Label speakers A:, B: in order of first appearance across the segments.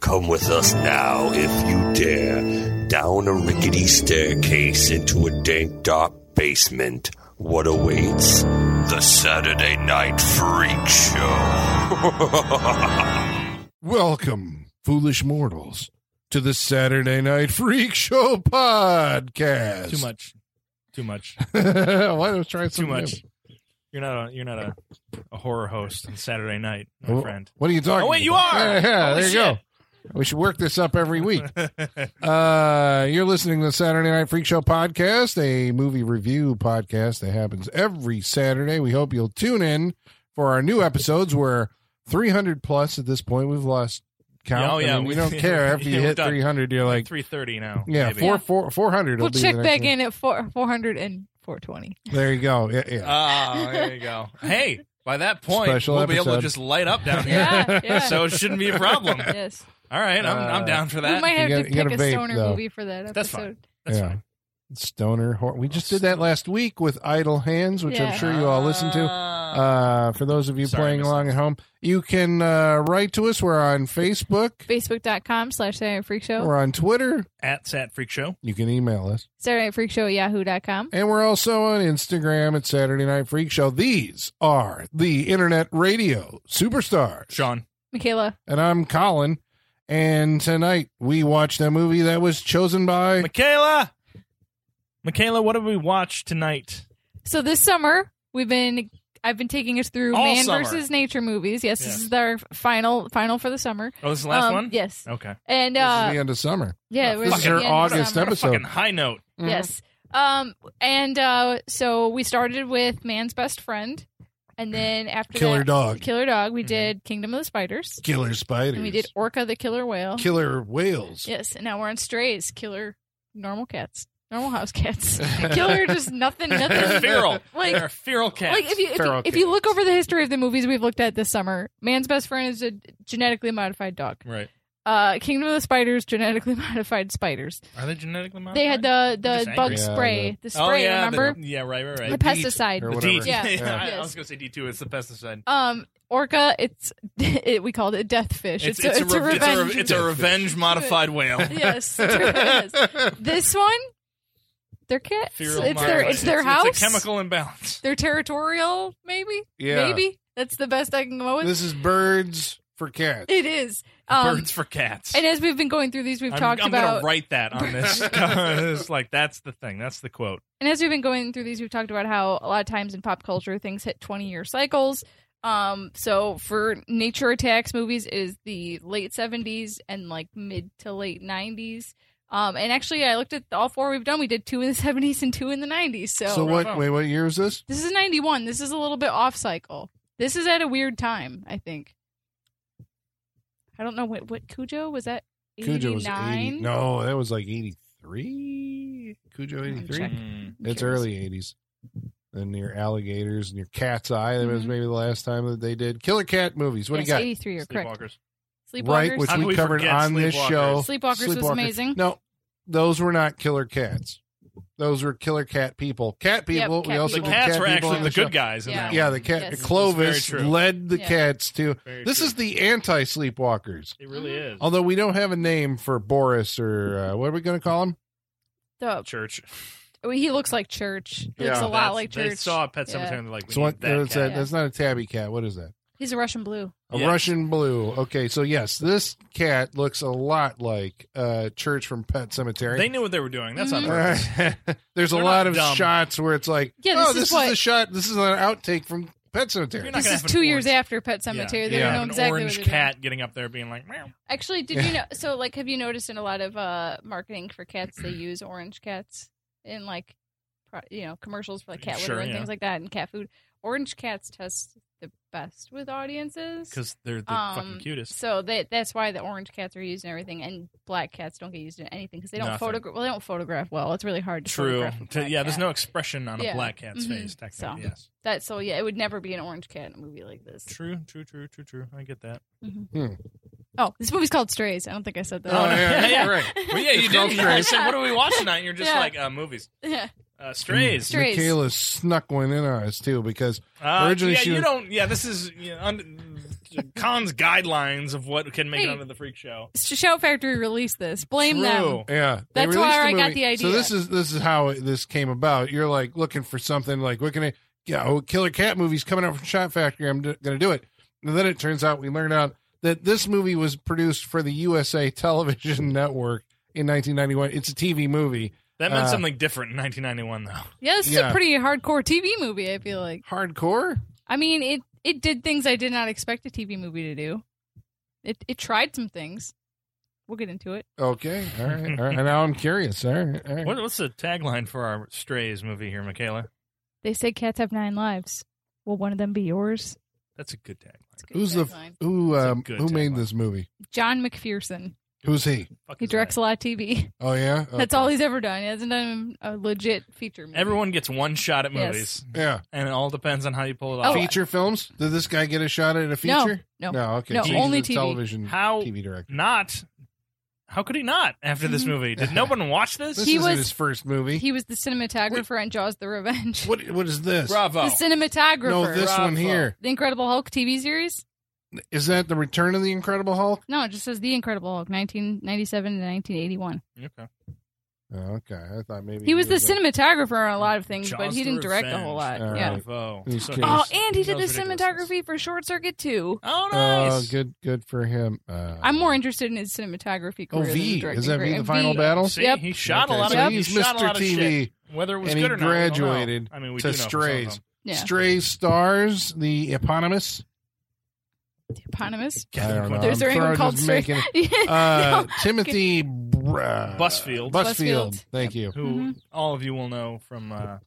A: Come with us now, if you dare, down a rickety staircase into a dank, dark basement. What awaits? The Saturday Night Freak Show.
B: Welcome, foolish mortals, to the Saturday Night Freak Show podcast.
C: Too much. Too much.
B: Why don't try
C: Too
B: something
C: much.
B: new?
C: You're not a you're not a, a horror host on Saturday night, my
B: Wh-
C: friend.
B: What are you talking?
C: Oh, wait, you
B: about?
C: are!
B: Yeah, yeah,
C: Holy
B: there you
C: shit.
B: go. We should work this up every week. Uh, you're listening to the Saturday Night Freak Show podcast, a movie review podcast that happens every Saturday. We hope you'll tune in for our new episodes. We're 300 plus at this point. We've lost count.
C: Oh,
B: I
C: yeah,
B: mean, we
C: we-
B: don't care after
C: yeah,
B: you
C: we're
B: hit
C: done.
B: 300. You're like,
C: Three thirty now.
B: yeah,
C: maybe.
B: four, four, 400.
D: We'll
B: will be the
D: check
B: next
D: back
B: one.
D: in at four, 400 and 420.
B: There you go. Yeah, yeah.
C: Oh, there you go. Hey, by that point,
B: Special
C: we'll be able
B: episode.
C: to just light up down here,
D: Yeah, yeah.
C: so it shouldn't be a problem.
D: yes.
C: All right, I'm I'm
B: Uh,
C: down for
D: We
C: that.
D: might have
B: You
D: to
B: gotta- you
D: pick a
B: gotta vape,
D: stoner
B: though.
D: movie for that episode.
C: That's fine. That's
B: Yeah.
C: fine.
B: Stoner horror. We just did that last week with Idle Hands, which I'm
D: Yeah.
B: sure you all listened to.
D: Ah.
B: Uh, for those of you
C: Sorry, I
B: playing
C: missed
B: along
C: that.
B: at home, you can uh, write to us. We're on Facebook.
D: Facebook.com slash Saturday Night Freak Show.
B: We're on Twitter.
C: At Sat Freak Show.
B: You can email us.
D: Saturday Night Freak Show at yahoo.com.
B: And we're also on Instagram at Saturday Night Freak Show. These are the internet radio superstars.
C: Sean.
D: Michaela.
B: And I'm Colin. And tonight we watched a movie that was chosen by.
C: Michaela. Michaela, what did we watch tonight?
D: So this summer, we've been. I've been taking us through
C: All
D: man
C: summer.
D: versus nature movies. Yes, this
C: Yes.
D: is our final final for the summer.
C: Oh, this is the last
D: Um,
C: one?
D: Yes,
C: Okay.
D: and
B: this is the
D: uh,
B: end of summer.
D: yeah,
C: Oh,
D: we're
C: this
D: at
C: is
D: the
C: our
D: end of
B: August
D: summer.
B: episode.
C: Fucking high note.
B: Mhm.
D: Yes. Um, and uh, so we started with Man's Best Friend, and then after
B: Killer
D: that,
B: Dog.
D: Killer Dog, we
C: Mhm.
D: did Kingdom of the Spiders,
B: Killer Spiders.
D: and we did Orca the Killer Whale.
B: Killer Whales.
D: yes, and now we're on Strays, Killer Normal Cats, Normal House Cats, Killer just nothing,
C: They're
D: nothing.
C: feral.
D: like,
C: They're feral cats.
D: like if you if,
B: Feral
D: you if you look
B: cats.
D: over the history of the movies we've looked at this summer, Man's Best Friend is a genetically modified dog.
C: right.
D: Uh, Kingdom of the Spiders, genetically modified spiders.
C: Are they genetically modified?
D: They had the
C: I'm just
D: the
C: angry.
D: bug
B: Yeah,
D: spray, the, spray.
C: the-
D: remember?
C: Oh, yeah, right, right,
D: The,
C: right.
D: pesticide.
B: Or
C: The
B: whatever.
C: D.
D: Yeah.
B: Yeah.
C: I- I
D: Yes.
C: was gonna say D two. It's the pesticide.
D: Um, orca. It's it, we called it Death Fish. It's, a, it's a
C: re-
D: revenge.
C: It's a, re- it's a revenge modified whale.
D: yes, it is. this one. They're cats.
C: Feral
D: it's their
C: modified.
D: it's their house.
C: It's a chemical imbalance.
D: They're territorial. Maybe.
B: Yeah.
D: Maybe that's the best I can come up with.
B: This is birds for cats.
D: it is. Um,
C: Birds for cats.
D: and as we've been going through these, we've
C: I'm,
D: talked
C: I'm
D: about.
C: gonna write that on this. It's like that's the thing. That's the quote.
D: and as we've been going through these, we've talked about how a lot of times in pop culture things hit twenty year cycles. Um, so for nature attacks movies is the late seventies and like mid to late nineties. Um, and actually, I looked at all four we've done. We did two in the seventies and two in the nineties. So,
B: So what? Wait, what year is this?
D: this is ninety one. This is a little bit off cycle. This is at a weird time, I think. I don't know what what Cujo was that.
B: Cujo was 80.
D: 89?
B: No, that was like 83. Cujo 83.
D: check.
C: Mm.
D: I'm
B: It's
D: curious.
B: early 80s. And your alligators and your cat's eye. That was
D: Mhm.
B: maybe the last time that they did killer cat movies. What
D: yes,
B: do you got?
D: Eighty three. You're correct.
C: Sleepwalkers.
D: Sleepwalkers.
B: Right, which
C: How can
B: we
C: we
B: covered
C: forget
B: on this
C: Sleepwalkers?
B: show.
D: Sleepwalkers was amazing.
B: No, those were not killer cats. Those were killer cat people. Cat
D: Yep,
B: people. we
D: cat
B: also
C: The
D: people.
B: did
C: cats
B: cat
C: were
B: people
C: actually
B: on
C: the
B: show.
C: good guys in
D: Yeah.
C: that.
B: Yeah, the cat
D: Yes.
B: Clovis
C: Very true.
B: led the
D: Yeah.
B: cats to.
C: Very
B: This
C: true.
B: is the anti-sleepwalkers.
C: It really is.
B: Although we don't have a name for Boris or uh, what are we going to call him?
D: The-
C: Church.
D: well, he looks like Church. He looks
B: Yeah.
D: a lot like
C: They
D: Church.
C: saw a pet
D: Yeah.
C: cemetery and they're like, we
B: So what,
C: need that
B: that's,
C: cat.
B: a, that's not a tabby cat. What is that?
D: He's a Russian blue.
B: A
C: Yes.
B: Russian blue. Okay, so yes, this cat looks a lot like uh, Church from Pet Cemetery.
C: They knew what they were doing. That's on
B: Mm-hmm.
D: Mhm.
C: purpose.
B: There's a
C: They're
B: lot
C: not
B: of
C: dumb.
B: shots where it's like,
D: Yeah,
B: oh,
D: this is
B: this is,
D: what-
B: the shot. This is an outtake from Pet Cemetery.
C: You're not
D: This
C: gonna
D: is
C: have an
D: two years
C: orange-
D: after Pet Cemetery. They
B: Yeah.
D: don't know
C: An
D: exactly
C: orange
D: what they're
C: cat getting up there being like, meow.
D: doing. Actually, did you know? So, like, have you noticed in a lot of uh, marketing for cats, they use orange cats in like, pro- you know, commercials for like cat litter
C: Sure,
D: and
C: yeah.
D: things like that, and cat food. Orange cats test the best with audiences.
C: because they're the
D: Um,
C: fucking cutest.
D: So that that's why the orange cats are used in everything, and black cats don't get used in anything because they don't
C: Nothing.
D: photograph. Well, they don't photograph well. It's really hard to
C: True.
D: photograph a
C: To-
D: black
C: yeah, there's
D: cat.
C: no expression on a
D: Yeah.
C: black cat's
D: Mhm.
C: face. Technically,
D: So.
C: yes.
D: that. So yeah, it would never be an orange cat in a movie like this.
C: True, true, true, true, true. I get that.
D: Oh, this movie's called Strays. I don't think I said that.
C: Oh,
B: Oh, yeah,
C: Yeah.
B: you're right.
C: Well, yeah, you
B: It's
C: did.
B: called
C: I
B: Strays.
C: said, what are we watching tonight? And you're just
D: Yeah.
C: like, uh, movies.
D: yeah.
C: Uh, strays.
D: Strays.
B: Michaela snuck one in on us too because
C: Uh,
B: Originally
C: yeah,
B: she
C: you
B: was-
C: don't. Yeah, this is. Yeah, un- Colin's guidelines of what can make
D: Hey.
C: it onto the freak show.
D: Shout Factory released this. Blame them.
C: True.
B: Yeah, they
D: That's
B: released
D: where I got
B: movie.
D: the
B: So
D: idea.
B: this is this is how it- this came about. You're like looking for something like what can I? Yeah, oh, Killer Cat movie's coming out from Shot Factory. I'm d- gonna do it. And then it turns out we learned out that this movie was produced for the USA Television Network in 1991. It's a TV movie,
C: That meant
B: Uh,
C: something different in 1991, though.
D: Yeah, this is
B: Yeah.
D: a pretty hardcore TV movie, I feel like.
B: hardcore.
D: I mean, it it did things I did not expect a TV movie to do. It it tried some things. We'll get into it.
B: Okay, all right, all right. Now I'm curious. All right, all right.
C: What, what's the tagline for our Strays movie here, Michaela?
D: They say cats have nine lives. Will one of them be yours?
C: That's a good tagline.
D: That's a good
B: Who's the
D: tagline.
B: who?
C: It's a
B: Um,
C: good
B: who made
C: tagline.
B: this movie?
D: John McPherson?
B: Who's he?
C: Fuck
D: He
C: is
D: directs
C: that?
D: a lot of TV.
B: Oh yeah,
D: That's
B: Okay.
D: all he's ever done. He hasn't done a legit feature movie.
C: Everyone gets one shot at
D: Yes.
C: movies,
B: Yeah,
C: and it all depends on how you pull it
D: Oh,
C: off.
B: feature films. Did this guy get a shot at a
D: No,
B: feature?
D: no.
B: okay.
D: No,
B: So he's
D: only
B: a
D: TV.
B: television
C: How
B: TV director.
C: not? How could he not after this
D: Mhm.
C: movie? Did no one watch this?
B: This
D: He
B: isn't
D: was-
B: his first movie.
D: He was the cinematographer on Jaws: The Revenge.
B: what what is this?
C: Bravo.
D: The cinematographer.
B: no, this
C: Bravo.
B: one here.
D: The Incredible Hulk TV series?
B: Is that the Return of the Incredible Hulk?
D: No, it just says The Incredible Hulk, 1997 to 1981.
C: Okay.
B: Oh, okay, I thought maybe
D: He was the
B: cinema.
D: cinematographer on a lot of things, but
C: Jaws
D: he
C: the
D: didn't direct a whole lot.
C: Revenge.
B: All
D: yeah.
B: right.
C: Bravo.
B: Who's
C: So-
B: kidding?
D: Oh, and he did the
C: That was ridiculous.
D: cinematography for Short Circuit too.
C: Oh,
B: Oh,
C: nice.
B: good, good for him. Uh,
D: I'm more interested in his cinematography
B: Oh,
D: career.
B: V
D: than
B: is that V
D: directing
B: the
D: career.
B: final
D: And V-
B: battle?
C: See,
D: Yep.
C: he shot
B: Okay,
C: a lot
B: so
C: of.
B: he's
C: he shot a
B: Mr.
C: lot of
B: TV.
C: shit. Whether it was
B: and he
C: good or not, we don't know.
B: graduated
C: I mean, we
B: to
C: do know for some of
B: Strays.
C: them.
D: Yeah.
B: Stray stars the eponymous.
D: Eponymous.
B: I don't know.
D: There's
B: I'm
D: anyone
B: throwing-
D: called
B: just
D: Stray-
B: making it-
D: Yeah.
B: Uh,
D: No.
B: Timothy Br- uh, Busfield.
C: Busfield.
D: Busfield.
B: Thank you.
C: who
D: Mm-hmm.
C: all of you will know from uh,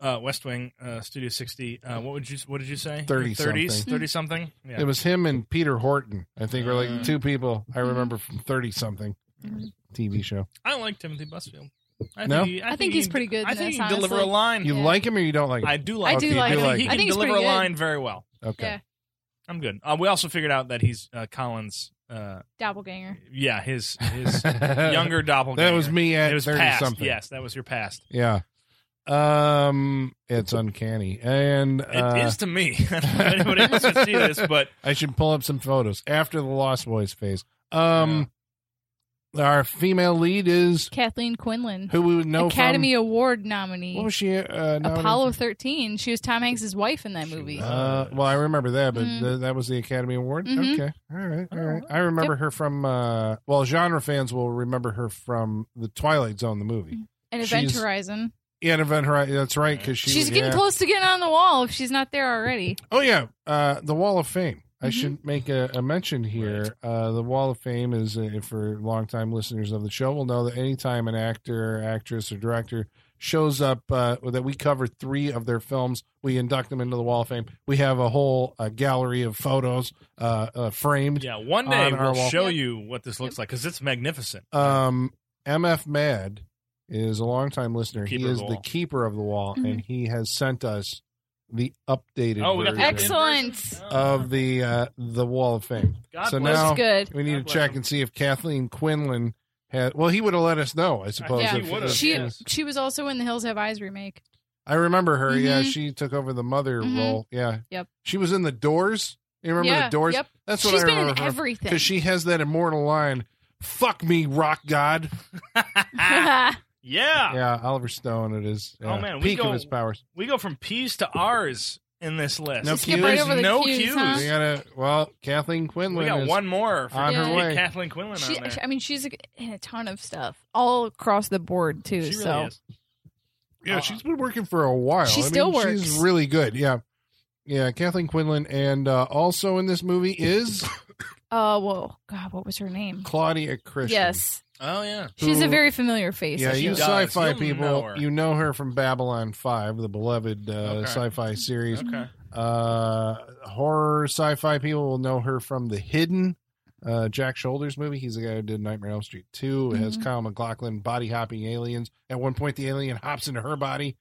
C: uh, West Wing uh, Studio 60. Uh, what would you What did you say?
B: 30
C: 30s,
B: something.
C: 30 something. Yeah.
D: Mm-hmm.
B: It was him and Peter Horton. I think were like
C: Mm.
B: two people
D: Mm-hmm.
B: I remember from thirty something
D: Mhm.
B: TV show.
C: I like Timothy Busfield. I
B: No?
C: he,
D: I think he's
C: he-
D: pretty good
C: I
D: in
C: think
D: this,
C: he can deliver a
D: honestly.
C: line.
B: You
D: Yeah.
B: like him or you don't like him?
C: I do like.
D: I do
C: him.
B: like
C: I
B: him.
C: think he
B: I
C: can
D: think he's
C: deliver
D: pretty
C: a
D: good.
C: line very well.
B: okay.
D: Yeah.
C: I'm good. Uh, we also figured out that he's uh, Collins. Uh,
D: Doppelganger.
C: yeah, his his younger doppelganger.
B: That was me at
C: It was
B: thirty
C: past.
B: something.
C: Yes, that was your past.
B: Yeah. Um, it's uncanny, and
C: It is
B: uh,
C: to me. I don't know if anybody else would see this, but
B: I should pull up some photos after the Lost Boys phase. Um, our female lead is
D: Kathleen Quinlan,
B: who we would know
D: Academy Award nominee.
B: From, what was she? Uh, nominated
D: Apollo 13. She was Tom Hanks' wife in that
C: She
D: movie.
B: for? Uh, well, I remember that, but
D: Mm.
B: th- that was the Academy Award.
D: Mhm.
B: Okay, all right, all right.
C: Alright.
B: I remember her from. Uh, well, genre fans will remember her from the Twilight Zone, the movie.
D: and Event
B: she's-
D: Horizon.
B: Yeah, and Event Horizon. That's right, because she
D: she's
B: was-
D: getting
B: yeah.
D: close to getting on the wall if she's not there already.
B: Oh yeah, uh, the Wall of Fame. I
D: Mhm.
B: should make a, a mention here. Uh, the Wall of Fame is, uh, for longtime listeners of the show, will know that anytime an actor, actress, or director shows up uh, that we cover three of their films, we induct them into the Wall of Fame. We have a whole uh, gallery of photos uh, uh, framed.
C: yeah, one
B: On
C: day
B: our
C: we'll
B: wall.
C: show you what this looks like because it's magnificent.
B: Um, MF Mad is a longtime listener. he
C: Keeper of
B: is
C: the
B: the
C: Wall.
B: keeper of the wall, and
D: Mm-hmm.
B: he has sent us the updated
C: Oh, we got the
B: version
D: Excellent.
C: version?
B: of the uh, the Wall of Fame.
C: God
B: so
C: bless
B: now-
D: That's good.
B: We need
C: God
B: to
C: bless
B: check
C: him.
B: and see if Kathleen Quinlan had. Well, he would have let us know, I suppose.
D: Yeah.
B: if-
D: He
C: would've,
B: if-
D: She
C: yes.
D: she was also in the Hills Have Eyes remake.
B: I remember her. Yeah,
D: Mhm.
B: she took over the mother
D: Mhm.
B: role. Yeah.
D: Yep.
B: She was in the Doors. You remember
D: yeah,
B: the Doors?
D: Yep.
B: That's what
D: She's
B: I
D: been
B: remember
D: in everything.
B: because she has that immortal line. Fuck me, rock god.
C: yeah.
B: Yeah, Oliver Stone. It is.
C: Oh,
B: yeah.
C: man, we
B: peak
C: go-
B: of his powers.
C: We go from P's to R's in this list.
B: No
D: Just skip
B: cues?
D: right over the
C: no
D: cues,
C: cues.
D: huh?
B: We gotta. Well, Kathleen Quinlan.
C: We got
B: is-
C: one more for
B: on
D: her
C: Kate
B: way.
C: Kathleen Quinlan
D: She,
C: on there.
D: I mean, she's in a ton of stuff all across the board too.
C: She really
D: so
C: is.
B: Yeah,
C: Uh,
B: she's been working for a while.
D: She
B: I mean,
D: still works.
B: She's really good. Yeah, yeah. Kathleen Quinlan, and uh, also in this movie is
D: uh, whoa, God, what was her name?
B: Claudia Christian.
D: Yes,
C: Oh yeah.
D: she's a
B: Who-
D: very familiar face.
B: Yeah,
D: I
B: you
D: feel
C: does.
D: like.
B: sci-fi
C: You'll
B: people,
C: know her.
B: you know her from Babylon Five, the beloved uh,
C: Okay.
B: sci-fi series.
C: Okay.
B: Uh, horror sci-fi people will know her from The Hidden, uh, Jack Shoulders movie. He's the guy who did Nightmare on Elm Street Two. It has
C: Mm-hmm.
D: Mhm.
B: Kyle MacLachlan body hopping aliens. At one point, the alien hops into her body.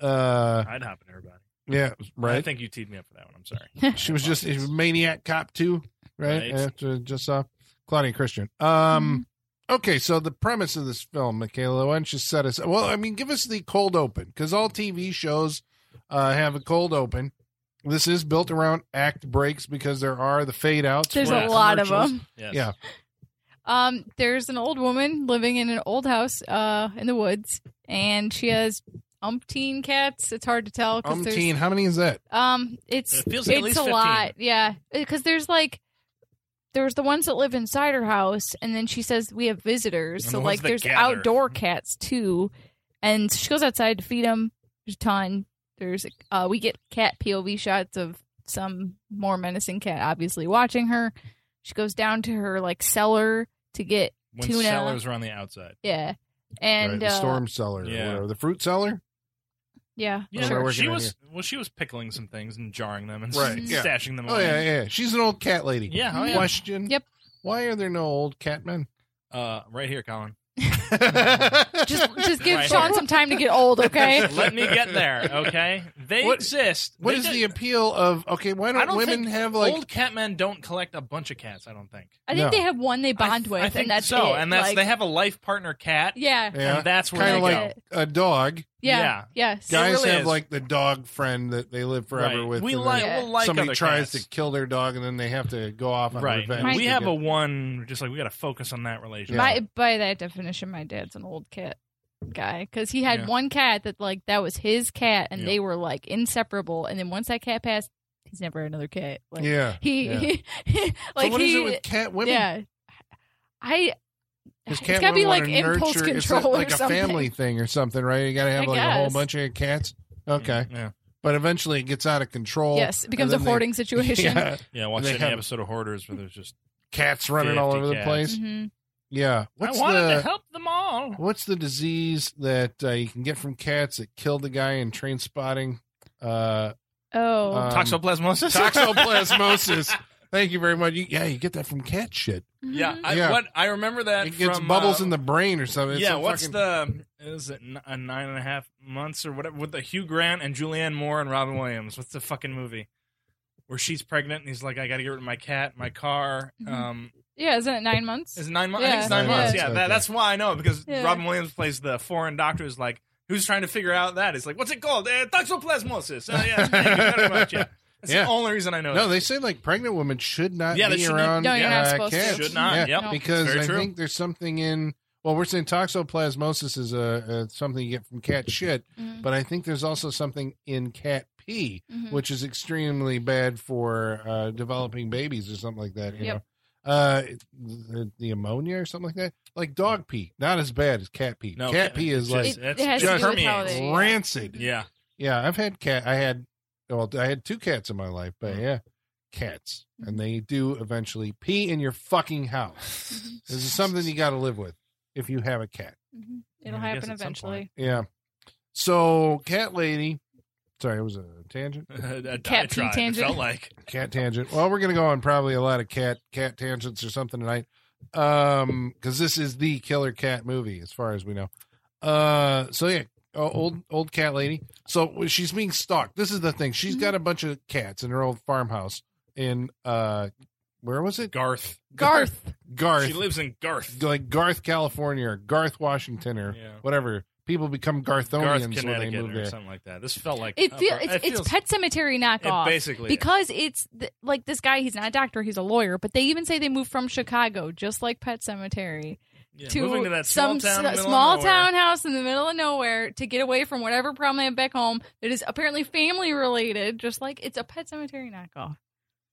B: Uh,
C: I'd hop in everybody.
B: yeah,
C: I
B: right.
C: think you teed me up for that one. I'm sorry.
B: She was just a maniac cop too, right?
C: Right.
B: After just saw Claudia Christian. Um,
D: Hmm.
B: okay, so the premise of this film, Michaela, why don't you set us? Well, I mean, give us the cold open because all TV shows uh, have a cold open. This is built around act breaks because there are the fade outs.
D: There's
C: Yes.
D: a lot of
B: commercials.
D: them.
C: Yes.
B: Yeah.
D: Um, there's an old woman living in an old house uh, in the woods, and she has umpteen cats. It's hard to tell. 'cause there's-
B: Umpteen. How many is that?
D: Um, it's
C: It feels like at
D: it's
C: least
D: a
C: 15.
D: lot, yeah. Because there's like there's the ones that live inside her house, and then she says we have visitors.
C: And
D: so
C: the ones
D: like
C: that
D: there's
C: gather.
D: outdoor cats too, and she goes outside to feed them. There's a ton. There's uh, we get cat POV shots of some more menacing cat obviously watching her. She goes down to her like cellar to get
C: When
D: Tuna.
C: sellers are on the outside.
D: yeah, and
B: Right, the
D: uh,
B: storm cellar,
C: yeah.
B: or whatever. the fruit cellar.
D: Yeah,
B: Yeah, Sure. we're
C: she
B: working on
C: was well. She was pickling some things and jarring them and
B: Right, yeah.
C: stashing them.
B: Oh
C: away.
B: yeah, yeah. She's an old cat lady.
C: Mm-hmm. Yeah, oh, yeah.
B: Question.
D: Yep.
B: Why are there no old cat men?
C: Uh, right here, Colin.
D: just just give
C: Right.
D: Sean some time to get old, okay?
C: Let me get there. Okay, they
B: What-
C: exist.
B: What
C: They
B: is
C: did-
B: the appeal of okay? Why don't,
C: I don't
B: women
C: think
B: have like
C: old catmen don't collect a bunch of cats? I don't think.
D: I think
B: No.
D: they have one they bond
C: I,
D: with,
C: I think
D: and that's
C: so.
D: it.
C: And that's
D: like,
C: they have a life partner cat.
D: yeah.
B: yeah,
C: And that's where
B: kind of
C: they
B: like a dog?
D: Yeah. Yes.
C: Yeah.
B: Guys
C: really
B: have
C: is.
B: like the dog friend that they live
C: go.
B: forever
C: Right.
B: with.
C: we
B: and
C: like,
B: then
D: Yeah.
C: we'll like
B: somebody
C: other
B: tries
C: cats.
B: to kill their dog, and then they have to go off on
C: Right.
B: revenge.
C: We
B: to
C: have
B: get-
C: a one. Just like we got to focus on that relationship.
D: By by that definition, my dad's an old cat guy because he had
C: Yeah.
D: one cat that like that was his cat, and
C: Yeah.
D: they were like inseparable. And then once that cat passed, he's never had another cat. Like
B: yeah.
D: he,
B: Yeah.
D: he,
B: So
D: like
B: what is
D: he,
B: it with cat women?
D: yeah. I.
B: Because
D: It's
B: cat
D: gotta be
B: women
D: like
B: wanna
D: impulse
B: nurture- it's
D: control
B: like
D: or
B: a
D: something.
B: family thing or something, right? You got to have
D: I
B: like a whole
D: guess.
B: bunch of cats. Okay,
C: Yeah.
B: but eventually it gets out of control.
D: Yes, it becomes a
B: and then they-
D: hoarding situation.
B: Yeah.
C: Yeah. Watch
B: They
C: any
B: have-
C: episode of Hoarders where there's just.
B: Cats running all
C: 50
B: over the
C: cats.
B: place.
D: Mhm.
B: Yeah. What's
C: I wanted to
B: the
C: help them all.
B: What's the disease that uh, you can get from cats that killed the guy in Train Spotting? Uh,
D: Oh,
B: Uh, um,
C: Toxoplasmosis.
B: toxoplasmosis. Thank you very much. You, yeah, you get that from cat shit.
C: Yeah,
D: Mm-hmm.
C: I,
B: Yeah.
C: What I remember that
B: It gets
C: from,
B: bubbles
C: uh,
B: in the brain or something. It's
C: yeah,
B: some
C: what's
B: fucking-
C: the is it n- a nine and a half months or whatever with the Hugh Grant and Julianne Moore and Robin Williams? What's the fucking movie where she's pregnant and he's like, I got to get rid of my cat, my car.
D: Mhm.
C: Um,
D: yeah. Isn't it nine months?
C: is it nine months? I think it's
D: Yeah.
C: nine
D: Nine
C: months.
D: months,
C: Yeah,
B: okay.
C: that, that's why I know it, because
D: Yeah.
C: Robin Williams plays the foreign doctor who's like, who's trying to figure out that it's like, what's it called? Uh, toxoplasmosis. Uh, yeah, thank you very much. Yeah, that's
B: Yeah.
C: the only reason I know.
B: No,
C: that.
B: they say like pregnant women should not
C: Yeah, they
B: be
C: shouldn't-
B: around
D: No, you're not
B: uh,
D: supposed to.
B: cats.
C: should not.
B: Yeah,
C: Yep.
D: No.
B: because
C: Very
B: I
C: true.
B: think there's something in. Well, we're saying toxoplasmosis is a, uh something you get from cat shit,
D: Mhm.
B: but I think there's also something in cat pee.
D: Mhm.
B: which is extremely bad for uh, developing babies or something like that. You
D: Yep.
B: know, uh, the, the ammonia or something like that. Like dog pee, not as bad as cat pee.
C: No,
B: cat
C: cat-
B: pee is
C: it's
B: like
D: it,
C: just-
D: it
C: that's
D: has to
B: just
D: do with how
C: permeates.
D: they,
B: rancid. Yeah.
C: Yeah,
B: I've had cat. I had well, I had two cats in my life, but
C: Mm-hmm.
B: yeah, cats, and they do eventually pee in your fucking house. this is something you got to live with if you have a cat.
D: Mhm.
C: I
D: It'll
C: guess
D: happen
C: at some
D: eventually.
B: Yeah. So, cat lady. Sorry, it was a tangent.
C: A
D: Cat pee
C: diatribe, It
D: tangent.
C: felt like
B: cat tangent. Well, we're gonna go on probably a lot of cat cat tangents or something tonight, um, because this is the killer cat movie as far as we know. Uh, so yeah, o- old old cat lady. So she's being stalked. This is the thing. She's got a bunch of cats in her old farmhouse in uh, where was it?
C: Garth.
D: Garth.
B: Garth,
C: She lives in Garth.
B: like Garth, California, or Garth, Washington, or
C: Yeah.
B: whatever. People become
C: Garth,
B: Garthonians when they
C: Connecticut,
B: move
C: or
B: there.
C: something like that. This felt like
D: It, feel,
C: upper-
D: it's,
C: it
D: it's
C: feels-
D: Pet Cemetery
C: it
D: knockoff.
C: basically
D: because it's th- like this guy, he's not a doctor, he's a lawyer, but they even say they moved from Chicago, just like Pet Cemetery,
C: is. Yeah,
D: to,
C: moving to that small
D: some
C: town,
D: s-
C: middle of
D: small
C: nowhere.
D: townhouse in the middle of nowhere to get away from whatever problem they have back home that is apparently family related, just like it's a Pet Cemetery knockoff.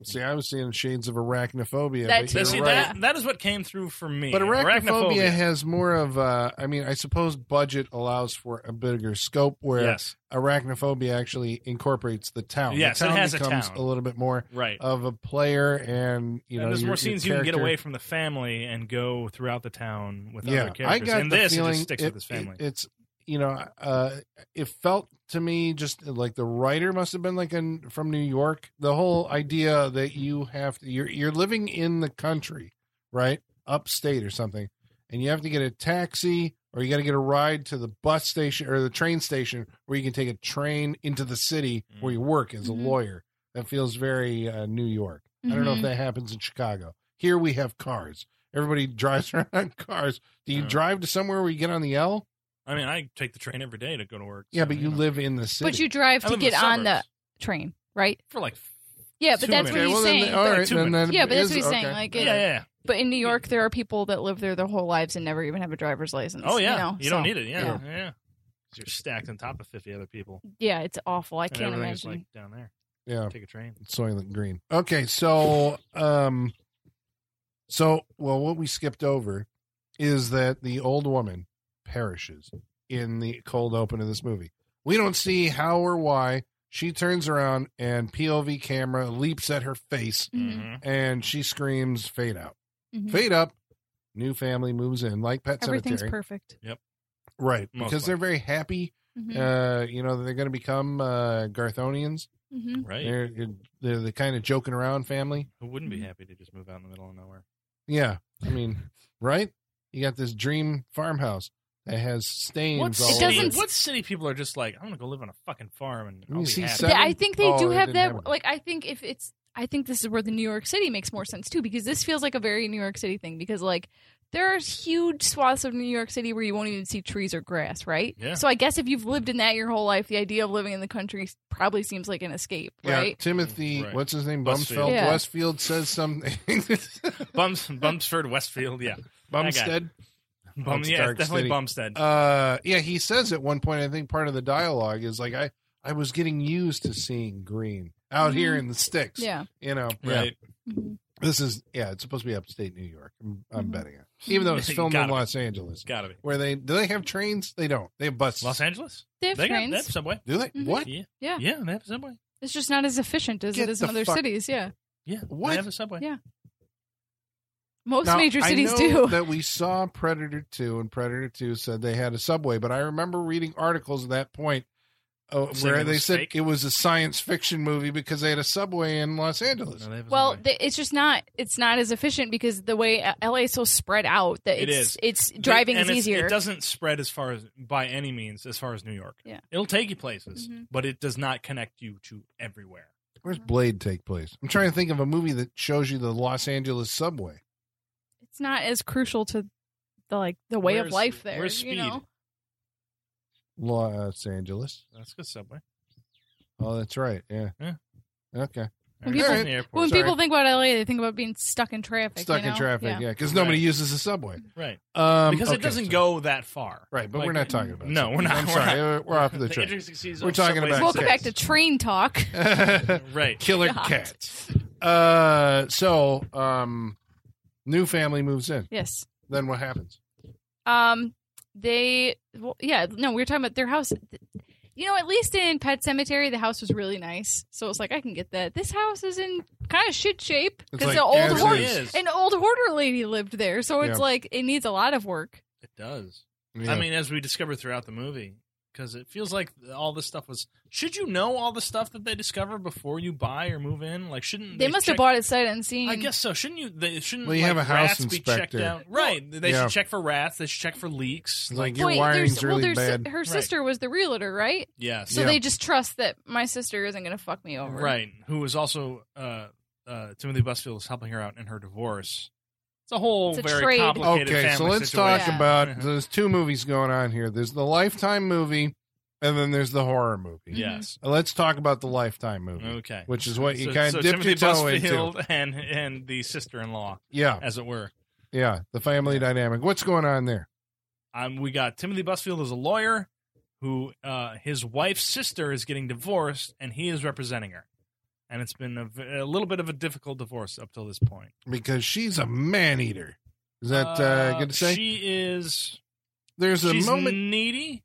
B: See, I was seeing shades of arachnophobia.
D: That
B: but
D: too.
B: you're
C: That- see,
B: right.
C: that, that is what came through for me.
B: But arachnophobia, has more of a, I mean, I suppose budget allows for a bigger scope where
C: yes,
B: arachnophobia actually incorporates the town.
C: Yes, it
B: the town
C: has a
B: becomes
C: town.
B: little bit more
C: right.
B: of a player and, uh, you know,
C: and there's
B: your-
C: more
B: your
C: scenes you can get
B: character-
C: away from the family and go throughout the town with
B: yeah,
C: other characters.
B: I got
C: and
B: the
C: this it
B: feeling
C: just sticks
B: it-
C: with his family.
B: it- it's, you know, uh, it felt to me just uh, like the writer must have been like in, from New York. The whole idea that you have to, you're, you're living in the country, right? Upstate or something, and you have to get a taxi or you got to get a ride to the bus station or the train station where you can take a train into the city where
C: Mm-hmm.
B: you work as a
D: Mhm.
B: lawyer. That feels very uh, New York. I don't know if
D: Mhm.
B: that happens in Chicago. Here we have cars. Everybody drives around on cars. Do you
C: Yeah.
B: drive to somewhere where you get on the L?
C: I mean, I take the train every day to go to work.
B: Yeah,
C: so,
B: but you
C: know.
B: live in the city.
D: But you drive
C: I
D: to
C: live in
D: get
C: the
D: on the
C: suburbs.
D: train, right?
C: for like
D: Yeah, but
C: Two
D: that's what
C: minutes.
D: he's
B: well,
D: saying.
B: Then, all
C: Like
B: right,
C: two
B: then
C: minutes.
B: that
D: yeah, but that's
B: is-
D: what he's saying.
B: okay.
D: Like,
C: yeah,
D: it-
C: yeah, yeah.
D: but in New York, there are people that live there their whole lives and never even have a driver's license.
C: Oh yeah, you,
D: you, know?
C: don't
D: So,
C: need it. Yeah, yeah.
D: yeah.
C: 'Cause You're stacked on top of fifty other people.
D: Yeah, it's awful. I
C: and
D: can't
C: everything's
D: imagine.
C: like down there.
B: yeah,
C: Take a train.
B: Soylent Green. Okay, so um, so well, what we skipped over is that the old woman perishes in the cold open of this movie. We don't see how or why she turns around and POV camera leaps at her face
D: Mhm,
C: Mhm.
B: and she screams fade out,
C: mm-hmm.
D: mhm.
B: fade up. New family moves in like Pet
D: Everything's
B: Cemetery,
D: perfect.
B: right?
C: Most
B: because they're very happy.
D: Mhm,
B: Uh, you know they're going to become uh, Garthonians.
D: mhm.
C: Right.
B: They're they're the kind of joking around family.
C: Who wouldn't
D: Mm-hmm.
C: be happy to just move out in the middle of nowhere?
B: Yeah. I mean, right? You got this dream farmhouse that has stains
C: What
B: all
D: It
C: city,
B: over.
D: doesn't-
C: what city people are just like, I'm gonna go live on a fucking farm and
B: You
C: I'll be
B: see
C: happy.
B: Seven?
D: Yeah, I think they
B: Oh,
D: do
B: they
D: have
B: didn't
D: that.
B: have one.
D: like, I think if it's, I think this is where the New York City makes more sense too, because this feels like a very New York City thing. Because like there are huge swaths of New York City where you won't even see trees or grass, right?
C: Yeah.
D: So I guess if you've lived in that your whole life, the idea of living in the country probably seems like an escape,
B: Yeah,
D: right?
B: Timothy,
C: Right.
B: what's his name?
C: Busfield.
B: Bumsfeld.
D: Yeah.
B: Westfield says something.
C: Bums, Bumsford, Westfield, yeah,
B: Bumstead.
C: Bum,
B: That's
C: yeah,
B: dark
C: it's definitely
B: city.
C: Bumstead.
B: Uh, yeah, he says at one point, I think part of the dialogue is like, I, I was getting used to seeing green out here
D: Mm-hmm.
B: in the sticks.
D: Yeah.
B: You know,
C: right?
D: Mhm.
B: This is, yeah, it's supposed to be upstate New York. I'm, I'm
D: Mhm.
B: betting it. Even though it's
C: Mm-hmm. You
B: filmed in
C: gotta be.
B: Los Angeles,
C: Gotta be
B: where they, do they have trains? They don't. They have buses.
C: Los Angeles.
D: They have
C: They got
D: trains.
C: they have subway.
B: do they?
D: Mhm.
B: What?
C: Yeah.
D: Yeah.
C: yeah, they have a subway.
D: It's just not as efficient as
B: Get
D: it is in
B: the
D: other
B: fuck-
D: cities. Yeah.
C: Yeah,
B: What?
C: they have a subway.
D: Yeah. Most
B: Now,
D: major
B: I
D: cities
B: know
D: do.
B: That we saw Predator 2 and Predator 2 said they had a subway, but I remember reading articles at that point uh,
C: Saying
B: where
C: it
B: they
C: was
B: said
C: fake?
B: it was a science fiction movie because they had a subway in Los
C: No,
B: Angeles.
C: they have a
D: Well,
C: subway.
D: th it's just not. It's not as efficient because the way uh, LA is so spread out that
C: It
D: it's
C: is.
D: it's driving
C: And
D: is
C: it's-
D: easier.
C: It doesn't spread as far as by any means as far as New York.
D: Yeah.
C: it'll take you places,
D: Mhm.
C: but it does not connect you to everywhere.
B: Where's Blade take place? I'm trying to think of a movie that shows you the Los Angeles subway.
D: it's not as crucial to the like the way of
C: Where's-
D: life there.
C: where's
D: You know?
C: speed?
B: Los Angeles.
C: That's good subway.
B: Oh, that's right. Yeah.
C: Yeah.
B: Okay.
D: When
C: Everything's
B: people-
C: in the airport.
D: When
B: Sorry.
D: people think about LA, they think about being stuck in traffic.
B: Stuck
D: you
B: in
D: know?
B: traffic. Yeah. Because nobody uses the subway.
C: right?
B: Um,
C: Because
B: okay,
C: it doesn't
B: so-
C: go that far.
B: Right. But
C: Like,
B: we're not talking about
C: No, we're not.
B: I'm
C: we're
B: sorry.
C: not.
B: We're, we're off of the track.
C: intricacies
B: We're
C: of
B: talking
C: subways
B: about
D: Welcome
B: Yes.
D: back to train talk.
C: right.
B: Killer
D: God.
B: cats. Uh, so um, new family moves in.
D: Yes.
B: Then what happens?
D: Um. They. Well, yeah. No, we were talking about their house. You know, at least in Pet Cemetery, the house was really nice. So it's like I can get that. This house is in kind of shit shape
B: It's
D: because
B: like
D: the
B: as
D: old
B: is.
D: hoarder,
B: It
D: an old hoarder lady lived there. So it's
B: Yeah.
D: like it needs a lot of work.
C: It does.
B: Yeah.
C: I mean, as we discover throughout the movie, because it feels like all this stuff was. Should you know all the stuff that they discover before you buy or move in? Like, shouldn't
D: They, must have
C: Mm, check-
D: bought it sight unseen.
C: I guess so. Shouldn't you? They shouldn't.
B: Well, you
C: like,
B: have a house
C: rats Be checked
B: inspector.
C: out? Right. They
B: Yeah.
C: should check for rats. They should check for leaks.
B: It's like your
D: Wait,
B: wiring's
D: there's- well,
B: really
D: there's-
B: bad.
D: Her sister was the realtor, right?
C: Yes.
D: So
B: Yeah.
D: they just trust that my sister isn't going to fuck me over.
C: Right. Who was also uh, uh, Timothy Busfield is helping her out in her divorce. It's a whole
D: It's a
C: very
D: trade.
C: complicated.
B: Okay, so
C: family
B: let's
C: situation.
B: talk
D: Yeah.
B: about
C: Uh-huh.
B: there's two movies going on here. There's the Lifetime movie, and then there's the horror movie.
C: Yes.
B: Let's talk about the Lifetime movie,
C: Okay.
B: which is what you
C: so,
B: kind
C: so
B: of dipped
C: Timothy
B: your toe
C: Busfield
B: into.
C: and and the sister-in-law,
B: Yeah,
C: as it were.
B: yeah, the family dynamic. What's going on there?
C: Um, we got Timothy Busfield as a lawyer, who uh, his wife's sister is getting divorced, and he is representing her. And it's been a, v- a little bit of a difficult divorce up till this point.
B: Because she's a man eater. Is that uh, good to say?
C: She is.
B: there's a
C: she's
B: moment.
C: needy.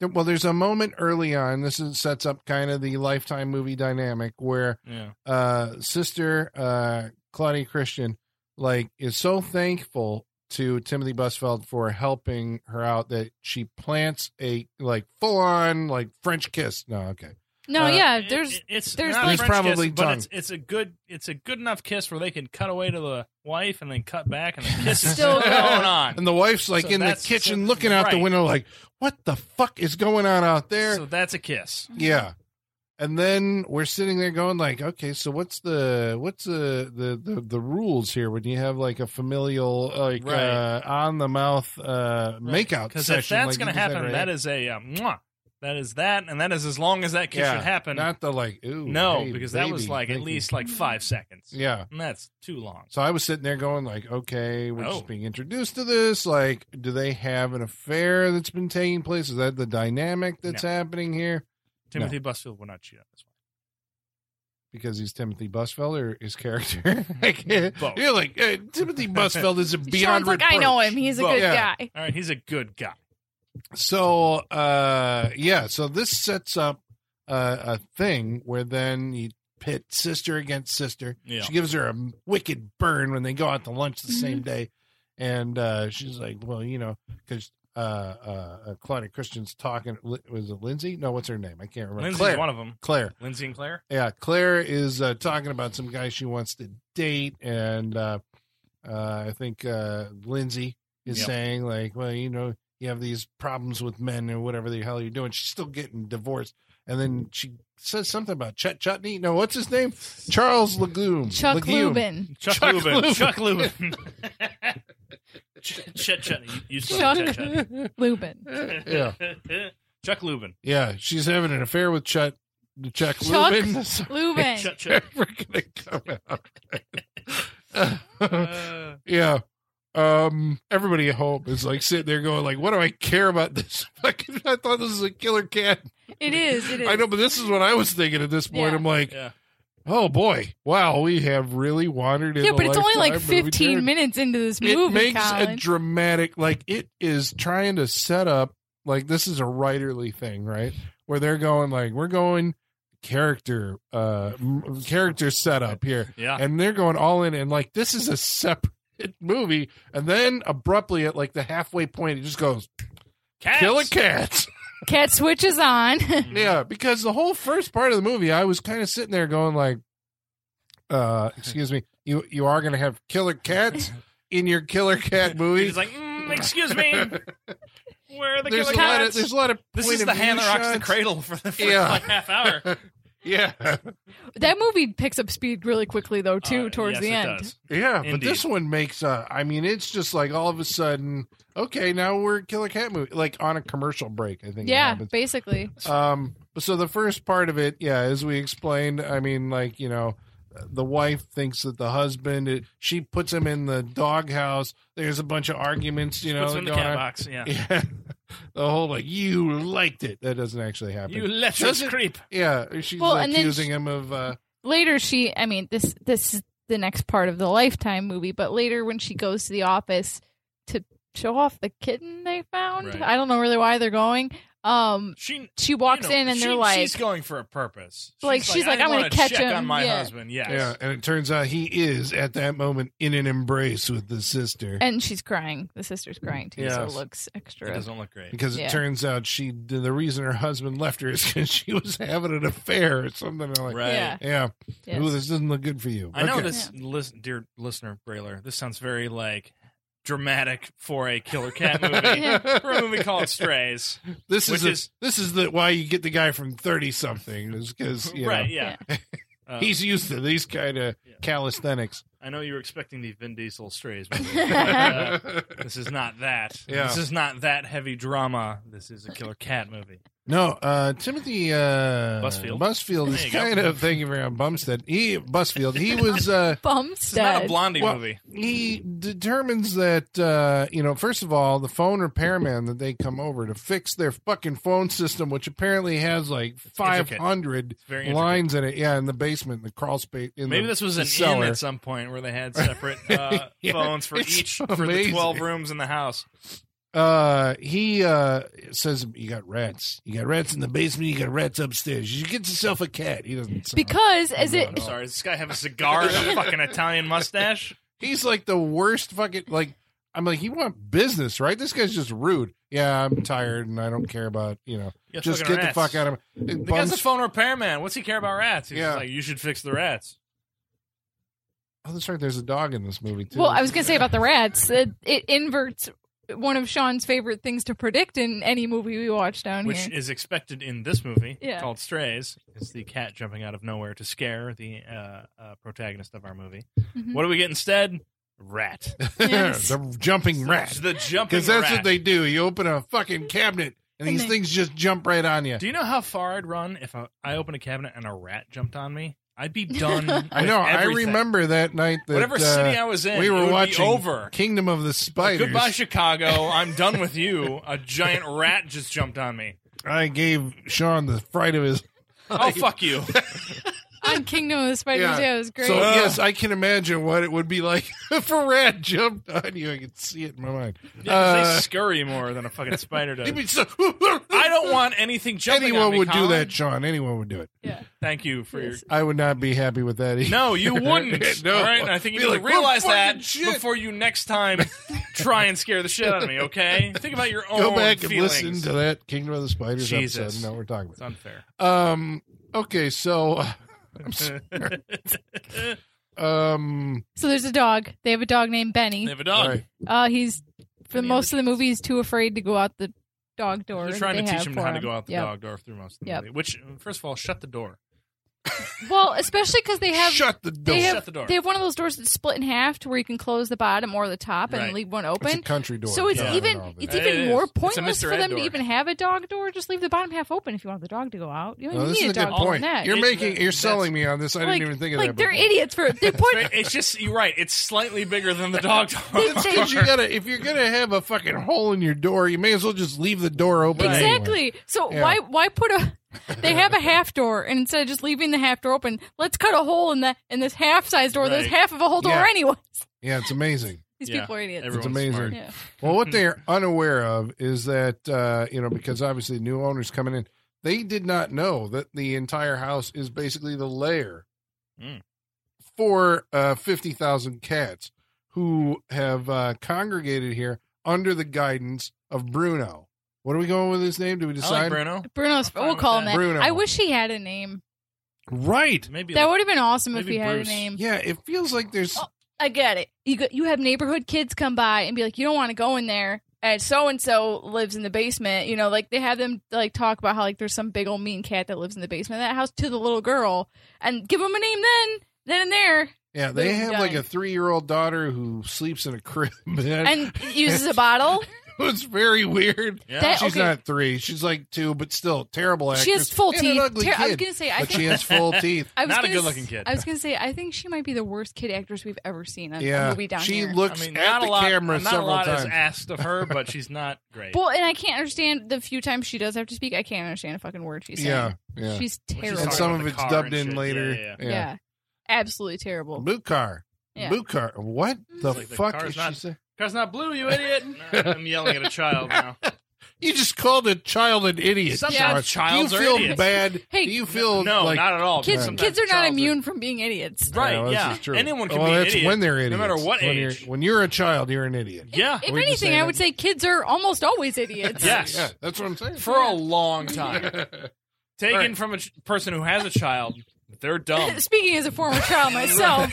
B: Well, there's a moment early on. This is, sets up kind of the lifetime movie dynamic where
C: Yeah.
B: uh, sister uh, Claudia Christian like is so thankful to Timothy Busfeld for helping her out that she plants a like full on like French kiss. No, okay,
D: No,
B: Uh,
D: yeah,
C: It-
D: there's
C: it- it's
D: there's
C: not a
D: like-
B: There's
C: French
B: probably
C: kiss, but
B: tongue.
C: it's, it's a good it's a good enough kiss where they can cut away to the wife and then cut back and the kiss is
D: Still
C: still going on.
B: and the wife's like
C: So
B: in the
C: that's-
B: kitchen
C: so-
B: looking out the
C: right.
B: window like, what the fuck is going on out there?
C: So that's a kiss.
B: Yeah. And then we're sitting there going like, okay, so what's the what's the the the, the rules here when you have like a familial like
C: Right.
B: uh, on the mouth uh makeout
C: Because
B: session?
C: if that's
B: like you
C: going to
B: just had
C: happen,
B: right
C: that
B: here.
C: is a uh, mwah. That is that, and that is as long as that kiss
B: Yeah,
C: should happen.
B: Not the like, ooh.
C: no,
B: hey,
C: because that was
B: baby,
C: like at
B: thank you.
C: least like five seconds.
B: Yeah.
C: And that's too long.
B: So I was sitting there going like, okay, we're
C: Oh.
B: just being introduced to this. Like, do they have an affair that's been taking place? Is that the dynamic that's happening here?
C: Timothy Busfield would not cheat on this
B: Because he's Timothy Busfeld or his character? Like,
C: Both.
B: you're like eh, Timothy Busfeld is beyond
D: Sean's like, I
B: reproach."
D: know him. He's a
C: Well,
D: good
B: yeah.
D: guy.
C: one. All right, he's a good guy.
B: So uh, yeah, so this sets up uh, a thing where then you pit sister against sister.
C: Yeah.
B: She gives her a wicked burn when they go out to lunch the same
D: Mhm.
B: day. And uh, she's like, well, you know, because uh, uh, uh, Claudia Christian's talking. Li- Was it Lindsay? No, what's her name? I can't remember.
C: Lindsay's
B: Claire.
C: one of them.
B: Claire.
C: Lindsay and Claire.
B: Yeah, Claire is uh, talking about some guy she wants to date. And uh, uh, I think uh, Lindsay is
C: Yep.
B: saying, like, well, you know, you have these problems with men or whatever the hell you're doing. She's still getting divorced. And then she says something about Chet Chutney. No, what's his name? Charles Legume.
D: Chuck
B: Legume.
D: Lubin.
C: Chuck,
B: Chuck
C: Lubin.
B: Lubin.
C: Chuck Lubin. Ch- Chet Chutney. You, you still
D: Chuck
C: Chet Chutney.
D: Lubin.
B: yeah,
C: Chuck Lubin.
B: yeah. She's having an affair with Chuck. Chuck,
D: Chuck
B: Lubin.
D: Lubin.
C: Chuck Chuck.
B: Never gonna come out.
C: Uh,
B: yeah. Um. Everybody at home is like sitting there going, like, "What do I care about this? Fucking, I thought this was a killer cat.
D: It is. It is.
B: I know, but this is what I was thinking at this point.
D: Yeah.
B: I'm like,
C: yeah.
B: oh boy, wow, we have really wandered.
D: yeah,
B: into
D: but it's only like
B: lifetime movie
D: 15
B: territory."
D: minutes into this
B: it
D: movie,
B: makes
D: Colin.
B: a dramatic like it is trying to set up like this is a writerly thing right where they're going like we're going character uh m- character setup here
C: Yeah.
B: and they're going all in and like this is a separate movie and then abruptly at like the halfway point it just goes
C: Cats. Mm-hmm.
B: killer cats
D: Cat switches on.
B: yeah because the whole first part of the movie i was kind of sitting there going like uh excuse me you you are going to have killer cats in your killer cat movie
C: He's like, mm, excuse me. Where are the
B: there's
C: killer
B: a lot of
C: cats?
B: there's a lot of
C: this
B: point
C: is
B: of
C: the
B: view
C: hand that rocks the
B: shots.
C: cradle for the first
B: Yeah.
C: like half hour.
B: Yeah,
D: that movie picks up speed really quickly, though, too,
C: Uh,
D: towards
C: yes,
D: the
C: it
D: end.
C: does.
B: yeah, but
C: Indeed.
B: this one makes. Uh, I mean, it's just like all of a sudden. Okay, now we're a killer cat movie, like on a commercial break. I think. it
D: Yeah,
B: happens.
D: basically.
B: Um. So the first part of it, yeah, as we explained, I mean, like you know, the wife thinks that the husband. It, she puts him in the doghouse. There's a bunch of arguments. You know,
C: Puts him in the
B: going
C: cat
B: on.
C: box. Yeah.
B: Yeah. The whole like you liked it. That doesn't actually happen.
C: You let us
B: Doesn't-
C: creep.
B: yeah, she's
D: Well, and then
B: accusing him of. uh
D: Later, she, I mean, this this is the next part of the Lifetime movie, but later when she goes to the office to show off the kitten they found,
C: Right.
D: I don't know really why they're going. Um,
C: She
D: she walks
C: you know,
D: in and
C: she-
D: they're like,
C: she's going for a purpose.
D: Like, she's like,
C: I
D: I'm gonna
C: wanna
D: catch
C: check on
D: him.
C: my
D: Yeah.
C: husband. Yes.
B: Yeah, and it turns out he is at that moment in an embrace with the sister
D: and she's crying. The sister's crying too, so it
B: Yes.
D: looks
C: It
D: extra.
C: doesn't look great.
B: because it
D: Yeah.
B: turns out she the reason her husband left her is because she was having an affair or something. They're Like,
C: Right.
D: Yeah.
B: yeah,
D: Yes.
B: ooh, this doesn't look good for you.
C: I know
B: Okay.
C: this, listen, dear listener, Brailer. This sounds very like dramatic for a killer cat movie. for a movie called Strays,
B: this
C: which
B: is, a-
C: is-
B: this is the why you get the guy from thirty something is because you
C: right?
B: know,
C: Yeah. Uh,
B: he's used to these kind of
C: Yeah.
B: calisthenics.
C: I know you were expecting the Vin Diesel Strays movie. Uh, this is not that.
B: Yeah.
C: This is not that heavy drama. This is a killer cat movie.
B: No, uh, Timothy uh,
C: Busfield.
B: Busfield is
C: There you go.
B: kind of thank you very much, Bumstead. He Busfield. He was uh,
C: This is not a
D: Bumstead.
C: Blondie
B: Well,
C: movie.
B: he determines that uh, you know first of all the phone repairman that they come over to fix their fucking phone system which apparently has like 500
C: It's very interesting.
B: lines in it yeah in the basement the crawl space in
C: Maybe
B: the
C: this was an
B: cellar.
C: inn at some point where they had separate uh,
B: Yeah,
C: phones for
B: it's
C: each for the
B: amazing.
C: twelve rooms in the house.
B: uh he uh says you got rats you got rats in the basement you got rats upstairs you should get yourself a cat he doesn't sound-
D: Because as it
C: I'm sorry, does this guy have a cigar and a fucking Italian mustache?
B: he's like the worst fucking like I'm like you want business right this guy's just rude yeah I'm tired and I don't care about you know
C: Yeah,
B: just
C: fucking
B: get the
C: rats.
B: fuck out of me
C: The guy's a phone repairman. What's he care about rats? He's
B: Yeah.
C: like, you should fix the rats.
B: Oh, that's right. There's a dog in this movie too.
D: well, I was gonna say about the rats, it, it inverts one of Sean's favorite things to predict in any movie we watch down
C: Which
D: here.
C: is expected in this movie
D: eh? Yeah.
C: called Strays. Is the cat jumping out of nowhere to scare the uh, uh, protagonist of our movie.
D: Mhm.
C: What do we get instead? Rat.
D: Yes.
B: the jumping rat.
C: The jumping
B: Because that's
C: rat.
B: what they do. You open a fucking cabinet and these
D: they-
B: things just jump right on you.
C: Do you know how far I'd run if I, I opened a cabinet and a rat jumped on me? I'd be done.
B: I
C: with
B: know. I
C: everything.
B: remember that night that
C: whatever
B: uh,
C: city I was in.
B: we were
C: it would be
B: watching
C: over.
B: Kingdom of the Spiders.
C: Goodbye, Chicago. I'm done with you. A giant rat just jumped on me.
B: I gave Sean the fright of his.
C: Oh fuck you!
D: on Kingdom of the Spiders.
B: Yeah.
D: Yeah, it was great.
B: So
C: Ugh.
B: yes, I can imagine what it would be like if a rat jumped on you. I can see it in my mind.
C: Yeah, 'cause they
B: Uh,
C: scurry more than a fucking spider does.
B: you'd be so-
C: I don't want anything jumping. on
B: Anyone
C: me,
B: would do
C: Colin.
B: that, Sean. Anyone would do it.
D: yeah.
C: Thank you for your.
D: Yes.
B: I would not be happy with that. Either.
C: No, you wouldn't.
B: No.
C: All right, and I think you
B: Be
C: need
B: like,
C: to
B: "Well,
C: realize
B: fucking
C: that
B: shit."
C: before you next time try and scare the shit out of me. Okay, think about your own
B: Go back and
C: feelings.
B: listen to that Kingdom of the Spiders
C: Jesus.
B: episode. No, we're talking
C: it's
B: about.
C: unfair.
B: Um. Okay. So. I'm sorry. Um.
D: So there's a dog. They have a dog named
C: they
D: Benny.
C: have a dog.
B: right.
D: Uh, he's for
C: Benny
D: most of the movie, he's too afraid to go out the dog door.
C: They're trying
D: they
C: to teach
D: have
C: him
D: for
C: how to go out the
D: Yep.
C: dog door through most of the
D: Yep.
C: movie. Which, first of all, shut the door.
D: Well, especially because they have
B: Shut the door.
D: they have
C: Shut the door.
D: they have one of those doors that's split in half to where you can close the bottom or the top and
C: Right.
D: leave one
B: it's a
D: open.
B: country door.
D: So it's
C: Yeah.
D: even it's
C: It
D: even
C: is.
D: more
C: It's a
D: pointless
C: Mr.
D: for them to
C: Endor.
D: even have a dog door. Just leave the bottom half open if you want the dog to go out. You don't
B: No,
D: even
B: this
D: need
B: is a good
D: dog door
B: point.
D: in that.
B: You're
C: It-
B: making. You're
C: that's-
B: selling me on this. I
D: like,
B: didn't even think of
D: like
B: that.
D: they're
B: before.
D: idiots for they point.
C: It's just you're right. It's slightly bigger than the dog door.
B: It's 'cause you gotta. If you're gonna have a fucking hole in your door, you may as well just leave the door open. anyway.
D: Exactly. So
B: Yeah.
D: why why put a they have a half door and instead of just leaving the half door open, let's cut a hole in the in this half size door. There's
C: Right.
D: half of a whole door
B: Yeah.
D: anyway.
B: Yeah, it's amazing.
D: These
C: Yeah,
D: people are idiots.
C: everyone's
B: amazing.
C: smart.
D: Yeah.
B: Well, what they're unaware of is that uh, you know because obviously new owners coming in, they did not know that the entire house is basically the lair
C: Mm.
B: for uh, fifty thousand cats who have uh, congregated here under the guidance of Bruno. What are we going with his name? Do we
C: I like
B: decide?
C: Bruno.
D: Bruno's
C: I'm fine
D: we'll
C: with
D: call
C: that.
D: him that.
B: Bruno.
D: I wish he had a name.
B: Right.
C: Maybe
D: That
C: like-
D: would have been awesome if
C: Maybe
D: he had a
C: Bruce.
D: name.
B: Yeah, it feels like there's
D: Oh. I get it. You go, you have neighborhood kids come by and be like, you don't want to go in there. And so and so lives in the basement. You know, like they have them like talk about how like there's some big old mean cat that lives in the basement of that house to the little girl and give them a name then then and there
B: yeah. They
D: Little
B: have
D: guy.
B: like a three year old daughter who sleeps in a crib. And
D: and uses a bottle.
B: it's very weird.
C: Yeah.
D: that-
B: She's
D: okay.
B: not three. She's like two, but still terrible actress.
D: She has full
B: and
D: teeth.
B: An ugly
D: Ter- I was
B: kid,
D: gonna say I
B: but
D: think
B: she has full teeth.
D: I was
C: Not a
D: gonna
C: good-looking
D: s-
C: kid.
D: I was gonna say I think she might be the worst kid actress we've ever seen on a
B: Yeah,
D: movie down
B: she
D: here.
B: looks
C: I mean,
B: at
C: not
B: the
C: a lot.
B: camera
C: not a
B: several
C: lot is
B: times.
C: asked of her, but she's not great.
D: well, and I can't understand the few times she does have to speak. I can't understand a fucking word she's saying.
B: yeah, yeah.
D: She's
C: When she's
D: terrible.
B: and
C: talking
B: some
C: about
B: of
C: the
B: it's
C: car
B: dubbed
C: and
B: in
C: shit.
B: later.
C: Yeah, yeah,
D: yeah. absolutely terrible.
B: boot car,
D: Yeah.
B: boot car. What the
C: like the
B: fuck
C: car's
B: is she
C: not-
B: saying?
C: Car's not blue, you idiot. I'm yelling at a child now.
B: You just called a child an idiot.
C: Sometimes
B: Sean.
C: childs
B: Do
C: are
B: you feel
C: idiots.
B: bad?
D: Hey,
B: do you feel
C: no,
B: like
C: not at all.
D: kids,
C: Sometimes
D: kids are not
C: childs
D: immune from being idiots.
C: Right?
B: Yeah,
C: Yeah.
B: this is true.
C: Anyone can
B: well,
C: be an
B: that's
C: idiot.
B: when they're idiots.
C: No matter what
B: when
C: age.
B: You're, when you're a child, you're an idiot.
C: yeah.
D: If
B: We're just
D: anything,
B: saying
D: I would
B: that-
D: say kids are almost always idiots.
C: Yes.
B: Yeah, that's what I'm saying.
C: For a long time. Taken
B: Right.
C: from a ch- person who has a child, they're dumb.
D: Speaking as a former child myself,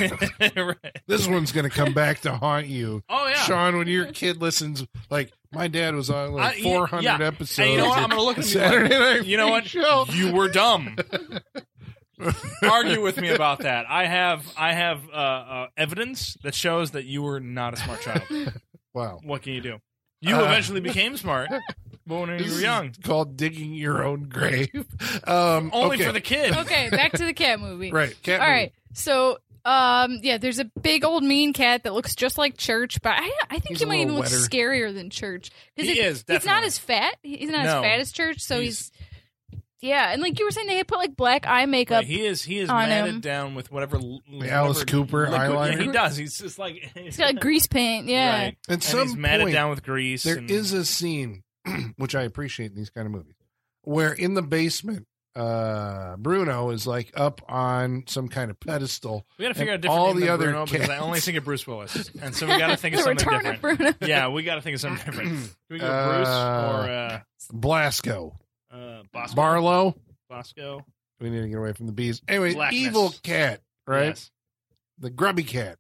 C: Right.
B: this one's gonna come back to haunt you.
C: Oh yeah.
B: Sean, when your kid listens, like my dad was on like
C: I- yeah,
B: 400
C: yeah.
B: episodes.
C: And you know what? I'm
B: of
C: gonna look at him and be like,
B: Saturday Night
C: You know what?
B: Freak Show.
C: You were dumb. Argue with me about that. I have I have uh, uh, evidence that shows that you were not a smart child.
B: Wow.
C: What can you do? You
B: Uh,
C: eventually became smart, but when you
B: This
C: were
B: is
C: young,
B: called digging your own grave. Um,
C: only
B: okay.
C: for the kid.
D: okay, back to the cat movie.
B: right. Cat
D: All right, so um, yeah, there's a big old mean cat that looks just like Church, but I, I think
B: He's
D: he
B: a
D: might even
B: little
D: look
B: wetter.
D: scarier than Church
C: He is,
D: it- he's not
C: definitely.
D: as fat. He's not
C: No.
D: as fat as Church, so
C: He's-
D: he's, yeah. And like you were saying, they had put like black eye
C: Yeah,
D: makeup.
C: he is he is
D: on
C: matted
D: him.
C: down with whatever l-
B: The Alice
C: whatever
B: Cooper
C: liquid- Yeah,
B: eyeliner.
C: he does. He's just like
D: He's got grease paint. Yeah,
C: Right.
B: At
C: And
B: some
C: he's matted
B: point,
C: down with grease.
B: there
C: and-
B: is a scene, which I appreciate in these kind of movies, where in the basement, uh, Bruno is like up on some kind of pedestal.
C: we got to figure out a
B: and
C: different
B: all
C: name
B: the
C: than
B: other
C: Bruno because I
B: cats.
C: only think of Bruce Willis, and so we got to think of
D: the
C: something
D: return
C: different.
D: of Bruno.
C: yeah, we got to think of something different. Can we go Bruce
B: Uh,
C: or
B: Blasco.
C: uh, uh, Bosco?
B: Barlow.
C: Bosco?
B: We need to get away from the bees. Anyway,
C: Blackness.
B: evil cat, right?
C: Yes.
B: The grubby cat.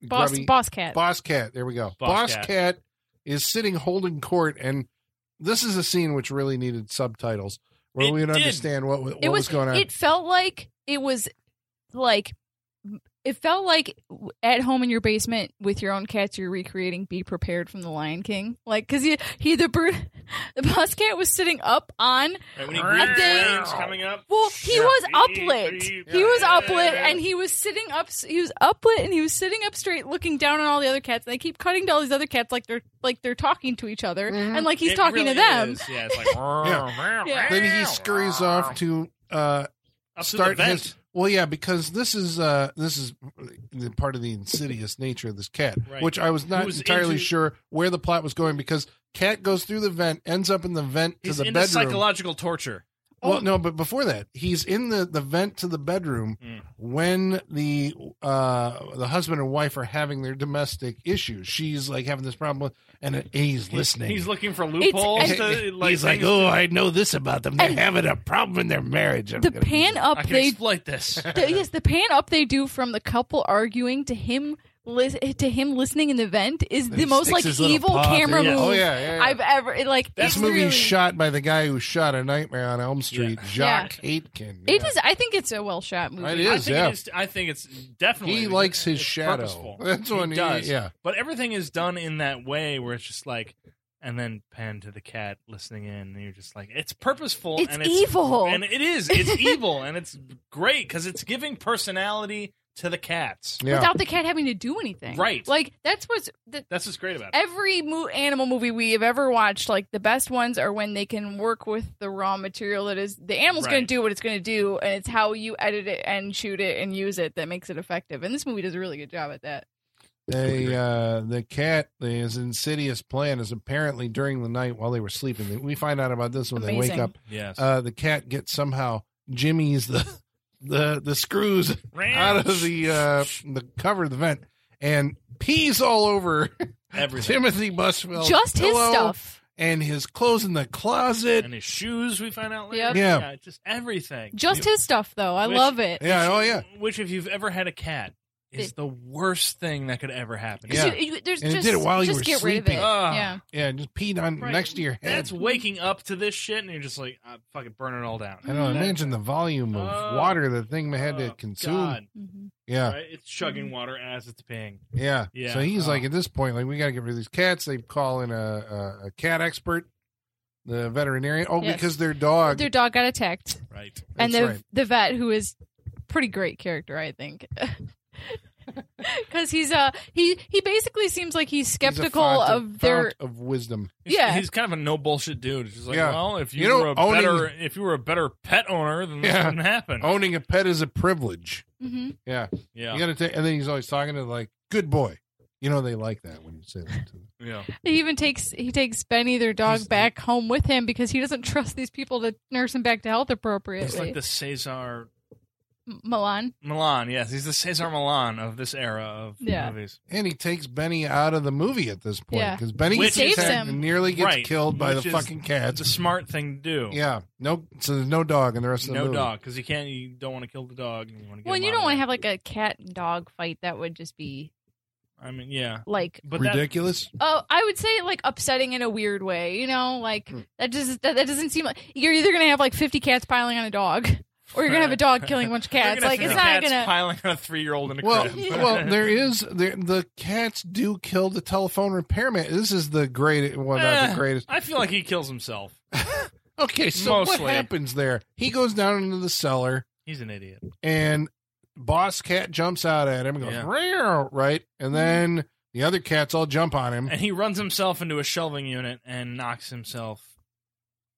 B: The
D: boss,
B: grubby-
D: boss cat.
B: boss cat. There we go. Boss, cat.
C: cat.
B: is sitting holding court, and this is a scene which really needed subtitles where
C: It
B: we would
C: did.
B: understand what, what
D: it
B: was, going on.
D: It felt like it was like it felt like at home in your basement with your own cats. You're recreating "Be Prepared" from The Lion King, like because he he the Bruno The boss cat was sitting up on.
C: Right, when he
B: I
C: greets
D: think-
C: flames coming up.
D: Well, he
C: Yeah.
D: was
C: Beep,
D: uplit.
C: beep.
D: He was
C: Yeah.
D: uplit, and he was sitting up. He was uplit, and he was sitting up straight, looking down on all the other cats. And they keep cutting to all these other cats like they're like they're talking to each other,
B: Mhm.
D: and like he's
C: It
D: talking
C: really
D: to them.
C: is. Yeah, it's like
B: Yeah.
D: Yeah.
B: Then he scurries off to uh,
C: up to the
B: start
C: vent.
B: his. Well, yeah, because this is uh, this is the part of the insidious nature of this cat,
C: Right.
B: which I was not
C: was
B: entirely
C: into-
B: sure where the plot was going because cat goes through the vent, ends up in the vent
C: He's
B: to the
C: into
B: bedroom.
C: psychological torture.
D: Oh.
B: Well, no, but before that, he's in the, the vent to the bedroom
D: Hmm.
C: Mm.
B: when the uh, the husband and wife are having their domestic issues. She's like having this problem, and, and he's listening.
C: He's looking for loopholes.
B: And-
C: to, like,
B: he's like,
C: things-
B: "Oh, I know this about them. They're
D: And-
B: having a problem in their marriage." I'm
D: The
B: gonna do
D: pan
B: this."
C: I
D: up
C: can
D: they
C: exploit this.
D: the, yes, the pan up they do from the couple arguing to him lis- to him listening in the vent is
B: And
D: the
B: he
D: most
B: sticks
D: like
B: his little
D: evil
B: paw through
D: camera
B: it.
D: move
B: Oh yeah, yeah, yeah.
D: I've ever it, like.
B: this
D: it's
B: movie
D: really,
B: is shot by the guy who shot A Nightmare on Elm Street,
D: Yeah.
B: Jacques Aitken.
D: It
B: Yeah.
D: is. I think it's a well shot movie.
B: It is,
C: I think
B: yeah.
C: it is. I think it's definitely.
B: He likes his
C: it's
B: shadow.
C: purposeful.
B: That's
C: He
B: what he-
C: does.
B: yeah.
C: But everything is done in that way where it's just like, and then pan to the cat listening in, and you're just like, it's purposeful.
D: It's
C: and
D: evil.
C: And it is. It's evil, and it's great because it's giving personality to the cats.
B: Yeah.
D: without the cat having to do anything.
C: Right.
D: Like that's what's the,
C: That's what's great about it.
D: every mo- animal movie we have ever watched. Like the best ones are when they can work with the raw material that is the animal's going
C: Right.
D: to do what it's going to do, and it's how you edit it and shoot it and use it that makes it effective. And this movie does a really good job at that.
B: They, uh, the cat, his insidious plan is apparently during the night while they were sleeping. We find out about this when they wake
D: Amazing.
B: up.
C: Yes.
B: Uh, the cat gets somehow jimmies the the the screws out of the uh, the cover of the vent and pees all over
C: everything.
B: Timothy Buswell,
D: Just his stuff.
B: and his clothes in the closet.
C: and his shoes. We find out later.
D: Yep.
B: Yeah.
C: just everything.
D: Just his stuff, though. I
C: Which-
D: love it.
B: yeah, oh yeah,
C: Which, if you've ever had a cat, is
D: It-
C: the worst thing that could ever happen.
B: Yeah.
D: You- you- there's
B: And it
D: just,
B: did it while you
D: just
B: were
D: get rid
B: sleeping. Ah.
D: of it.
C: Ugh.
D: yeah.
B: yeah. Just peed on
C: Right.
B: next to your head.
C: That's waking up to this shit, and you're just like, I'm fucking burning it all down.
B: I know. Imagine the volume of
C: Oh,
B: water the thing had to
C: Oh,
B: consume.
C: God,
D: Mhm.
B: Yeah,
C: right? It's chugging water as it's peeing.
B: Yeah.
C: Yeah.
B: So he's
C: Oh.
B: like, at this point, like, we got to get rid of these cats. They call in a, a, a cat expert, the veterinarian. Oh,
D: Yes.
B: because their dog.
D: Their dog got attacked,
C: Right.
D: and
B: That's
D: the
B: right.
D: the vet, who is pretty great character, I think, because he's uh he he basically seems like he's
B: He's a
D: skeptical
B: font
D: of, their
B: font of wisdom.
C: He's,
D: Yeah.
C: He's kind of a no bullshit dude. He's like,
B: Yeah.
C: well, if you,
B: You know,
C: were a
B: owning-
C: better, if you were a better pet owner, then this
B: Yeah.
C: wouldn't happen.
B: Owning a pet is a privilege.
D: Mhm.
B: Yeah.
C: yeah.
B: You got to take, and then he's always talking to like, good boy. You know, they like that when you say that to them.
C: Yeah.
D: He even takes he takes Benny their dog
B: He's-
D: back home with him because he doesn't trust these people to nurse him back to health appropriately.
C: He's like the Cesar
D: M- Milan,
C: Milan. Yes, he's the Cesar Milan of this era of
D: Yeah.
C: movies.
B: And he takes Benny out of the movie at this point
D: Yeah.
B: because Benny
C: Which-
B: gets
D: Saves
B: attacked
D: him.
B: and nearly gets
C: Right.
B: killed by
C: Which
B: the
C: is-
B: fucking
C: That's a
B: cats.
C: smart thing to do.
B: Yeah. No. So there's no dog in the rest of the
C: No
B: movie.
C: dog, because you can't. You don't want to kill the dog. And you want to get
D: well,
C: him
D: you
C: out
D: don't
C: of
D: want to
C: there.
D: have like a cat and dog fight. That would just be
C: I mean, yeah,
D: like
C: but that,
B: Ridiculous.
D: Oh, I would say like upsetting in a weird way. You know, like
B: Hmm.
D: that just that, that doesn't seem like you're either gonna have like 50 cats piling on a dog, or you're gonna have a dog killing a bunch of
C: They're
D: cats.
C: gonna
D: Like
C: think
D: it's
C: the
D: not
C: cat's
D: gonna.
C: piling on a three-year-old in a
B: Well,
C: crib.
B: well, there is there, the cats do kill the telephone repairman. This is the great well, not
C: Eh.
B: the greatest.
C: I feel like he kills himself.
B: Okay, so
C: Mostly.
B: what happens there? He goes down into the cellar,
C: He's an idiot.
B: and boss cat jumps out at him and goes
C: Yeah. Hmm.
B: "Meow," right, and then the other cats all jump on him.
C: And he runs himself into a shelving unit and knocks himself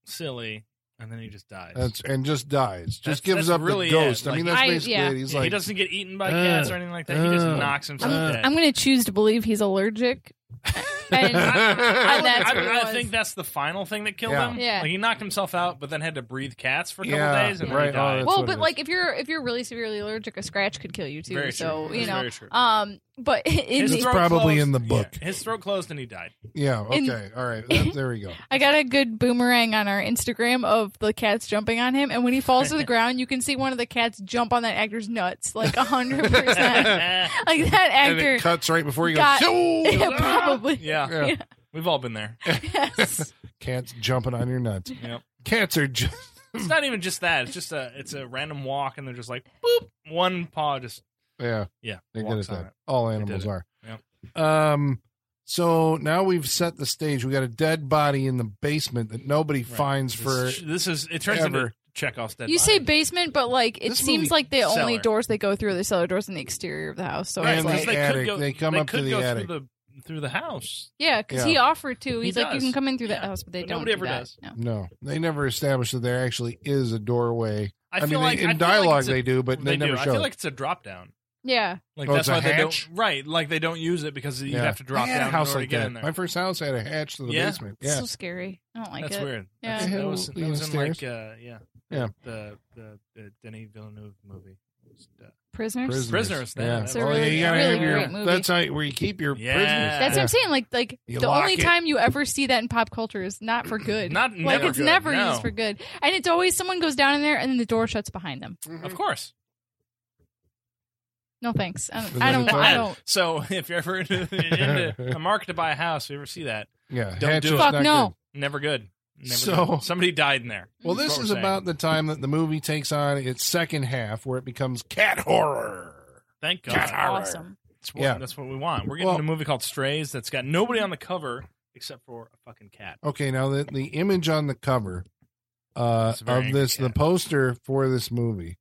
C: silly, and then he just dies.
B: That's, and just dies.
C: That's-
B: Just gives up
C: that's really
B: the ghost.
C: it.
B: I mean,
C: Like-
B: that's
D: I-
B: basically
D: yeah.
B: it. He's
C: Yeah,
B: like,
C: he doesn't get eaten by
B: uh,
C: cats or anything like that. he just
B: uh,
C: knocks himself
B: uh,
C: dead.
D: I'm gonna choose to believe he's allergic. and
C: I,
D: And Oh, that's what it
C: I, I
D: was.
C: think that's the final thing that killed
B: Yeah.
C: him.
D: Yeah.
C: Like, he knocked himself out, but then had to breathe cats for a couple
B: Yeah,
C: days, and
B: right.
C: then
B: Oh,
C: he died.
B: that's
D: well,
B: what it
D: but
B: is.
D: like if you're if you're really severely allergic, a scratch could kill you too.
C: Very
D: so
C: true.
D: you
C: That's
D: know,
C: very true.
D: um, but in
C: His
D: the,
B: It's
C: throat
B: probably
C: closed-
B: in the book.
C: yeah, his throat closed and he died.
B: yeah, okay,
D: in-
B: all right, that, there we go.
D: I got a good boomerang on our Instagram of the cats jumping on him, and when he falls to the ground, you can see one of the cats jump on that actor's nuts like hundred percent. Like that
B: And
D: actor
B: it cuts right before he goes.
D: got-
B: "Shoo!"
D: Yeah, probably.
C: yeah.
B: Yeah.
C: We've all been there.
D: Yes.
B: Cats jumping on your nuts.
C: Yep.
B: Cats are just
C: It's not even just that. It's just a it's a random walk, and they're just like boop. One paw just
B: yeah.
C: yeah
B: They did
C: walks
B: it
C: on
B: that.
C: it.
B: All
C: did
B: animals
C: it.
B: are. Um, So now we've set the stage. We got a dead body in the basement that nobody
C: Right.
B: finds for.
C: This, this is it turns
B: ever.
C: into Chekhov's dead.
D: You say
C: body.
D: basement, but like it
B: This
D: seems
B: movie-
D: like the only
C: cellar.
D: doors they go through are the cellar doors in the exterior of the house. So
B: Right,
D: it's
B: and
D: like,
C: because
B: the
C: could
B: attic.
C: go-
B: They come up to
C: could
B: the
C: go
B: attic.
C: through the through the house.
D: yeah, because he
B: Yeah.
D: offered to.
C: He
D: He's like, you
C: does.
D: can come in through that
C: Yeah.
D: house, but they
C: But
D: don't.
C: nobody
D: do
C: ever
D: that.
C: does.
D: No.
B: No, they never established that there actually is a doorway. I,
C: feel
B: mean,
C: like
B: they, in
C: I feel like
B: dialogue
C: it's a-
B: they do, but they,
C: they
B: never
C: do. I
B: show.
C: feel
B: it.
C: like it's a drop down.
D: Yeah,
C: Like
B: Oh, it's
C: that's
B: a
C: why
B: hatch?
C: they don't. Right, like they don't use it because you
B: Yeah.
C: have to drop
B: I had
C: down
B: a house
C: in order
B: like
C: to get
B: that.
C: in there.
B: My first house had a hatch to the
C: Yeah?
B: basement.
D: it's
B: Yeah,
D: so scary. I don't like
C: that's
D: it.
C: weird.
D: Yeah.
C: That's-
B: Yeah,
C: that was,
B: the
C: that was in
B: upstairs.
C: like uh, yeah,
B: Yeah.
C: the the, the Denny Villeneuve movie. uh,
D: Prisoners.
C: Prisoners, yeah.
B: Yeah,
C: It's
D: a
B: Well,
D: really-
B: you gotta
D: really
B: have your-
D: great movie.
B: That's how, where you keep your
C: Yeah.
B: prisoners.
D: That's what
B: yeah.
D: I'm saying. Like, like
B: You
D: the
B: lock
D: only
B: it.
D: time you ever see that in pop culture is not for good.
C: Not
D: like
C: never
D: it's
C: good,
D: never
C: no.
D: used for good, and it's always someone goes down in there and then the door shuts behind them.
C: Of course.
D: No thanks. I
B: Is
D: don't.
B: that
D: I
B: a
D: don't.
B: dog?
D: I don't
C: So if you're ever into, into a market to buy a house, if you ever see that,
B: Yeah,
C: Don't
B: hatch
C: do
B: is
C: it.
B: not
D: Fuck no.
B: good.
C: never good. Never
B: So-
C: good. somebody died in there.
B: Well,
C: That's
B: this
C: what
B: is
C: we're saying.
B: about the time that the movie takes on its second half, where it becomes cat horror.
C: Thank God.
B: That's horror.
D: awesome.
C: That's what,
B: Yeah.
C: that's what we want. We're getting
B: Well-
C: a movie called Strays that's got nobody on the cover except for a fucking cat.
B: Okay, now the, the image on the cover uh,
C: It's a very
B: of this, the
C: angry cat.
B: poster for this movie,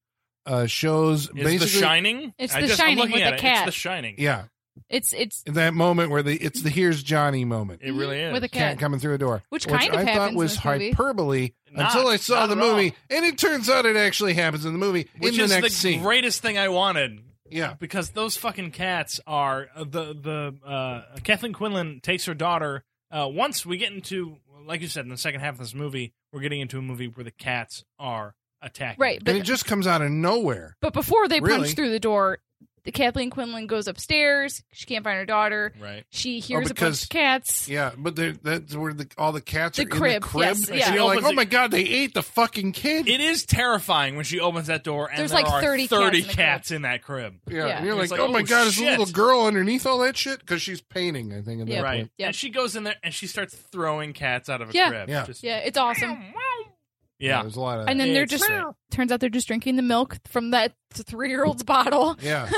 B: uh, shows
C: Is
B: basically,
C: The Shining?
D: It's
C: I
D: The
C: just,
D: Shining
C: I'm looking
D: with
C: at
D: a
C: it.
D: cat.
C: It's The Shining.
B: yeah,
D: It's it's
B: that moment where the it's the here's Johnny moment,
C: It really is.
D: Mm-hmm. with a
B: cat
D: cat.
B: coming through a door,
D: Which kind
B: I
D: of happens
B: thought
D: in
B: was
D: this movie.
B: hyperbole
C: Not-
B: until I saw
C: not
B: the
C: at all.
B: movie, and it turns out it actually happens in the movie
C: Which
B: in the
C: is
B: next
C: the
B: scene.
C: greatest thing I wanted.
B: yeah,
C: because those fucking cats are uh, the the uh, Kathleen Quinlan takes her daughter. Uh, once we get into, like you said, in the second half of this movie, we're getting into a movie where the cats are attacking.
D: Right,
B: and it
D: but
B: just comes out of nowhere.
D: but before they
B: Really?
D: punch through the door, the Kathleen Quinlan goes upstairs. She can't find her daughter.
C: right.
D: She hears a bunch
B: Oh, because-
D: of cats.
B: Yeah, but they're- that's where the, all the cats
D: The
B: are in
D: crib,
B: the crib.
D: yes,
B: and
D: yeah.
B: you're like,
C: Opposite-
B: oh my god, they ate the fucking kid.
C: It is terrifying when she opens that door and
D: There's
C: there
D: like
C: are
D: 30
C: 30,
D: cats in the crib.
C: cats in that crib.
B: Yeah,
D: Yeah.
B: and you're
C: It's
B: like,
C: like,
B: oh my
C: oh,
B: god, is a
C: shit.
B: little girl underneath all that shit? Because she's painting, I think. At that
D: Yeah.
C: Right.
B: point.
D: Yeah.
C: And she goes in there and she starts throwing cats out of a
D: Yeah.
C: crib.
B: Yeah.
C: Just-
D: Yeah, it's awesome.
C: Yeah.
B: There's a lot of.
D: And then they're
C: It's
D: just
C: sick.
D: turns out they're just drinking the milk from that three year old's bottle.
B: yeah,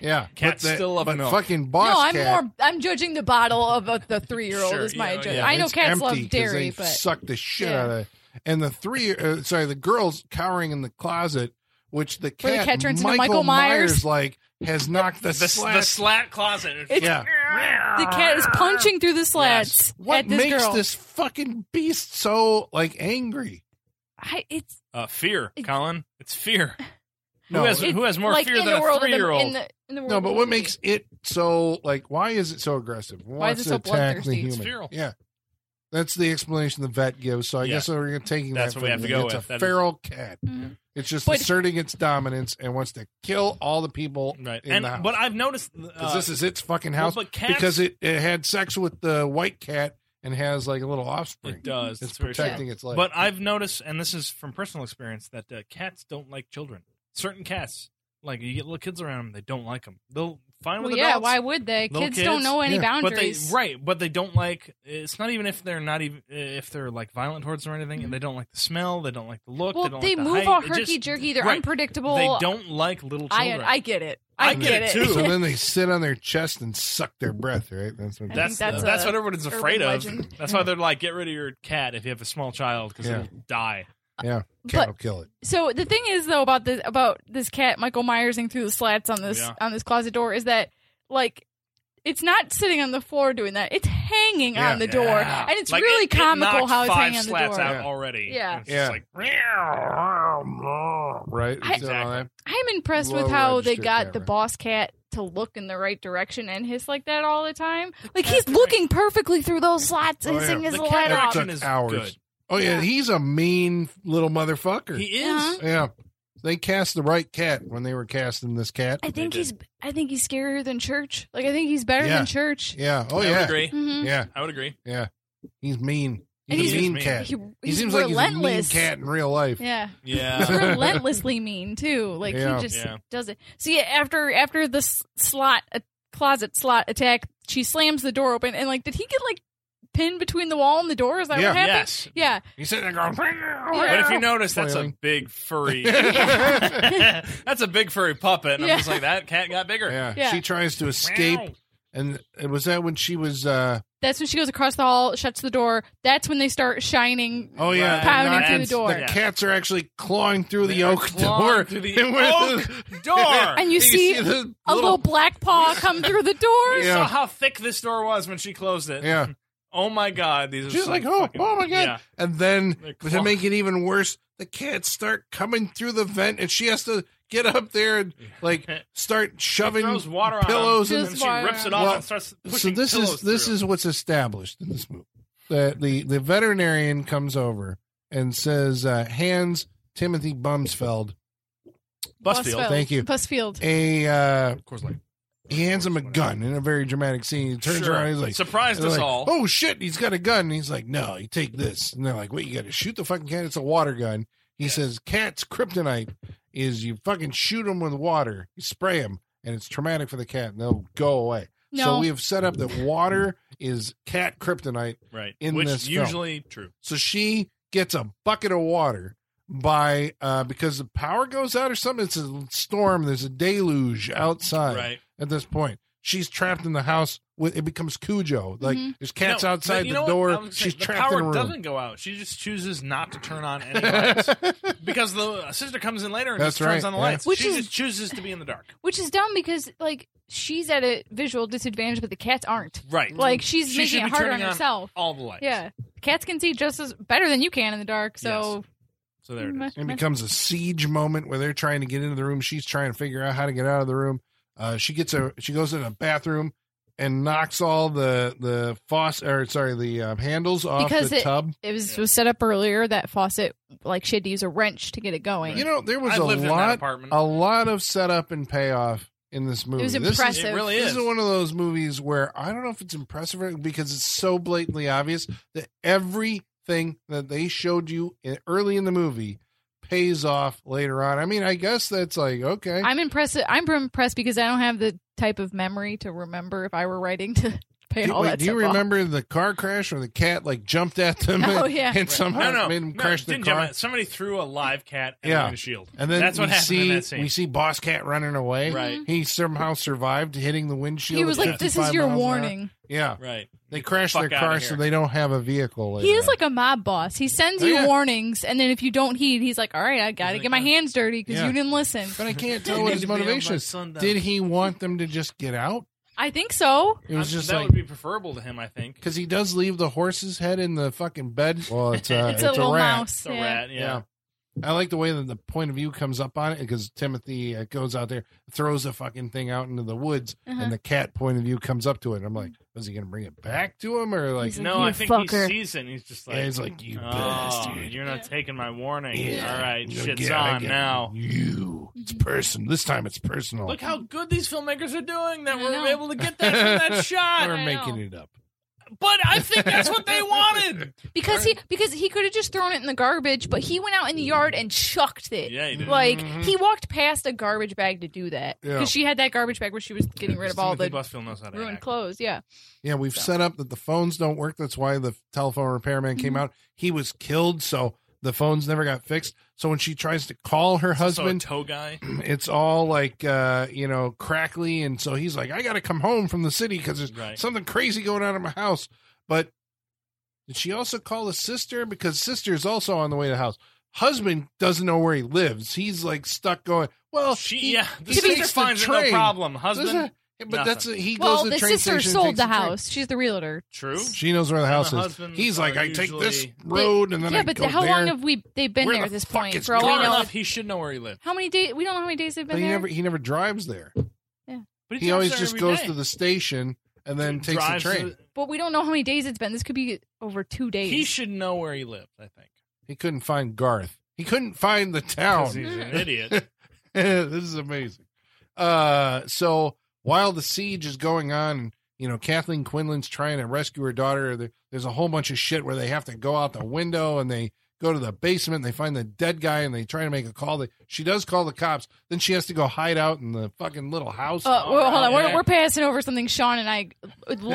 B: yeah.
C: Cats
B: But that-
C: still love
B: but
C: milk.
B: fucking
D: no,
B: boss.
D: I'm
B: cat,
D: more I'm judging the bottle of uh, the three year old
C: Sure,
D: is my
C: yeah,
D: judge.
C: yeah.
D: I know
B: it's
D: cats
B: empty
D: love
B: 'cause they
D: dairy, but
B: suck the shit
D: Yeah.
B: out of it. And the three, uh, sorry, the girls cowering in the closet, which the cat,
D: Where the cat turns into
B: Michael,
D: Michael Myers.
B: like has knocked the,
C: The,
B: slat.
C: the slat closet.
D: It's-
B: yeah,
D: the cat is punching through the slats
B: what
D: at this
B: makes
D: girl.
B: this fucking beast so like angry?
D: I, it's
C: Uh, fear,
D: It's-
C: Colin. It's fear.
B: No,
C: who has
D: it's
C: who has more
D: like
C: fear
D: in
C: than
D: the world
C: a
D: of the-
C: three year
D: in
C: old?
D: the- in the world
B: No,
D: of
B: but
D: the
B: what
D: movie.
B: makes it so like? Why is it so aggressive?
D: Why is
B: Wants
D: it so
B: to attack the
D: bloodthirsty? It's
B: human?
C: feral.
B: Yeah, that's the explanation the vet gives. So I
C: Yeah.
B: guess we're taking
C: That's
B: that.
C: what we
B: from
C: have to
B: them.
C: go
B: it's
C: with.
B: a
C: That is-
B: feral cat.
D: Mhm.
B: It's just
D: But-
B: asserting its dominance and wants to kill all the people
C: Right.
B: in
C: and
B: the house.
C: but I've noticed uh,
B: because this is its fucking
C: well,
B: house.
C: but cats-
B: because it, it had sex with the white cat and has like a little offspring.
C: It does.
B: It's
C: It's very
B: protecting its life.
C: But I've noticed, and this is from personal experience, that uh, cats don't like children. Certain cats, like you get little kids around them, they don't like them. They'll find
D: Well,
C: with
D: yeah,
C: adults,
D: why would they? Kids,
C: Little
D: don't
C: kids.
D: know any
B: Yeah.
C: But they
D: boundaries.
C: right, but they don't like. It's not even if they're not even if they're like violent towards them or anything, and they don't like the smell, they don't like the look.
D: Mm-hmm. Well,
C: they
D: they,
C: don't like the
D: move
C: height.
D: all
C: It just-
D: herky jerky. They're
C: right.
D: unpredictable.
C: They don't like little
D: I
C: children.
D: I get it. I,
C: I get it,
B: so
C: too.
B: then they sit on their chest and suck their breath. Right. That's what.
D: I
C: that's
D: think that's
C: that's,
D: a
C: what everyone's
D: urban
C: afraid of.
D: legend.
C: That's why they're like, get rid of your cat if you have a small child because
B: Yeah.
C: it'll die.
B: yeah. Cat
D: but-
B: will kill it.
D: so the thing is though about this about this cat Michael Myersing through the slats on this
C: Yeah.
D: on this closet door is that like it's not sitting on the floor doing that. It's hanging
B: Yeah.
D: on the door,
C: Yeah.
D: and it's
C: Like,
D: really
C: it- it
D: comical
C: knocked
D: how it's
C: five
D: hanging on the
C: slats
D: door.
C: out
B: Yeah.
C: already.
D: Yeah.
C: It's
B: Yeah.
C: just like
B: Right.
D: I-
B: It's all that.
D: I'm impressed with
B: Low
D: how they
B: register
D: got the
B: camera.
D: boss cat to look in the right direction and hiss like that all the time. Like
C: cat
D: he's
C: thing.
D: looking perfectly through those slats,
B: Oh, yeah.
D: hissing his
C: The
D: little
C: cat
D: head
B: That
D: off.
C: direction-
B: took
C: is
B: hours.
C: good.
B: Oh yeah, he's a mean little motherfucker.
C: he is.
D: Uh-huh.
B: yeah. They cast the right cat when they were casting this cat.
D: I think
C: did.
D: he's I think he's scarier than Church. Like I think he's better
B: Yeah.
D: than Church.
B: Yeah. Oh
C: I
B: yeah.
C: would agree.
D: hmm
B: Yeah.
C: I would agree.
B: He's mean. He's
D: And
B: a
D: he's-
B: mean
C: He's
B: cat.
D: He,
B: He
D: he's
B: seems like he's a
D: relentless.
B: mean cat in real life.
D: Yeah. He's
C: Yeah.
D: relentlessly mean too. Like
B: Yeah.
D: he just
C: Yeah.
D: does it. See, after after the s- slot a closet slot attack, she slams the door open and like, did he get like pinned between the wall and the door? Is that
B: Yeah.
D: what happened?
C: yes.
D: Yeah.
B: He's sitting there going.
C: But if you notice, that's a
B: Flailing.
C: big furry.
B: Yeah.
C: that's a big furry puppet. And
D: Yeah.
C: I'm just like, that cat got bigger.
B: Yeah.
D: Yeah.
B: She tries to escape And and was that when she was? uh
D: That's when she goes across the hall, shuts the door. That's when they start shining.
B: Oh yeah,
C: Right.
B: the
D: Pounding
B: knock-
D: through the
B: it's-
D: door.
B: The
C: Yeah.
B: cats are actually clawing through
C: They
B: the
C: are
B: oak
C: clawing
B: door.
C: through the
B: And when-
C: oak door.
D: And you see
B: the
D: A little, black paw come through the door.
C: We
B: Yeah.
C: saw how thick this door was when she closed it.
B: Yeah.
C: Oh my god, these are
B: She's
C: some
B: like, oh,
C: fucking-
B: oh my god!
C: Yeah.
B: And then
C: They're
B: But to
C: claw-
B: make it even worse, the cats start coming through the vent, and she has to get up there and like start shoving.
C: throws water on
B: pillows
C: them,
D: in
C: and
D: the-
C: she rips it off
B: Well,
C: and starts pushing
B: So this is
C: pillows
B: this
C: through.
B: is what's established in this movie. That the the veterinarian comes over and says, uh, "Hands Timothy Bumsfeld
C: Busfield.
B: Thank you.
D: Busfield.
B: a." Uh,
C: Of course, like
B: he hands him a gun in a very dramatic scene. He turns
C: sure.
B: around, and he's like,
C: surprised
B: They're
C: us
B: like,
C: all.
B: Oh shit, he's got a gun. And he's like, no, you take this. And they're like, wait, you got to shoot the fucking cat. It's a water gun. He says, cat's kryptonite is you fucking shoot them with water, you spray them, and it's traumatic for the cat, and they'll go away.
D: No.
B: So we have set up that water is cat kryptonite.
C: right,
B: in
C: which
B: this film.
C: usually true.
B: So she gets a bucket of water by uh because the power goes out or something. It's a storm. There's a deluge outside
C: Right.
B: at this point. She's trapped in the house. With it becomes Cujo. Like
D: Mhm.
B: there's cats
C: No, but
B: outside
C: you
B: the
C: know what? I was
B: door.
C: gonna say,
B: She's
C: the
B: trapped in
C: power
B: a room.
C: doesn't go out. She just chooses not to turn on any lights because the sister comes in later and
B: That's
C: just
B: right,
C: turns on the
B: yeah.
C: lights.
D: Which
C: she
D: is-
C: just chooses to be in the dark.
D: Which is dumb because like she's at a visual disadvantage, but the cats aren't.
C: Right.
D: Like she's
C: Mm-hmm. She should
D: making
C: be
D: it harder on
C: turning on-
D: herself.
C: all the lights.
D: Yeah, cats can see just as better than you can in the dark. So
C: So there it
D: Meh,
C: is.
B: it
D: meh.
B: becomes a siege moment where they're trying to get into the room. She's trying to figure out how to get out of the room. Uh, she gets a she goes in a bathroom and knocks all the the faucet or sorry the um, handles off
D: Because
B: the
D: it-
B: tub.
D: it was
C: Yeah.
D: was set up earlier that faucet like she had to use a wrench to get it going.
B: You know there was
C: I
B: a
C: lived in that
B: lot
C: apartment.
B: a lot of setup and payoff in this movie.
D: was
B: this is
D: impressive.
C: it really
B: This
C: is.
B: is one of those movies where I don't know if it's impressive or- because it's so blatantly obvious that everything that they showed you in, early in the movie pays off later on. I mean, I guess that's like okay,
D: I'm impressed. I'm impressed because I don't have the type of memory to remember if I were writing to pay
B: Do-
D: all
B: wait,
D: that.
B: do you
D: stuff off.
B: remember the car crash where the cat like jumped at them
D: Oh,
B: and,
D: yeah.
B: and somehow
C: no, no,
B: made him
C: no,
B: crash the
C: didn't
B: car?
C: jump out. Somebody threw a live cat at
B: Yeah.
C: the shield,
B: And then
C: that's what
B: we
C: happened in
B: see
C: that scene.
B: we see Boss Cat running away.
C: Right.
B: He somehow survived hitting the windshield.
D: He was
B: at
D: like, "This
B: 55
D: is your
B: miles an hour."
D: warning."
B: Yeah,
C: Right.
B: they crashed
C: Fuck
B: their
C: outta
B: car
C: here.
B: so they don't have a vehicle.
D: He
B: later
D: is
B: on.
D: like a mob boss. He sends
B: Oh,
D: you
B: yeah.
D: warnings, and then if you don't heed, he's like, "All right, I got to
C: like,
D: get my
C: "Oh."
D: hands dirty because
B: Yeah.
D: you didn't listen."
B: but I can't
C: You
B: tell what
C: need
B: his
C: to be on by
B: motivation is.
C: sundown.
B: Did he want them to just get out?
D: I think so.
B: It was
C: I'm-
B: just
C: that
B: like
C: would be preferable to him, I think.
B: because he does leave the horse's head in the fucking bed. Well, it's, uh,
D: It's a little
B: rat.
D: mouse.
C: It's a
D: yeah.
C: rat. Yeah.
B: Yeah. I like the way that the point of view comes up on it because Timothy uh, goes out there, throws the fucking thing out into the woods,
D: Uh-huh.
B: and the cat point of view comes up to it. I'm like, was he going to bring it back to him or like?
D: He's
C: No,
D: You
C: I think
D: fucker.
C: he sees it. and He's just like,
B: Yeah, he's like, you
C: oh,
B: bastard.
C: you're not
D: Yeah.
C: taking my warning.
B: Yeah.
C: All right,
B: You'll
C: shit's
B: get- I
C: on
B: get
C: now.
B: You. It's personal. This time it's personal.
C: Look how good these filmmakers are doing that
D: I
C: we're
D: know.
C: able to get that from that shot.
B: we're
D: I
B: making
D: know.
B: it up.
C: But I think that's what they wanted.
D: because he because he could have just thrown it in the garbage, but he went out in the yard and chucked it.
C: Yeah, he did.
D: Like
B: Mhm.
D: he walked past a garbage bag to do that
B: Yeah.
D: because she had that garbage bag where she was getting rid of all
C: Timothy
D: the
C: Busfield knows how to
D: ruined
C: act.
D: clothes. Yeah,
B: Yeah, we've
D: So.
B: set up that the phones don't work. That's why the telephone repairman came
C: Mm-hmm.
B: out. He was killed, so the phones never got fixed. So when she tries to call her
C: Also a
B: husband,
C: toe guy.
B: it's all like uh, you know crackly, and so he's like, "I got to come home from the city because there's
C: Right.
B: something crazy going on in my house." But did she also call a sister because sister's also on the way to the house? Husband doesn't know where he lives. He's like stuck going. Well,
C: She,
B: he-
C: yeah, the
B: he
C: sister
B: takes the
C: finds it no
B: train.
C: problem.
B: Doesn't-
C: Husband,
B: but that's he goes
D: well,
B: to the,
D: the
B: train
D: sister
B: station and
D: sold
B: takes
D: the
B: train.
D: house. She's the realtor.
C: true.
B: She knows where the
C: And
B: house
C: the
B: is.
C: husbands
B: He's like,
C: are
B: I take this
C: usually-
B: road and then
D: yeah,
B: I
D: but
B: go
D: how
B: there.
D: long have we? They've been
B: Where
D: there
B: the
D: at this
B: fuck
D: point.
B: is
D: For all we
C: Far
B: Garth?
D: know,
C: enough, he should know where he lived.
D: how many days? We don't know how many days they've
B: but
D: been
B: he
D: there.
B: never he never drives there.
C: But
B: He
C: drives
B: always
C: there
B: just
C: every
B: goes
C: day.
B: to the station and then takes the
C: Drives to
B: train.
D: but we don't know how many days it's been. This could be over two days.
C: He should know where he lived. I think.
B: He couldn't find Garth. He couldn't find the
C: 'Cause
B: town.
C: he's an idiot.
B: this is amazing. Uh, so while the siege is going on, you know, Kathleen Quinlan's trying to rescue her daughter. There, there's a whole bunch of shit where they have to go out the window and they go to the basement. They find the dead guy and they try to make a call. They, she does call the cops. Then she has to go hide out in the fucking little house.
D: Uh, well, hold on. We're,
C: Yeah.
D: we're passing over something Sean and I.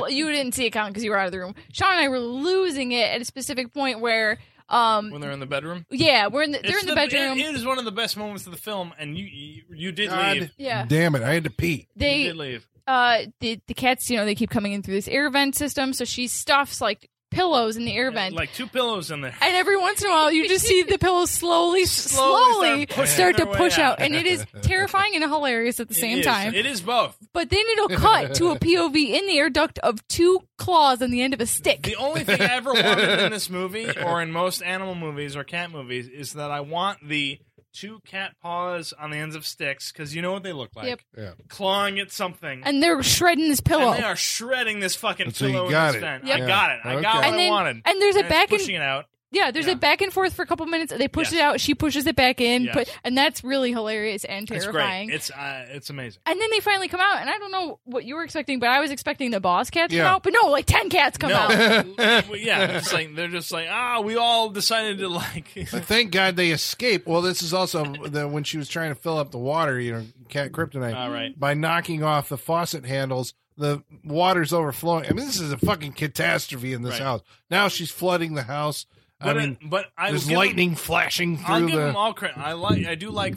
D: You didn't see it, Colin, because you were out of the room. Sean and I were losing it at a specific point where, um,
C: when they're in the bedroom,
D: yeah, we're in the, they're
C: It's
D: in the, bedroom.
C: It, it is one of the best moments of the film, and you you, you did
B: God
C: leave.
D: yeah,
B: damn it. I had to pee.
D: they
C: you did leave.
D: uh the the cats you know they keep coming in through this air vent system so she stuffs like pillows in the air vent
C: Like two pillows in there.
D: and every once in a while you just see the pillows slowly
C: Slowly
D: slowly,
C: start pushing
D: start to
C: their way
D: push
C: out.
D: out and it is terrifying and hilarious at the same
C: It is.
D: time
C: It is both.
D: but then it'll cut to a pov in the air duct of two claws on the end of a stick
C: The only thing I ever wanted in this movie, or in most animal movies or cat movies, is that I want the two cat paws on the ends of sticks because you know what they look like.
D: Yep.
B: Yeah.
C: Clawing at something.
D: and they're shredding this
C: And
D: pillow
C: they are shredding this fucking
B: And so you
C: pillow
B: got it.
C: in this vent.
D: Yep.
C: I got it. I
B: Yeah.
C: got what
B: Okay.
D: and
C: I
D: then
C: wanted.
D: and there's a
C: And it's
D: back and
C: pushing it out.
D: yeah there's
C: Yeah.
D: a back and forth for a couple minutes they
C: Yes.
D: push it out she pushes it back in
C: Yes.
D: but and that's really hilarious and
C: It's
D: terrifying
C: great. It's uh, it's amazing.
D: And then they finally come out, and I don't know what you were expecting, but I was expecting the boss cat to
B: Yeah.
D: come out. But no, like 10 cats come
C: no,
D: out.
C: Well, yeah, it's like they're just like ah, we all decided to like.
B: But thank God they escape. Well, this is also the, when she was trying to fill up the water, you know, cat kryptonite.
C: all right.
B: by knocking off the faucet handles. The water's overflowing. I mean, this is a fucking catastrophe in this
C: Right.
B: house. Now she's flooding the house. I
C: But, I
B: mean,
C: but I
B: there's
C: will give
B: lightning flashing
C: I'll
B: through
C: give them
B: the.
C: all credit. I like. I do like.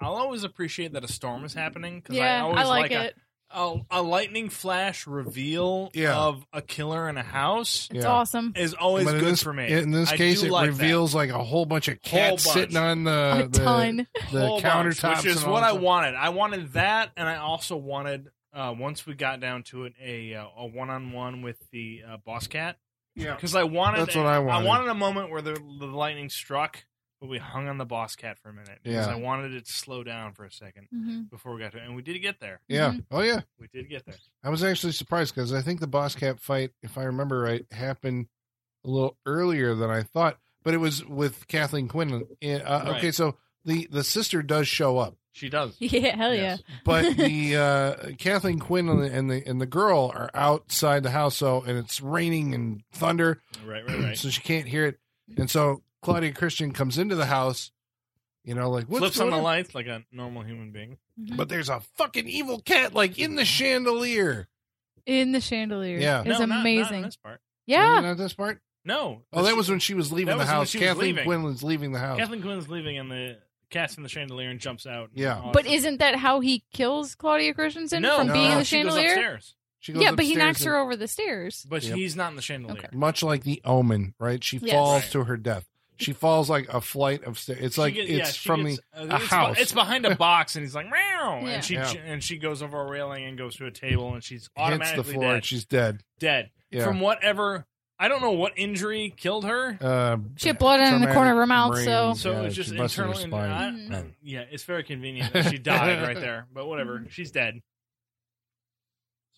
C: I'll always appreciate that a storm is happening because I
D: yeah,
C: always
D: I, like,
C: a-
D: it.
C: a, a lightning flash reveal
B: Yeah.
C: of a killer in a house
D: It's
B: Yeah.
D: awesome.
C: is always
B: But in
C: good
B: this-
C: for me.
B: In this
C: I
B: case,
C: do
B: it
C: like that.
B: reveals like a whole bunch of
C: Whole
B: cats
C: bunch.
B: sitting on the
D: a
B: Uh, the,
D: ton.
B: the
C: Whole bunch,
B: countertops,
C: which is
B: and all
C: what I
B: that.
C: wanted. I wanted that, and I also wanted uh, once we got down to it a uh, a one on one with the uh, boss cat
B: Yeah,
C: because I wanted
B: That's what I wanted.
C: I wanted a moment where the, the lightning struck, but we hung on the boss cat for a minute because
B: Yeah.
C: I wanted it to slow down for a second
D: Mhm.
C: before we got to it, and we did get there.
B: yeah.
D: Mhm.
B: Oh yeah.
C: We did get there.
B: I was actually surprised because I think the boss cat fight, if I remember right, happened a little earlier than I thought. But it was with Kathleen Quinlan. Uh,
C: Right.
B: Okay, so the the sister does show up.
C: She does.
D: Yeah, hell
C: Yes.
B: but the uh, Kathleen Quinn and the, and the and the girl are outside the house, so and it's raining and thunder,
C: Right, right, right.
B: so she can't hear it. And so Claudia Christian comes into the house, you know, like what's
C: Flips on
B: going
C: the lights like a normal human being.
D: yeah.
B: But there's a fucking evil cat like in the chandelier.
D: In the chandelier.
B: Yeah.
D: It's
C: No, not- not in
D: amazing.
C: this part.
D: yeah.
B: not this part.
C: No.
B: Oh, that was when she was leaving
C: that
B: the
C: was when
B: house.
C: she was
B: Kathleen
C: leaving.
B: Quinlan's leaving the house.
C: Kathleen Quinn's leaving and the cat's in the chandelier and jumps out.
B: Yeah.
D: But isn't that how he kills Claudia Christensen
C: no,
D: from
B: no,
D: being in
B: no,
D: the
C: she goes
D: chandelier?
C: upstairs.
B: She goes
D: Yeah, but he
B: upstairs
D: knocks
B: and-
D: her over the stairs.
C: But
B: Yep.
C: he's not in the chandelier.
B: much like the Omen, right? She
D: Yes.
B: falls
C: Right.
B: to her death. She falls like a flight of stairs. It's
C: She
B: like
C: get- yeah,
B: it's
C: she
B: from
C: gets-
B: the
C: uh,
B: a
C: it's be-
B: house.
C: it's behind a box, and he's like, meow,
D: Yeah.
C: and she
B: Yeah.
C: and she goes over a railing and goes to a table, and she's
B: hits the
C: automatically
B: floor
C: dead.
B: and she's dead.
C: dead
B: Yeah.
C: from whatever. I don't know what injury killed her.
B: uh,
D: She had blood in the
B: traumatic
D: corner of her mouth,
B: brain-
D: so-
C: So it was
B: Oh, she
C: just
B: busted her
C: internal. in-
B: spine.
D: Mm-hmm.
C: I- I- yeah, it's very convenient that she died right there. But whatever, she's dead.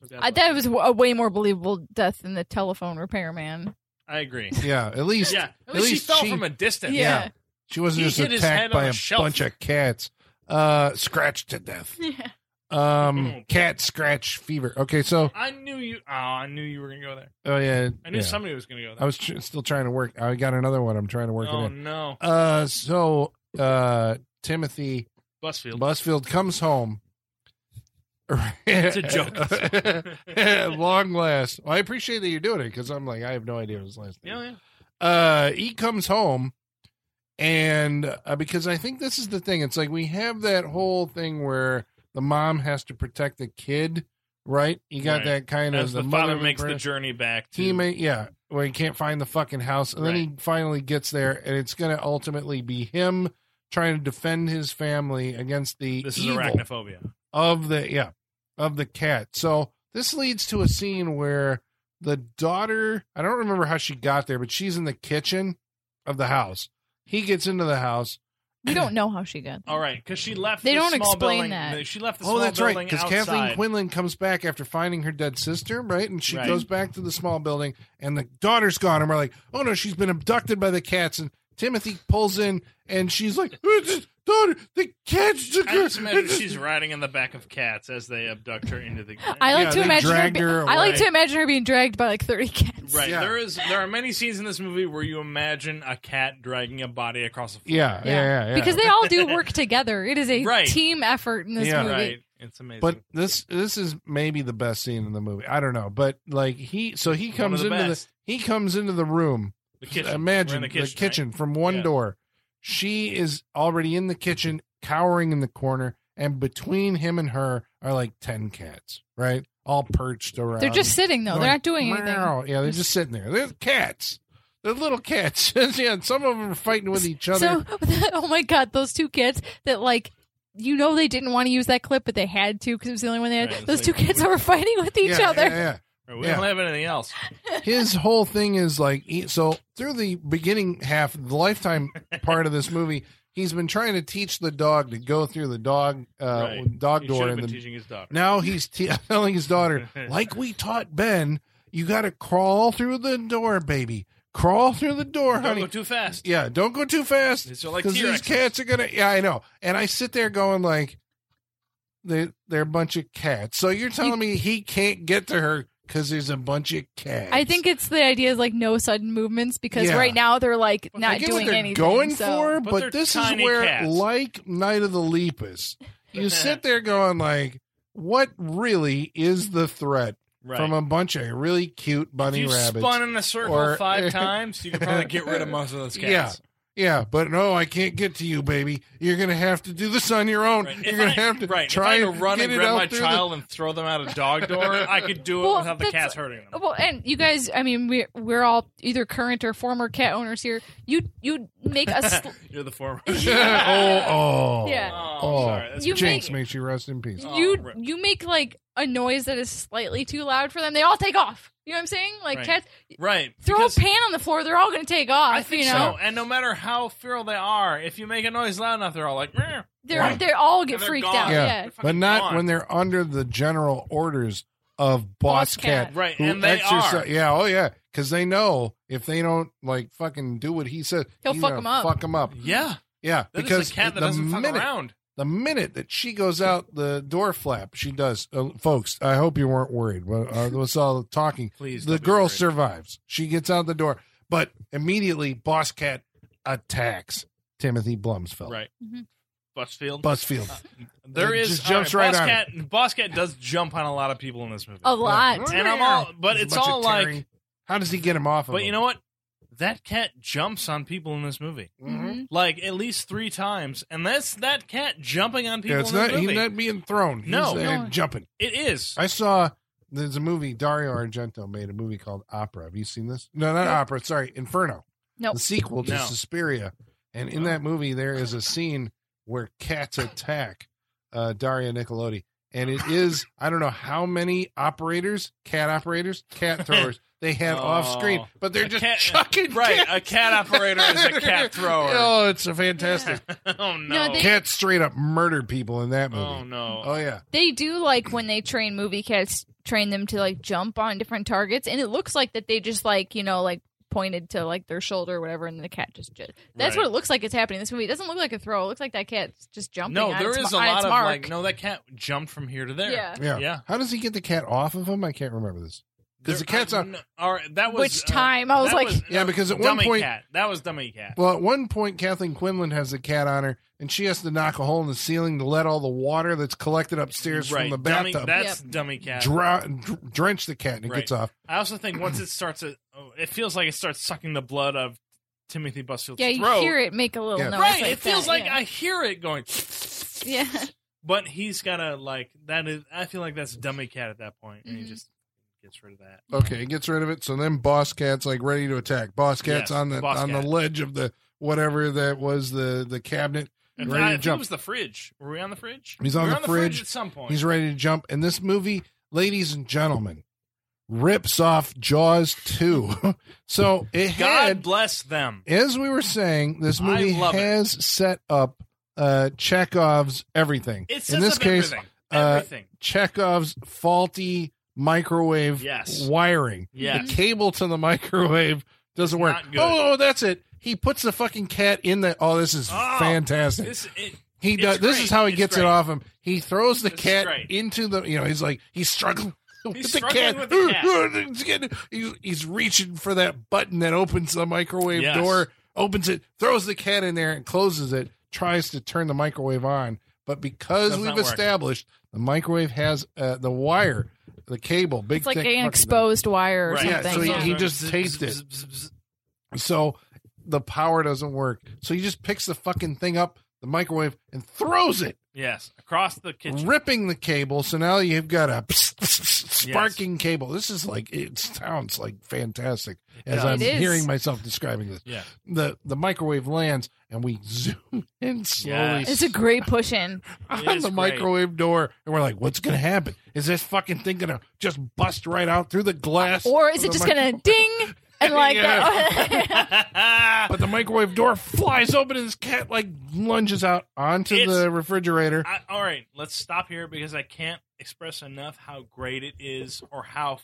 C: So God
D: Mm-hmm. I,
C: bless her.
D: that was a way more believable death than the telephone repairman.
C: I agree.
B: yeah, at least
C: Yeah, at,
B: At
C: least,
B: least
C: she fell
B: she-
C: from a distance.
D: Yeah.
B: she wasn't
C: He
B: just
C: hit his head
B: attacked by
C: on
B: a
C: a shelf.
B: bunch of cats. Uh, scratched to death.
D: Yeah.
C: Oh,
B: Um, cat scratch fever. Okay, so
C: I knew you. Oh, I knew you were gonna go there.
B: oh yeah,
C: I knew
B: yeah.
C: somebody was gonna go
B: I
C: there.
B: was tr- still trying to work. I got another one. I'm trying to work
C: oh
B: it in.
C: no,
B: Uh, so uh, Timothy
C: Busfield.
B: Busfield comes home.
C: a joke.
B: Long last. Well, I appreciate that you're doing it because I'm like, I have no idea what his last name.
C: yeah,
B: is.
C: yeah.
B: Uh, he comes home, and uh, because I think this is the thing, it's like we have that whole thing where the mom has to protect the kid, right? You got
C: Right.
B: that kind of
C: As the, father
B: mother
C: makes the
B: impression.
C: journey back to
B: He may, yeah, where he can't find the fucking house, and then he finally gets there, and it's going to ultimately be him trying to defend his family against the
C: this is
B: evil
C: arachnophobia.
B: of the yeah of the cat so this leads to a scene where the daughter i don't remember how she got there but she's in the kitchen of the house he gets into the house
D: We don't know how she got
C: All right, because she left.
D: They
C: the
D: don't
C: small
D: explain
C: building-
D: that.
C: She left the
B: oh
C: small
B: that's right
C: building
B: because
C: outside.
B: kathleen quinlan comes back after finding her dead sister right and she
C: Right.
B: goes back to the small building and the daughter's gone and we're like oh no she's been abducted by the cats and timothy pulls in and she's like "It's- daughter the cats took
C: I
B: her."
C: just imagine she's riding on the back of cats as they abduct her into the.
D: I like
B: Yeah,
D: to
B: they
D: imagine her,
B: dragged
D: be-
B: her
D: I like
C: away.
D: to imagine her being dragged by like thirty cats.
C: Right.
B: Yeah.
C: There is there are many scenes in this movie where you imagine a cat dragging a body across a floor.
B: yeah, yeah, yeah, yeah.
D: Because they all do work together. It is a
C: Right.
D: team effort in this
B: Yeah.
D: movie.
C: Right. It's amazing.
B: But this this is maybe the best scene in the movie. I don't know, but like he so he
C: One of
B: comes
C: the
B: into
C: best.
B: the he comes into the room.
C: the kitchen.
B: Imagine
C: We're in the kitchen.
B: from one
C: Yeah.
B: door. She is already in the kitchen, cowering in the corner, and between him and her are like 10 cats, right? All perched around.
D: They're just sitting though. They're not doing anything.
B: Meow. Yeah, they're just sitting there. They're cats. They're little cats. yeah, and some of them are fighting with each other.
D: So, oh my god, those two kids that like, you know, they didn't want to use that clip, but they had to because it was the only one they had.
C: Right, it's
D: those
C: like-
D: two kids that were fighting with each
B: Yeah,
D: other.
B: Yeah, yeah.
C: Right, we
B: Yeah.
C: don't have anything else.
B: his whole thing is like he- so through the beginning half the lifetime part of this movie he's been trying to teach the dog to go through the dog uh
C: Right.
B: dog
C: He should
B: door
C: have
B: and
C: been
B: the,
C: teaching his daughter.
B: now he's te- telling his daughter like we taught ben you got to crawl through the door baby crawl through the door
C: don't
B: honey
C: go too fast.
B: yeah don't go too fast
C: It's like
B: because these
C: T-Rex.
B: cats are gonna. Yeah, I know. And I sit there going like, they they're a bunch of cats. So you're telling me he can't get to her because there's a bunch of cats.
D: I think it's the idea is like no sudden movements because
B: Yeah.
D: right now they're like
C: Well,
B: I
D: not
B: get what
D: doing
B: they're
D: anything.
B: going
D: so-
B: for,
C: But
B: but,
C: they're
B: this is
C: tiny
B: where
C: cats.
B: like Night of the Lepus, you sit there going like, what really is the threat
C: Right.
B: from a bunch of really cute bunny
C: if you
B: rabbits?
C: spun in a circle
B: Or-
C: five times, you could probably get rid of most of those cats.
B: Yeah. yeah, but no, I can't get to you, baby. You're gonna have to do this on your own.
C: Right.
B: You're
C: If
B: gonna
C: I-
B: have to
C: right.
B: try
C: if I had to run
B: get
C: and
B: it
C: grab
B: out
C: my
B: through the-
C: child and throw them out a dog door. I could do it
D: Well,
C: without the
D: that's-
C: cats hurting them.
D: Well, and you guys, I mean, we we're all either current or former cat owners here. You you make a sl-
C: You're the former.
D: Yeah.
B: oh, oh,
D: Yeah.
C: Oh, sorry. That's
D: You
B: Jinx,
D: make-
B: makes you rest in peace.
C: Oh,
D: you
C: rip.
D: you make like a noise that is slightly too loud for them. They all take off. You know what I'm saying? Like
C: Right.
D: cats
C: right.
D: throw
C: because
D: a pan on the floor, they're all going to take off.
C: I think
D: you know,
C: so. And no matter how feral they are, if you make a noise loud enough, they're all like, "Meh."
D: they're
B: Right.
D: they all get
C: And they're
D: freaked
C: gone.
D: out.
B: Yeah.
D: Yeah,
B: but not
C: gone.
B: when they're under the general orders of boss,
D: Boss Cat.
B: cat,
C: Right,
B: who
C: and they
B: exerci-
C: are.
B: Yeah, oh yeah, because they know if they don't like fucking do what he says,
D: He'll
B: he's
D: fuck
B: gonna
D: 'em up.
B: Fuck 'em up.
C: Yeah,
B: Yeah,
C: that is
B: because
C: a cat that
B: the
C: doesn't fuck
B: minute
C: around.
B: the minute that she goes out the door flap, she does. Uh, folks, I hope you weren't worried. Well, uh, was all the talking.
C: Please,
B: the
C: don't be
B: girl
C: worried.
B: survives. She gets out the door, but immediately Boss Cat attacks Timothy Blumsfeld.
C: right?
D: Mhm.
C: Busfield.
B: Busfield.
C: there
B: it
C: is
B: just jumps
C: all
B: right
C: Boss
B: on
C: Cat. Boss Cat does jump on a lot of people in this movie.
D: a lot.
B: Yeah.
C: And I'm all, but
B: There's a
C: it's
B: bunch
C: all
B: of
C: like,
B: tearing. how does he get him off? of
C: but you
B: him?
C: know what? That cat jumps on people in this movie,
D: Mm-hmm.
B: Mhm.
C: like at least three times, and that's that cat jumping on people
B: Yeah, it's
C: in this
B: not. He's
C: movie.
B: not being thrown. He's
C: No.
B: uh,
D: No.
B: jumping.
C: it is.
B: I saw there's a movie Dario Argento made a movie called Opera. Have you seen this? No, not
D: Nope.
B: Opera. Sorry, Inferno.
D: Nope.
B: the sequel to
C: No.
B: Suspiria. And in
C: Oh.
B: that movie, there is a scene where cats attack uh, Daria Nicolodi. And it is, I don't know how many operators, cat operators, cat throwers they had
C: Oh.
B: off screen, but they're
C: A
B: just
C: cat-
B: chucking
C: Right,
B: cats.
C: a cat operator is a cat thrower.
B: oh, it's a fantastic.
C: oh no!
D: No, they-
B: Cats straight up murder people in that movie.
C: oh no!
B: Oh, yeah.
D: They do like when they train movie cats, train them to like jump on different targets, and it looks like that they just like you know like pointed to like their shoulder or whatever, and the cat just. ju- That's
C: Right.
D: what it looks like. It's happening in this movie. It doesn't look like a throw. It looks like that cat's just jumping.
C: no,
D: on
C: there
D: its,
C: is a
D: ma- on
C: lot
D: its
C: of
D: mark.
C: like, no, that cat jumped from here to there.
D: Yeah.
B: Yeah.
C: Yeah.
B: How does he get the cat off of him? I can't remember this. 'Cause the cat's on-
C: on. All right, that was
D: Which
C: uh,
D: time I was
C: that
D: like,
B: Yeah,
C: no,
B: because at one
C: dummy
B: point-
C: cat. that was dummy cat.
B: Well, at one point, Kathleen Quinlan has a cat on her, and she has to knock a hole in the ceiling to let all the water that's collected upstairs
C: right,
B: from the
C: dummy,
B: bathtub
C: That's dummy cat.
B: dra- dr- drench the cat, and it
C: Right.
B: gets off.
C: I also think once it starts, a, oh, it feels like it starts sucking the blood of Timothy Busfield's
D: yeah, you
C: throat.
D: hear it make a little
B: Yeah.
D: noise.
C: right,
D: like
C: it feels
D: that,
C: like
D: yeah.
C: I hear it going.
D: Yeah.
C: But he's gotta like that is. I feel like that's dummy cat at that point, and he
D: Mhm.
C: just gets rid of that.
B: Okay, it gets rid of it. So then, Boss Cat's like ready to attack. Boss Cat's
C: Yes,
B: on the
C: Boss
B: on
C: Cat.
B: the ledge of the whatever that was the the cabinet.
C: In
B: Ready
C: fact,
B: to
C: I think
B: jump.
C: it was the fridge. Were we on the fridge?
B: He's on
C: We were
B: the fridge.
C: at some point.
B: He's ready to jump, and this movie, ladies and gentlemen, rips off Jaws two. so it
C: God
B: had
C: bless them.
B: as we were saying, this
C: I
B: movie
C: love it.
B: has set up uh Chekhov's everything.
C: It sets
B: In this
C: up
B: case,
C: everything.
B: uh,
C: everything.
B: Chekhov's faulty microwave
C: Yes.
B: wiring.
C: Yes.
B: The cable to the microwave doesn't work.
C: Not good.
B: Oh, oh, that's it. He puts the fucking cat in the. Oh, this is
C: Oh,
B: fantastic.
C: This, it,
B: he
C: it's
B: does. This
C: great.
B: is how he
C: It's
B: gets it
C: great.
B: off him. He throws the
C: This is
B: cat
C: great.
B: into the. You know, he's like he's struggling. With
C: He's
B: the
C: struggling
B: cat.
C: with the cat.
B: He's getting- he's, he's reaching for that button that opens the microwave
C: Yes.
B: door, opens it, throws the cat in there, and closes it. Tries to turn the microwave on, but because
C: Does
B: we've
C: not work.
B: established the microwave has uh, the wire, the cable, big
D: It's like
B: thick
D: an
B: fucking thing.
D: exposed wire or
C: Right.
B: Yeah,
D: something.
B: so he-
D: yeah.
B: he just tastes it. So the power doesn't work. So he just picks the fucking thing up, the microwave, and throws it
C: Yes, across the kitchen.
B: ripping the cable. So now you've got a sparking cable. This is like it sounds like fantastic as
C: does.
B: I'm
D: It is.
B: hearing myself describing this.
C: Yeah.
B: The the microwave lands and we zoom in slowly
C: Yes.
D: It's a great push in.
C: It
B: on
C: is
B: the
C: great.
B: microwave door and we're like, what's gonna happen? Is this fucking thing gonna just bust right out through the glass?
D: Or is
B: of
D: it
B: the
D: just
B: micro-
D: gonna ding and like that?
C: I,
B: but the microwave door flies open and this cat like lunges out onto
C: It's-
B: the refrigerator.
C: all right, let's stop here because I can't express enough how great it is or how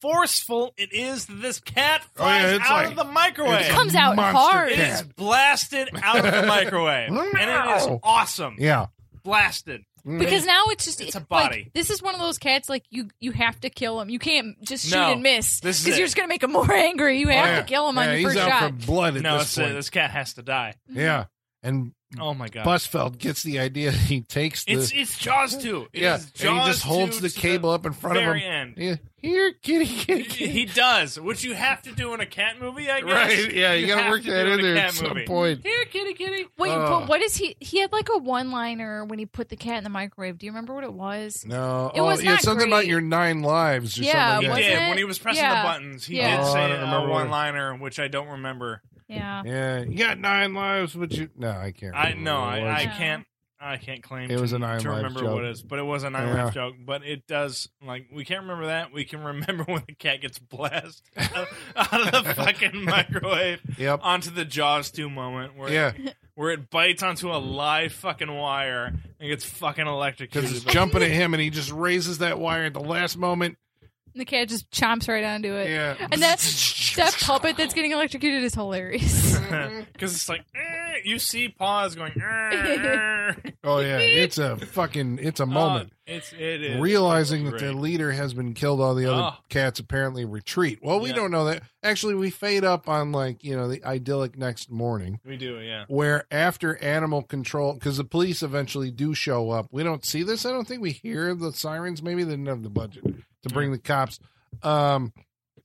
C: forceful it is that this cat
B: Oh, yeah,
C: flies
B: it's
C: out
B: like-
C: of the microwave.
B: It's a
D: Comes out
B: monster
D: hard.
C: It is
B: cat.
C: blasted out of the microwave, and it is
B: Wow.
C: awesome.
B: Yeah.
C: Blasted.
D: because now it's just
C: It's a
D: like,
C: body.
D: this is one of those cats like you you have to kill him. You can't just shoot
C: No.
D: and miss
C: This is
D: because
C: it.
D: you're just gonna make him more angry. You have
B: Oh, Yeah.
D: to kill him
B: yeah,
D: on your
B: he's
D: first
B: out
D: shot.
B: for blood at
C: no,
B: this
C: this,
B: point.
C: this cat has to die.
B: Yeah. And
C: Oh my god.
B: Busfeld gets the idea. He takes the
C: it's it's Jaws two. It
B: yeah,
C: is
B: and
C: Jaws
B: he just holds
C: 2
B: the
C: to
B: cable up in front of
C: very
B: him.
C: end.
B: Yeah, here, kitty, kitty,
C: He
B: kitty.
C: he does, which you have to do in a cat movie, I guess.
B: right? Yeah, you, gotta
C: have
B: work
C: to
B: that
C: do
B: in
C: a
B: there
C: cat
B: at some
C: movie.
B: point.
C: Here, kitty, kitty.
D: Wait,
B: Oh.
D: but what is he? He had like a one liner when he put the cat in the microwave. Do you remember what it was?
B: No,
D: It
B: oh,
D: was
B: yeah,
D: not
B: something about
D: great.
B: your nine lives or
D: Yeah,
B: something.
C: He
B: like
D: Uh, wasn't
C: did
B: that.
D: it?
C: when he was pressing
D: Yeah.
C: the buttons. He
D: Yeah.
C: did
B: Oh, I
C: say
B: don't
C: a
B: remember what it-
C: one-liner, which I don't remember.
D: Yeah.
B: Yeah, you got nine lives, but you no, I can't.
C: I
B: remember
C: no,
B: what it
C: I, I
B: was.
D: Yeah.
C: can't. I can't claim
B: It
C: to,
B: was a Nine
C: to
B: Lives
C: remember
B: joke.
C: what it is, but it was a nine
B: Yeah.
C: life joke. But it does like we can't remember that. We can remember when the cat gets blasted out out of the fucking microwave
B: Yep.
C: onto the Jaws two moment where
B: Yeah,
C: where it bites onto a live fucking wire and gets fucking
B: because
C: electrocuted.
B: it's jumping at him, and he just raises that wire at the last moment.
D: And the cat just chomps right onto it.
B: Yeah,
D: And that that puppet that's getting electrocuted is hilarious.
C: Because it's like "Eh," you see paws going. "Eh, eh."
B: oh yeah, it's a fucking, it's a moment.
C: Oh, it's it is
B: realizing that their
C: great.
B: leader has been killed all the other
C: Oh.
B: cats apparently retreat well we
C: Yeah.
B: don't know that actually we fade up on like you know the idyllic next morning
C: we do yeah.
B: where after animal control because the police eventually do show up we don't see this i don't think we hear the sirens maybe they didn't have the budget to bring the cops um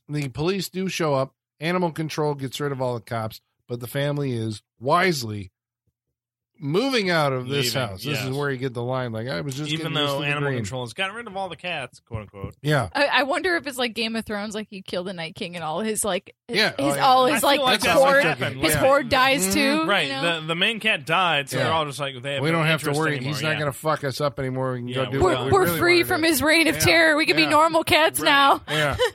B: the police do show up animal control gets rid of all the cops but the family is wisely moving out of this
C: Leaving,
B: house this
C: yes.
B: is where you get the line like i was just
C: Even
B: getting used
C: though
B: to the
C: animal
B: green.
C: control has gotten rid of all the cats, quote unquote.
B: yeah
D: I, I wonder if it's like Game of Thrones, like you kill the Night King and all his like
B: Yeah,
D: his,
B: oh, yeah.
D: all
B: I
D: his
C: feel
D: like,
C: like that's
D: horde
C: what happened.
D: his
C: Yeah.
D: horde
B: Mm-hmm.
D: dies too.
C: Right,
D: You know?
C: the the main cat died, so
B: Yeah.
C: they're all just like they. Have
B: we
C: no
B: don't have to
C: interest
B: worry.
C: Anymore.
B: He's not
C: yeah.
B: going to fuck us up anymore. We can
C: Yeah,
B: go do
C: we
B: what
D: we're
C: don't.
B: we
D: we're
B: really
D: free
B: wanna
D: from
B: do.
D: his reign of
B: Yeah,
D: terror. We can
B: yeah.
D: be normal cats
C: Right.
D: now.
B: Yeah. oh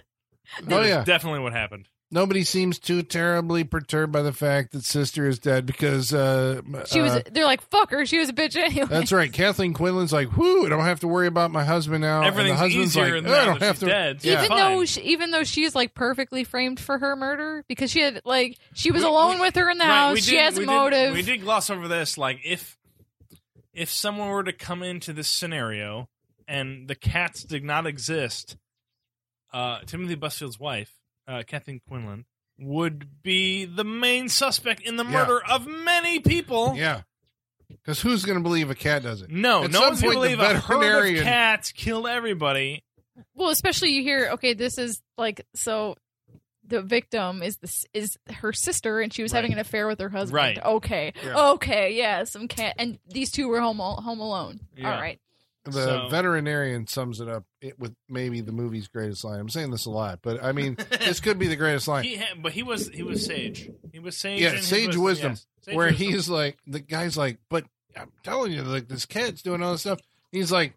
C: That's
B: yeah. Oh,
C: definitely what happened.
B: Nobody seems too terribly perturbed by the fact that sister is dead because uh,
D: She was.
B: uh,
D: they're like fuck her. She was a bitch anyway.
B: that's right. Kathleen Quinlan's like, "Whoo, I don't have to worry about my husband now." and the
C: Everything's
B: husband's
C: easier
B: like,
C: now
B: "Oh, I don't
C: that
B: have
C: she's
B: to.
C: dead. so
B: Yeah.
C: it's
D: Even
C: fine.
D: though, she, even though she's like perfectly framed for her murder because she had like she was
C: We-
D: alone
C: we-
D: with her in the
C: Right,
D: house.
C: we
D: she
C: did-
D: has a
C: we did-
D: motive.
C: we did gloss over this. Like if if someone were to come into this scenario and the cats did not exist, uh, Timothy Busfield's wife, uh, Kathleen Quinlan, would be the main suspect in the
B: Yeah.
C: murder of many people.
B: Yeah. Because who's going to believe a cat does it?
C: No,
B: At
C: no
B: some
C: one's gonna
B: point, the
C: believe a herd
B: veterinarian-
C: of cats killed everybody.
D: Well, especially you hear okay, this is like so. The victim is this is her sister, and she was having
C: Right.
D: an affair with her husband.
C: Right.
D: Okay.
B: Yeah.
D: Okay. Yeah. Some cat, and these two were home al- home alone.
C: Yeah.
D: All right.
B: The
C: So-
B: veterinarian sums it up it- with maybe the movie's greatest line. I'm saying this a lot, but I mean, this could be the greatest line.
C: He had, but he was he was sage. He was sage.
B: Yeah,
C: and he
B: sage
C: was-
B: wisdom,
C: yes, sage
B: where
C: wisdom.
B: he's like, the guy's like, but I'm telling you, like this cat's doing all this stuff. He's like,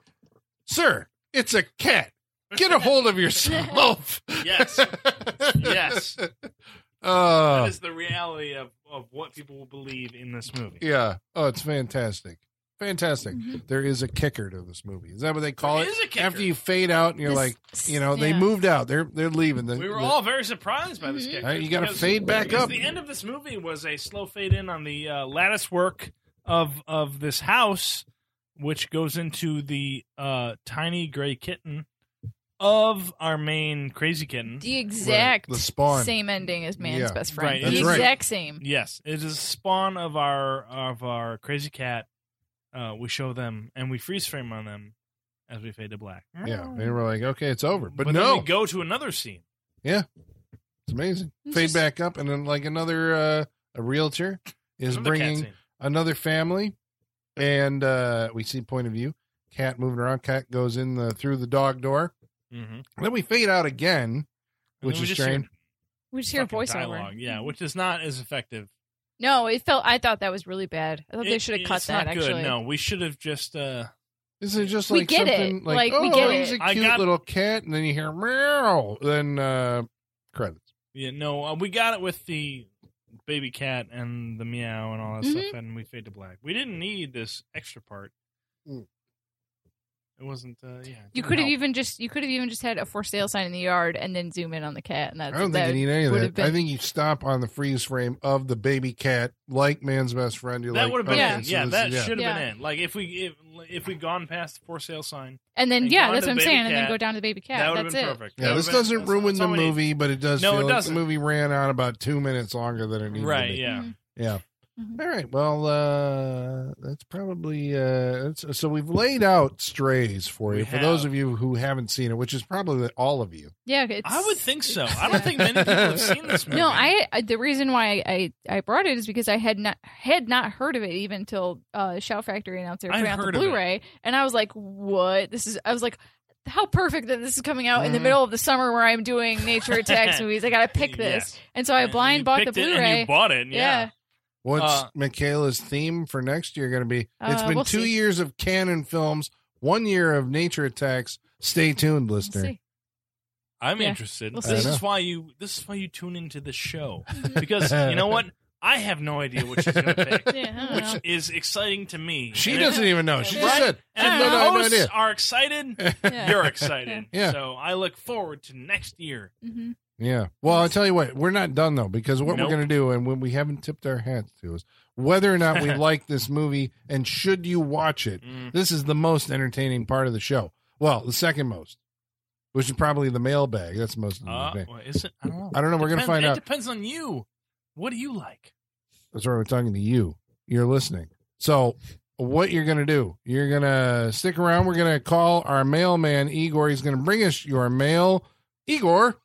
B: sir, it's a cat. Get a hold of yourself.
C: Yes. Yes.
B: Oh,
C: that is the reality of, of what people will believe in this movie.
B: yeah. Oh, it's fantastic. Fantastic.
D: Mm-hmm.
B: There is a kicker to this movie. Is that what they call
C: There
B: it?
C: is a kicker.
B: After you fade out and you're
D: This-
B: like, you know, they
D: yeah.
B: moved out. They're they're leaving. The,
C: We were
B: the-
C: all very surprised by this kicker.
B: Mm-hmm. Right, you gotta
C: because-
B: fade back
C: because
B: up.
C: The end of this movie was a slow fade in on the uh, lattice work of of this house, which goes into the uh, tiny gray kitten of our main crazy kitten.
D: The exact
B: the spawn.
D: same ending as man's
B: Yeah.
D: best friend.
C: Right,
D: The
B: that's right.
D: exact same.
C: Yes, it is a spawn of our of our crazy cat. Uh, we show them and we freeze frame on them as we fade to black.
B: Yeah. They were like, okay, it's over. But,
C: but
B: no,
C: then we go to another scene.
B: it's amazing.
D: It's
B: Fade
D: just-
B: back up, and then like another uh, a realtor is
C: another cat
B: bringing
C: scene.
B: another family and uh, we see point of view. Cat moving around. Cat goes in the through the dog door.
C: Mm-hmm.
B: Then we fade out again, which is strange.
D: We just hear a voiceover.
C: dialogue. Yeah, which is not as effective.
D: No, it felt. I thought that was really bad. I thought they
C: It-
D: should have
C: it's
D: cut that.
C: Not
D: actually,
C: Good. No, we should have just. uh
B: This is just
D: We
B: like
D: get it.
B: something like,
D: Like,
B: oh,
D: we get
B: he's
D: it.
B: a
C: I
B: cute
C: got-
B: little cat, and then you hear meow, then uh, credits.
C: Yeah, no, uh, we got it with the baby cat and the meow and all that
D: Mm-hmm.
C: stuff, and we fade to black. We didn't need this extra part.
B: Mm.
C: It wasn't. Uh, yeah,
D: you could have even just you could have even just had a for sale sign in the yard and then zoom in on the cat, and that's
B: I don't
D: that,
B: think you need any of
D: would
B: that.
D: have been-
B: I think you stop on the freeze frame of the baby cat, like man's best friend. You're
C: That
B: like,
C: would have been
B: okay,
C: it.
B: so
C: yeah,
B: this
C: that
B: is-
C: should have
D: Yeah.
C: been it. Like if we if, if we'd gone past the for sale sign,
D: and then
C: and
D: yeah,
C: gone
D: that's
C: to
D: what I'm
C: baby
D: saying, and then
C: cat.
D: go down to the baby
C: that
D: cat.
C: would have
D: that's
C: been
D: it.
C: perfect.
B: Yeah,
C: That
B: this
C: would've been-
B: doesn't
C: that's-
B: ruin
C: that's
B: the
C: all we need.
B: movie, but it does
C: No,
B: feel
C: it
B: like
C: doesn't.
B: the movie ran on about two minutes longer than it needed to
C: Right?
B: be.
C: Yeah.
D: Mhm.
B: Yeah.
D: Mhm.
B: All right. Well, uh, that's probably uh, that's, so. We've laid out strays for you
C: We
B: for those
C: have.
B: of you who haven't seen it, which is probably all of you.
D: Yeah, it's,
C: I would think so. I don't think many people have seen this movie.
D: No, I, I the reason why I, I I brought it is because I had not had not heard of it even until uh, Shout Factory announced they were
C: I'd
D: putting out the
C: heard of it.
D: Blu-ray, and I was like, "What? This is." I was like, "How perfect that this is coming out in
C: Mm-hmm.
D: the
B: Mhm.
D: middle of the summer where I'm doing nature attacks movies. I gotta pick this."
C: Yes.
D: And so I
C: And
D: blind
C: you
D: bought the
C: picked it and
D: Blu-ray.
C: you bought it. Yeah.
D: Yeah.
B: What's
C: Uh,
B: Michaela's theme for next year going to be? It's
D: Uh,
B: been
D: we'll
B: two
D: see.
B: years of canon films, one year of nature attacks. Stay tuned,
D: Let's
B: listener.
D: see.
C: I'm
D: Yeah.
C: interested.
D: We'll
C: this
B: see.
C: is why you. This is why you tune into the show
D: Mm-hmm.
C: because you know what? I have no idea what she's going to pick,
D: Yeah, I don't know.
C: which is exciting to me.
B: She
C: And-
B: doesn't even know. She just
D: Right?
B: said,
C: And
D: I
C: if
D: don't
C: the
D: know.
B: I have no
C: hosts
B: idea.
C: are excited.
D: Yeah.
C: You're excited.
B: Yeah.
C: So I look forward to next year.
D: Mhm.
B: Yeah. Well, I'll tell you what, we're not done though, because what
C: Nope.
B: we're going to do and when we haven't tipped our hats to is whether or not we like this movie and should you watch it.
D: Mm.
B: This is the most entertaining part of the show. Well, the second most, which is probably the mailbag. That's the most.
C: Uh,
B: entertaining.
C: well, is it? I don't know.
B: I don't know. We're going to
C: Depends-
B: find
C: it
B: out.
C: depends on you. What do you like?
B: That's why we're talking to you. You're listening. So what you're going to do, you're going to stick around. We're going to call our mailman, Igor. He's going to bring us your mail. Igor,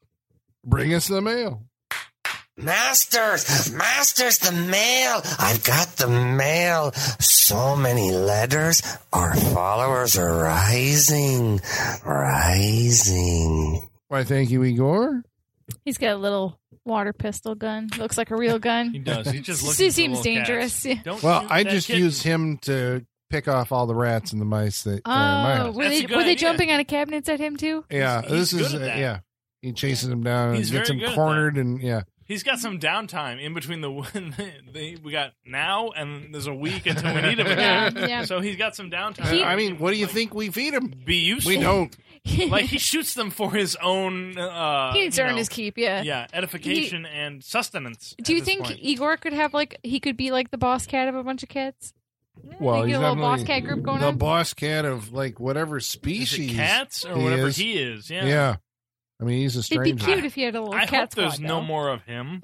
B: bring us the mail.
E: Masters, masters, the mail. I've got the mail. So many letters. Our followers are rising, rising.
B: Why, thank you, Igor.
D: He's got a little water pistol gun. Looks like a real gun.
C: He does. He just looks.
D: He seems dangerous. Yeah.
C: Don't
B: Well,
C: shoot
B: I
C: that
B: just
C: kitten.
B: use him to pick off all the rats and the mice that
D: Oh,
B: are in my house.
D: were
C: That's
D: they
C: a good
D: were they
C: idea.
D: jumping out of cabinets at him too?
B: Yeah, this
C: he's good
B: is uh,
C: at that.
B: yeah. He chases him down
C: He's
B: and gets
C: very
B: him
C: good at that.
B: cornered and yeah.
C: He's got some downtime in between the, the we got now and there's a week until we need him
D: Yeah,
C: again.
D: yeah.
C: So he's got some downtime.
D: He-
B: Uh, I mean, what do you think we feed him?
C: Be useful.
B: We don't.
C: Like he shoots them for his own. Uh,
D: he needs
C: you
D: to earn
C: know,
D: his keep. Yeah.
C: Yeah, edification and sustenance.
D: Do you
C: at this
D: think
C: point.
D: Igor could have like he could be like the boss cat of a bunch of cats?
B: Well,
D: you
B: he's
D: get a little boss
B: definitely
D: cat group going
B: the
D: on.
B: boss cat of like whatever
C: Is it
B: species.
C: cats or
B: he
C: whatever
B: is.
C: he is? Yeah.
B: Yeah. I mean, he's a
D: It'd be
B: strange.
D: cute if he had a little
C: I
D: cat
C: hope
D: squad.
C: there's no
D: though.
C: more of him.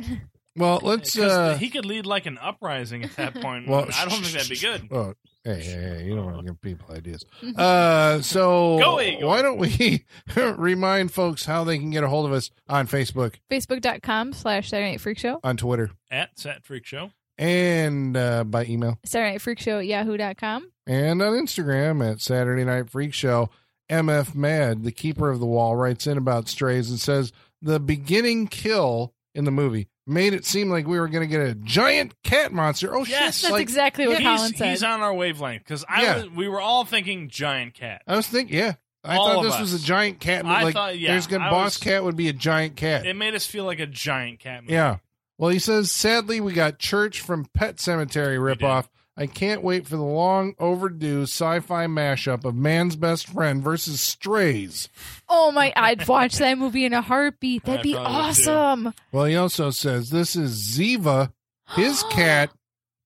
B: Well, let's.
C: 'Cause
B: uh
C: he could lead like an uprising at that point.
B: Well,
C: I don't think that'd be good.
B: Well, oh, hey, hey, hey, you don't want to give people ideas.
D: Mm-hmm.
B: Uh, so
C: Go, Igor.
B: why don't we remind folks how they can get a hold of us on Facebook,
D: Facebook.com slash Saturday Night Freak Show.
B: on Twitter,
C: At Sat Freak Show.
B: and uh, by email.
D: Saturday Night Freak Show at yahoo.com.
B: and on Instagram at Saturday Night Freak Show. MF Mad, the keeper of the wall, writes in about strays and says the beginning kill in the movie made it seem like we were going to get a giant cat monster. Oh
C: Yes,
B: shit!
D: That's
B: like,
D: exactly what
C: he's,
D: Colin said.
C: he's on our wavelength because I
B: Yeah.
C: was, we were all thinking giant cat.
B: I was thinking, yeah, I
C: All
B: thought
C: of
B: this
C: us.
B: was a giant cat.
C: I
B: like,
C: thought- yeah,
B: there's good
C: I
B: boss
C: was-
B: cat would be a giant cat.
C: It made us feel like a giant cat. Movie.
B: yeah. Well, he says sadly we got Church from Pet Cemetery
C: did.
B: ripoff. I can't wait for the long overdue sci-fi mashup of Man's Best Friend versus Strays.
D: oh my! I'd watch that movie in a heartbeat. That'd
C: I
D: be
C: probably would, too.
D: awesome.
B: Well, he also says this is Ziva, his cat,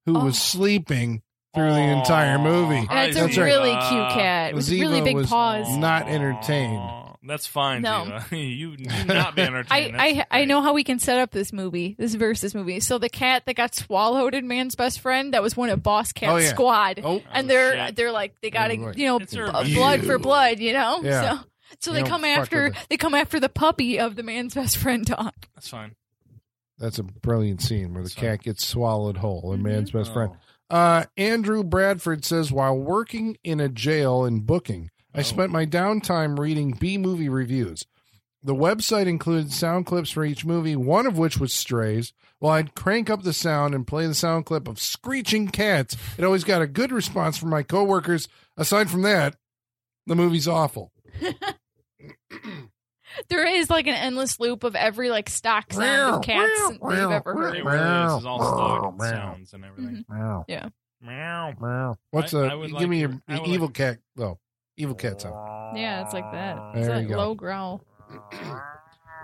B: who was
D: Oh.
B: sleeping through the entire movie.
C: Aw.
D: And it's a
B: That's right.
D: really cute cat with
B: Ziva
D: really big
B: was-
D: paws.
B: Aw. not entertained.
C: That's fine.
D: No.
C: Ziva. you do not be
D: I,
C: entertained.
D: I
C: That's
D: I
C: great.
D: know how we can set up this movie, this versus movie. So the cat that got swallowed in Man's Best Friend, that was one of Boss Cat's
B: Oh, yeah.
D: squad,
B: Oh,
D: and
C: Oh,
D: they're
C: shit.
D: they're like they got to
B: right.
D: you know
C: It's
D: b-
C: her
D: blood
C: baby.
D: for blood, you know.
B: Yeah.
D: So so
B: You
D: they
B: don't
D: come
B: fuck with
D: after
B: it.
D: they come after the puppy of the Man's Best Friend dog.
C: That's fine.
B: that's a brilliant scene where the
C: Sorry. Oh.
B: cat gets swallowed whole and man's best friend. Uh, Andrew Bradford says while working in a jail in booking, I
C: Oh.
B: spent my downtime reading B movie reviews. The website included sound clips for each movie, one of which was Strays. Well, I'd crank up the sound and play the sound clip of screeching cats. It always got a good response from my coworkers. Aside from that, the movie's awful.
D: There is like an endless loop of every like stock sound of cats that we've ever
C: Oh, It
D: heard.
C: really is. It's all stock sounds and everything.
B: Meow,
D: Mm-hmm.
C: Meow.
B: meow. What's
C: I-
B: a
C: I would
B: give
C: like
B: me
C: your-
B: your,
C: I would
B: evil cat though? Evil cat sound.
D: Yeah, it's like that.
C: Uh,
D: It's
B: There
D: that
B: you go.
D: low growl.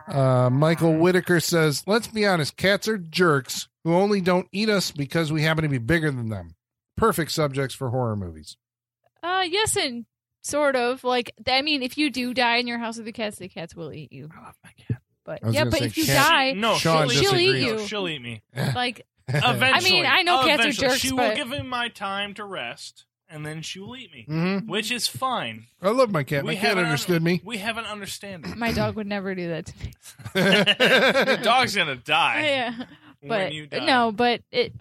B: Uh, Michael Whitaker says, let's be honest, cats are jerks who only don't eat us because we happen to be bigger than them. Perfect subjects for horror movies.
D: Uh, yes, and sort of like th- I mean, if you do die in your house with the cats, the cats will eat you.
C: I love my cat.
D: But
B: I was
D: yeah,
B: gonna
D: but
B: say
D: if you
B: cat-
D: die,
C: No,
B: Sean
C: she'll,
D: she'll eat
C: eat
D: you.
C: No, she'll eat me.
D: like
C: Eventually.
D: I know cats are
C: Eventually.
D: jerks,
C: She will
D: but-
C: give him my time to rest, and then she will eat me,
B: Mhm.
C: which is fine.
B: I love my cat. My cat
C: have an un-
B: understood me.
C: We have an understanding.
D: my dog would never do that to me.
B: Oh,
C: the dog's gonna die
D: yeah, but
C: when you die.
D: no, but it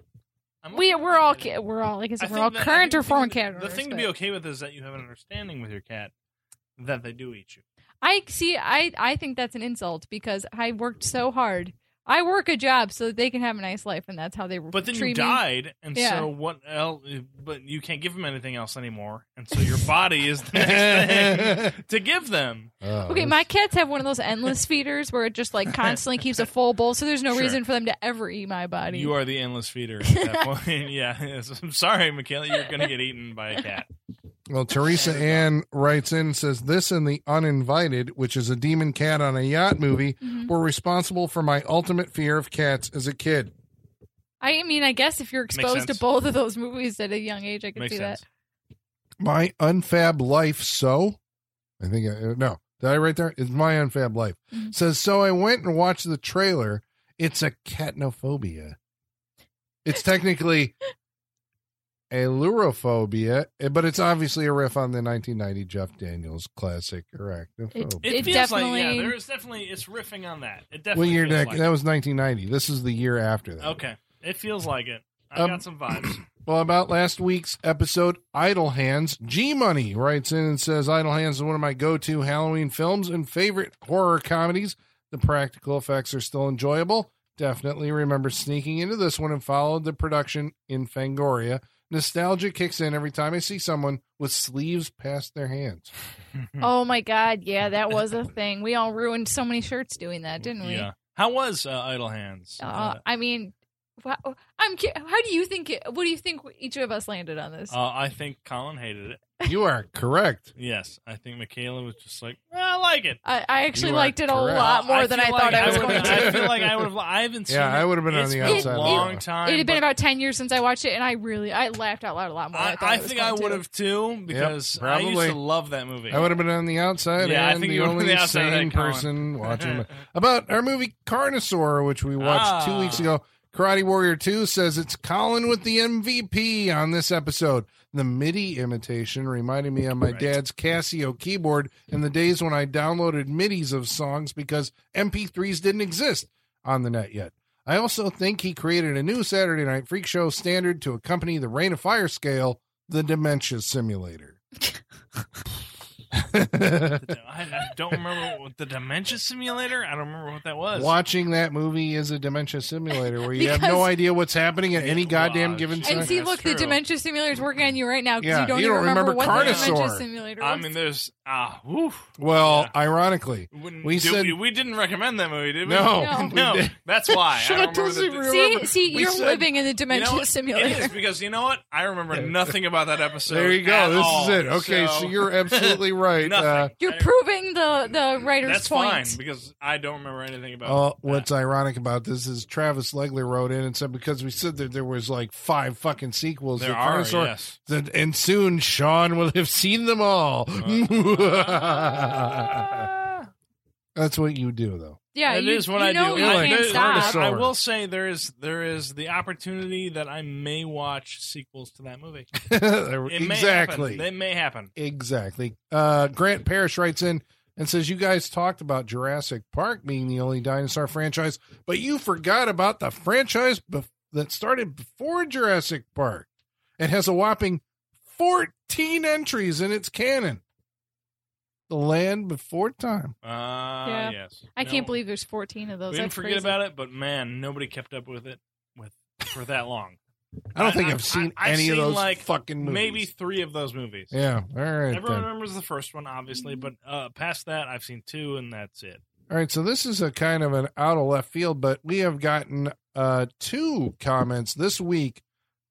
C: I'm
D: we
C: okay
D: we're all
C: with it.
D: ca- we're all like I
C: I
D: said, we're
C: think
D: all
C: that- I
D: current
C: think
D: or foreign
C: the thing-
D: cat.
C: The
D: owners,
C: thing to
D: but-
C: be okay with is that you have an understanding with your cat that they do eat you.
D: I see. I I think that's an insult because I worked so hard. I work a job so that they can have a nice life, and that's how they
C: But then
D: treat
C: you
D: me.
C: died, and
D: Yeah.
C: so what else? But you can't give them anything else anymore, and so your body is the next thing to give them.
D: Okay, my cats have one of those endless feeders where it just like constantly keeps a full bowl, so there's no
C: Sure.
D: reason for them to ever eat my body.
C: You are the endless feeder at that point. yeah, yes. I'm sorry, Michaela, you're going to get eaten by a cat.
B: Well, Teresa Ann writes in and says, This and The Uninvited, which is a demon cat on a yacht movie,
D: Mhm.
B: were responsible for my ultimate fear of cats as a kid.
D: I mean, I guess if you're exposed to
C: sense.
D: both of those movies at a young age, I can
C: Makes
D: see
C: sense.
B: My Unfab Life So? I think, I, no. Did I write there? It's My Unfab Life.
D: Mhm.
B: Says, So I went and watched the trailer. It's a catnophobia. It's technically allurophobia, but it's obviously a riff on the 1990 Jeff Daniels classic arachnophobia.
C: It,
D: It
C: feels like,
D: definitely-
C: yeah, there's definitely, it's riffing on that. It definitely
B: Well, year
C: feels
B: that,
C: like
B: that was 1990. This is the year after
C: it.
B: that.
C: Okay. It feels like it. I
B: Um,
C: got some vibes.
B: Well, about last week's episode, Idle Hands, G Money writes in and says Idle Hands is one of my go to Halloween films and favorite horror comedies. The practical effects are still enjoyable. Definitely remember sneaking into this one and followed the production in Fangoria. Nostalgia kicks in every time I see someone with sleeves past their hands.
C: Hmm.
D: that. Oh my god, yeah, that was a thing. We all ruined so many shirts doing that, didn't we?
C: Yeah. How was uh, Idle Hands?
D: Uh, I mean, wow, I'm. cu- How do you think? It, what do you think each of us landed on this?
C: uh, I think Colin hated it.
B: You are correct.
C: Yes. I think Michaela was just like, "Eh, I like it.
D: I, I actually
B: You are
D: liked it a
B: correct.
D: lot more than
C: feel
D: I
C: like
D: thought I was
C: would've-
D: going
B: would've-
D: to.
C: I feel like I would have. I haven't seen.
B: Yeah, I
C: it.
B: would've been on
C: It's
B: the
C: been
D: outside
C: A
D: of
C: long
B: that.
C: time.
D: It had been
C: but
D: about ten years since I watched it, and I really I laughed out loud a lot more.
C: I,
D: than I,
C: I think I would have too because I used
B: probably.
C: to love that movie.
B: I would have been on the outside
C: Yeah, I
B: and
C: think
B: the
C: you would've been
B: only
C: on the outside of
B: sane
C: that, Colin.
B: person watching. about our movie Carnosaur, which we watched two
C: Ah.
B: weeks ago. Karate Warrior 2 says it's Colin with the MVP on this episode. The MIDI imitation reminded me of my
C: Right.
B: dad's Casio keyboard in the days when I downloaded MIDIs of songs because MP3s didn't exist on the net yet. I also think he created a new Saturday Night Freak Show standard to accompany the Rain of Fire scale, the Dementia Simulator.
C: I, I don't remember what the Dementia Simulator. I don't remember what that was.
B: Watching that movie is a dementia simulator where you have
D: Because-
B: no idea what's happening at any
C: Yeah,
B: goddamn
C: wow,
B: given
C: shit.
B: time.
D: And see,
C: That's
D: look, the
C: true.
D: dementia simulator is working on you right now because
B: Yeah,
D: you don't
B: you
D: even
B: don't
D: remember,
B: remember
D: what the
B: Carnosaur.
D: dementia simulator
C: I
D: was.
C: mean, there's ah, whew.
B: well,
C: Yeah.
B: ironically,
C: Wouldn't-
B: We
C: did
B: said-
C: we, we didn't recommend that movie, did we?
B: no,
D: No.
B: we
C: no,
B: did-
C: that's why.
B: Shut
C: I
B: up,
C: don't remember
B: doesn't
C: the-
B: remember.
D: see, see,
B: we
D: you're
B: said-
D: living in the
C: You know
D: dementia
C: what? It
D: simulator.
C: is because you know what? I remember nothing about that episode.
B: there you
C: at
B: go. This
C: all,
B: is it. Okay, so, you're absolutely right.
C: nothing.
B: Uh,
D: You're
C: I-
D: proving the the writer's
C: That's
D: point.
C: fine because I don't remember anything about.
B: oh,
C: that.
B: what's ironic about this is Travis Legler wrote in and said because we said that there was like five fucking sequels.
C: there
B: to
C: are?
B: Carnosaur,
C: Yes.
B: that- and soon Sean will have seen them all.
C: Uh.
B: That's what you do, though.
D: Yeah,
C: It
D: you,
C: is what
D: you
C: I
D: know
C: do.
D: You
B: I-
D: can't
B: there-
D: stop.
B: Carnosaur.
C: I will say there is there is the opportunity that I may watch sequels to that movie. It may
B: exactly.
C: happen. It may happen.
B: Exactly. Uh, Grant Parrish writes in and says, You guys talked about Jurassic Park being the only dinosaur franchise, but you forgot about the franchise bef- that started before Jurassic Park. and has a whopping 14 entries in its canon. The Land Before Time.
C: Uh, yeah. yes.
D: I
C: No.
D: can't believe there's 14 of those.
C: we didn't
D: That's
C: forget
D: crazy.
C: about it, but man, nobody kept up with it with for that long.
B: I don't think I,
C: I-
B: have seen
C: I- I've
B: any of
C: seen,
B: those
C: like,
B: fucking movies.
C: Maybe three of those movies.
B: Yeah. All right.
C: Everyone
B: then.
C: remembers the first one, obviously, but uh, past that, I've seen two, and that's it.
B: All right, so this is a kind of an out of left field, but we have gotten uh two comments this week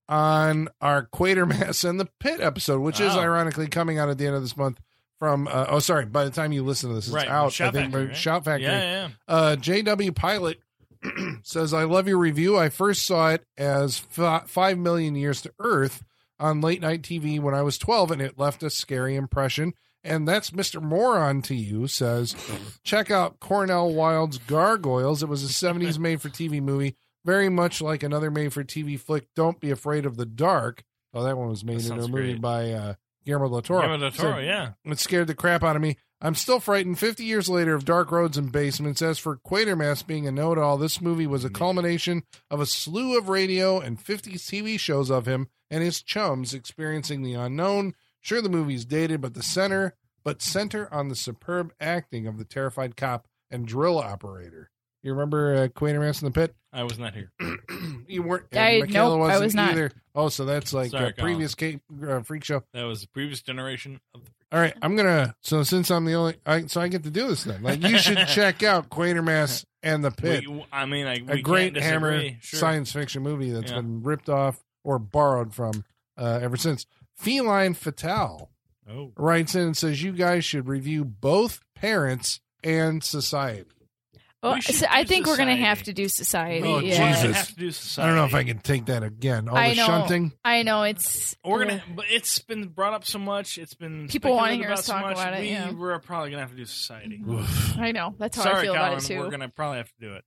B: on our Quatermass and the Pit episode, which is
C: Oh.
B: ironically coming out at the end of this month. From uh, oh, sorry, by the time you listen to this, it's
C: Right,
B: out.
C: Shout
B: I think
C: Factory, right?
B: Shout Factory.
C: Yeah,
B: Uh, JW Pilot says, I love your review. I first saw it as fi- 5 million years to Earth on late night TV when I was 12, and it left a scary impression. And that's Mr. Moron to you says, check out Cornell Wilde's Gargoyles. It was a 70s made for TV movie, very much like another made for TV flick, Don't Be Afraid of the Dark. Oh, that one was made
C: That
B: into a
C: sounds
B: movie
C: great.
B: by uh, Guillermo del
C: yeah.
B: Toro.
C: Guillermo del
B: So-
C: Toro, yeah.
B: it scared the crap out of me. I'm still frightened 50 years later of dark roads and basements. As for Quatermass being a know it all, this movie was a culmination of a slew of radio and 50 TV shows of him and his chums experiencing the unknown. Sure, the movie's dated, but the center, but center on the superb acting of the terrified cop and drill operator. You remember uh, Quatermass in the pit?
C: I was not here.
B: you weren't.
D: I-
B: and Michaela
D: nope, I
B: wasn't
D: was not.
B: either. Oh, so that's like
C: Sorry,
B: a previous Cape, uh, freak show.
C: That was the previous generation of the
B: All right, I'm gonna. So since I'm the only, I, so I get to do this then. Like you should check out Quatermass and the Pit,
C: We, I mean, I,
B: a
C: we
B: great
C: can't disagree.
B: Hammer
C: Sure.
B: science fiction movie that's
C: Yeah.
B: been ripped off or borrowed from uh, ever since. Feline Fatale
C: Oh,
B: writes in and says you guys should review both Parents and Society.
D: Well,
C: We should
D: so I
C: do
D: think we're going
C: Society.
D: to have to do society.
B: Oh,
D: yeah.
B: Jesus.
C: have to do
B: I don't know if I
C: society.
B: can take that again. All
D: I
B: the
D: know.
B: shunting.
D: I know it's.
C: We're gonna, but it's been brought up so much. It's been
D: People wanna
C: speculated
D: hear us
C: so
D: talk
C: much,
D: about it,
C: We
D: yeah.
C: we're probably gonna have to do society.
D: I know. That's how
C: Sorry,
D: I feel
C: Colin.
D: about it too.
C: We're gonna probably have to do it.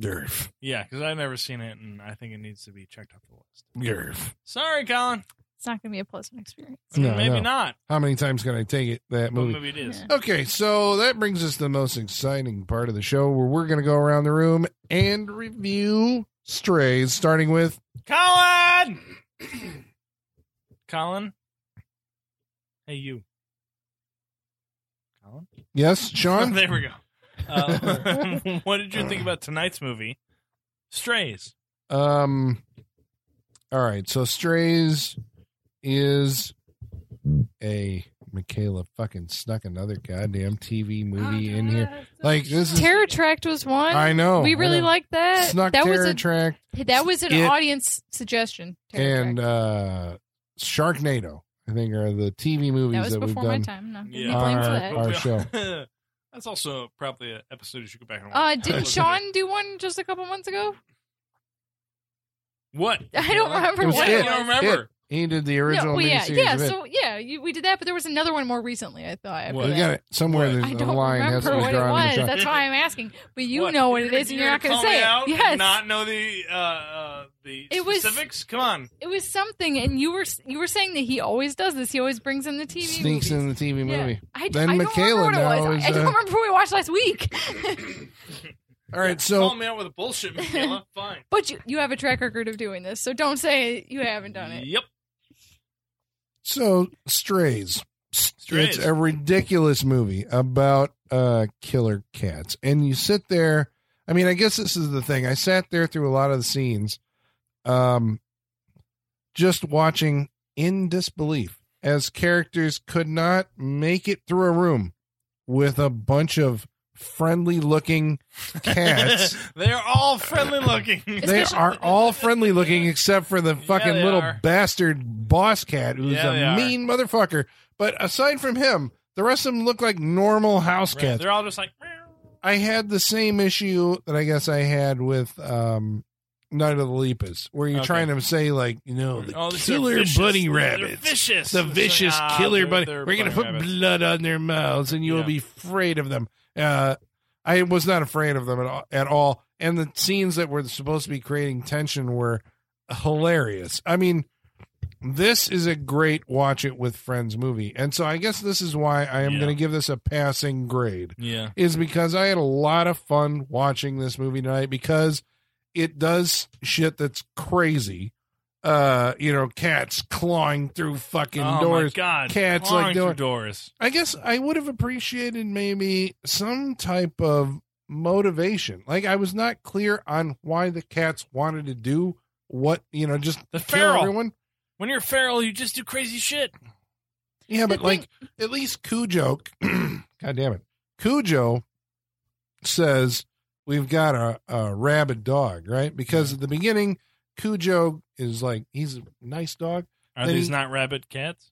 A: Nerf.
C: Yeah, because I've never seen it, and I think it needs to be checked off the list.
A: Nerf.
C: Sorry, Colin.
D: It's not going to be a pleasant experience.
C: I mean,
B: No,
C: maybe
B: no.
C: not.
B: How many times can I take it? That
C: But
B: movie.
C: maybe it is.
D: Yeah.
B: Okay, so that brings us to the most exciting part of the show where we're going to go around the room and review strays, starting with
C: Colin. Colin. Hey, you. Colin.
B: yes, Sean.
C: there we go. Uh, what did you think about tonight's movie, Strays?
B: um, all right, so strays is a Michaela fucking snuck another goddamn TV
D: Oh,
B: movie in here. Like this is,
D: Terror Tract was one.
B: I know
D: we really
B: I know.
D: liked that.
B: snuck
D: that was
B: terror
D: a
B: track
D: that was an
B: It-
D: audience suggestion. Terror
B: and
D: Tract.
B: uh, Sharknado. I think are the TV movies that,
D: that was
B: we've
D: before my
B: done.
D: time. I'm Not gonna
C: Yeah.
D: be blamed for
B: Our-
D: that.
B: our show.
C: That's also probably an episode you should go back and
D: Uh,
C: watch.
D: didn't Sean do one just a couple months ago?
C: What?
D: I don't remember
B: It was
D: what
C: I
B: it.
C: don't remember.
B: He did the original.
D: no, well, yeah,
B: miniseries
D: yeah.
B: of it.
D: So yeah, you, we did that, but there was another one more recently. I thought. after
C: What?
B: We
D: that.
B: got it somewhere.
C: What?
B: There's
D: I
B: a
D: don't
B: line has to
D: remember
B: be
D: what it
B: drawn in the
D: was.
B: shot.
D: That's why I'm asking. But you
C: What?
D: know what it is, and you're not going to
C: call
D: say
C: me
D: it.
C: out
D: yes,
C: And not know the uh, uh, the
D: It was-
C: specifics. Come on.
D: it was something, and you were you were saying that he always does this. He always brings in the TV.
B: sneaks
D: movies.
B: in the TV
D: Yeah.
B: movie.
D: I,
B: Then
D: I
B: Michaela
D: don't remember what it
B: now is,
D: was. I don't
B: uh,
D: remember what we watched last week.
B: All right,
C: Call
D: Um,
B: so
C: me out with the bullshit, Michaela. Fine.
D: but you, you have a track record of doing this, so don't say you haven't done it.
C: Yep.
B: so strays.
C: Strays.
B: It's a ridiculous movie about uh killer cats, and you sit there. I mean, I guess this is the thing. I sat there through a lot of the scenes, um, just watching in disbelief as characters could not make it through a room with a bunch of friendly looking cats.
C: They're all friendly looking.
B: they
D: Especially-
B: are all friendly looking except for the fucking
C: they
B: little
C: are.
B: bastard boss cat who's
C: Yeah, they
B: a
C: are.
B: mean motherfucker. But aside from him, the rest of them look like normal house
C: Right,
B: cats.
C: They're all just like. "Meow."
B: I had the same issue that I guess I had with um Night of the Leapers, where you're
C: Okay.
B: trying to say like, you know, the
C: Oh, these are
B: killer
C: vicious.
B: bunny
C: They're
B: rabbits.
C: vicious.
B: The
C: It's like,
B: vicious
C: ah,
B: killer
C: they're-
B: bunny.
C: they're
B: We're gonna
C: bunny
B: put
C: rabbits.
B: blood on their mouths, and you will
C: Yeah.
B: be afraid of them. Uh, I was not afraid of them at all, at all. And the scenes that were supposed to be creating tension were hilarious. I mean, this is a great watch it with friends movie, and so I guess this is why I am
C: Yeah.
B: going to give this a passing grade
C: Yeah.
B: is because I had a lot of fun watching this movie tonight because it does shit that's crazy. uh, you know, cats clawing through fucking
C: oh
B: doors.
C: my god,
B: Cats,
C: clawing
B: like,
C: through
B: doing-
C: doors.
B: I guess I would have appreciated maybe some type of motivation. Like I was not clear on why the cats wanted to do what, you know, just
C: The
B: kill
C: feral.
B: everyone.
C: When you're feral, you just do crazy shit.
B: Yeah,
D: The
B: but like at least Cujo, God damn it, Cujo says we've got a, a rabid dog, right? Because at the beginning, Cujo is like he's a nice dog.
C: Are
B: Then-
C: these not rabbit cats?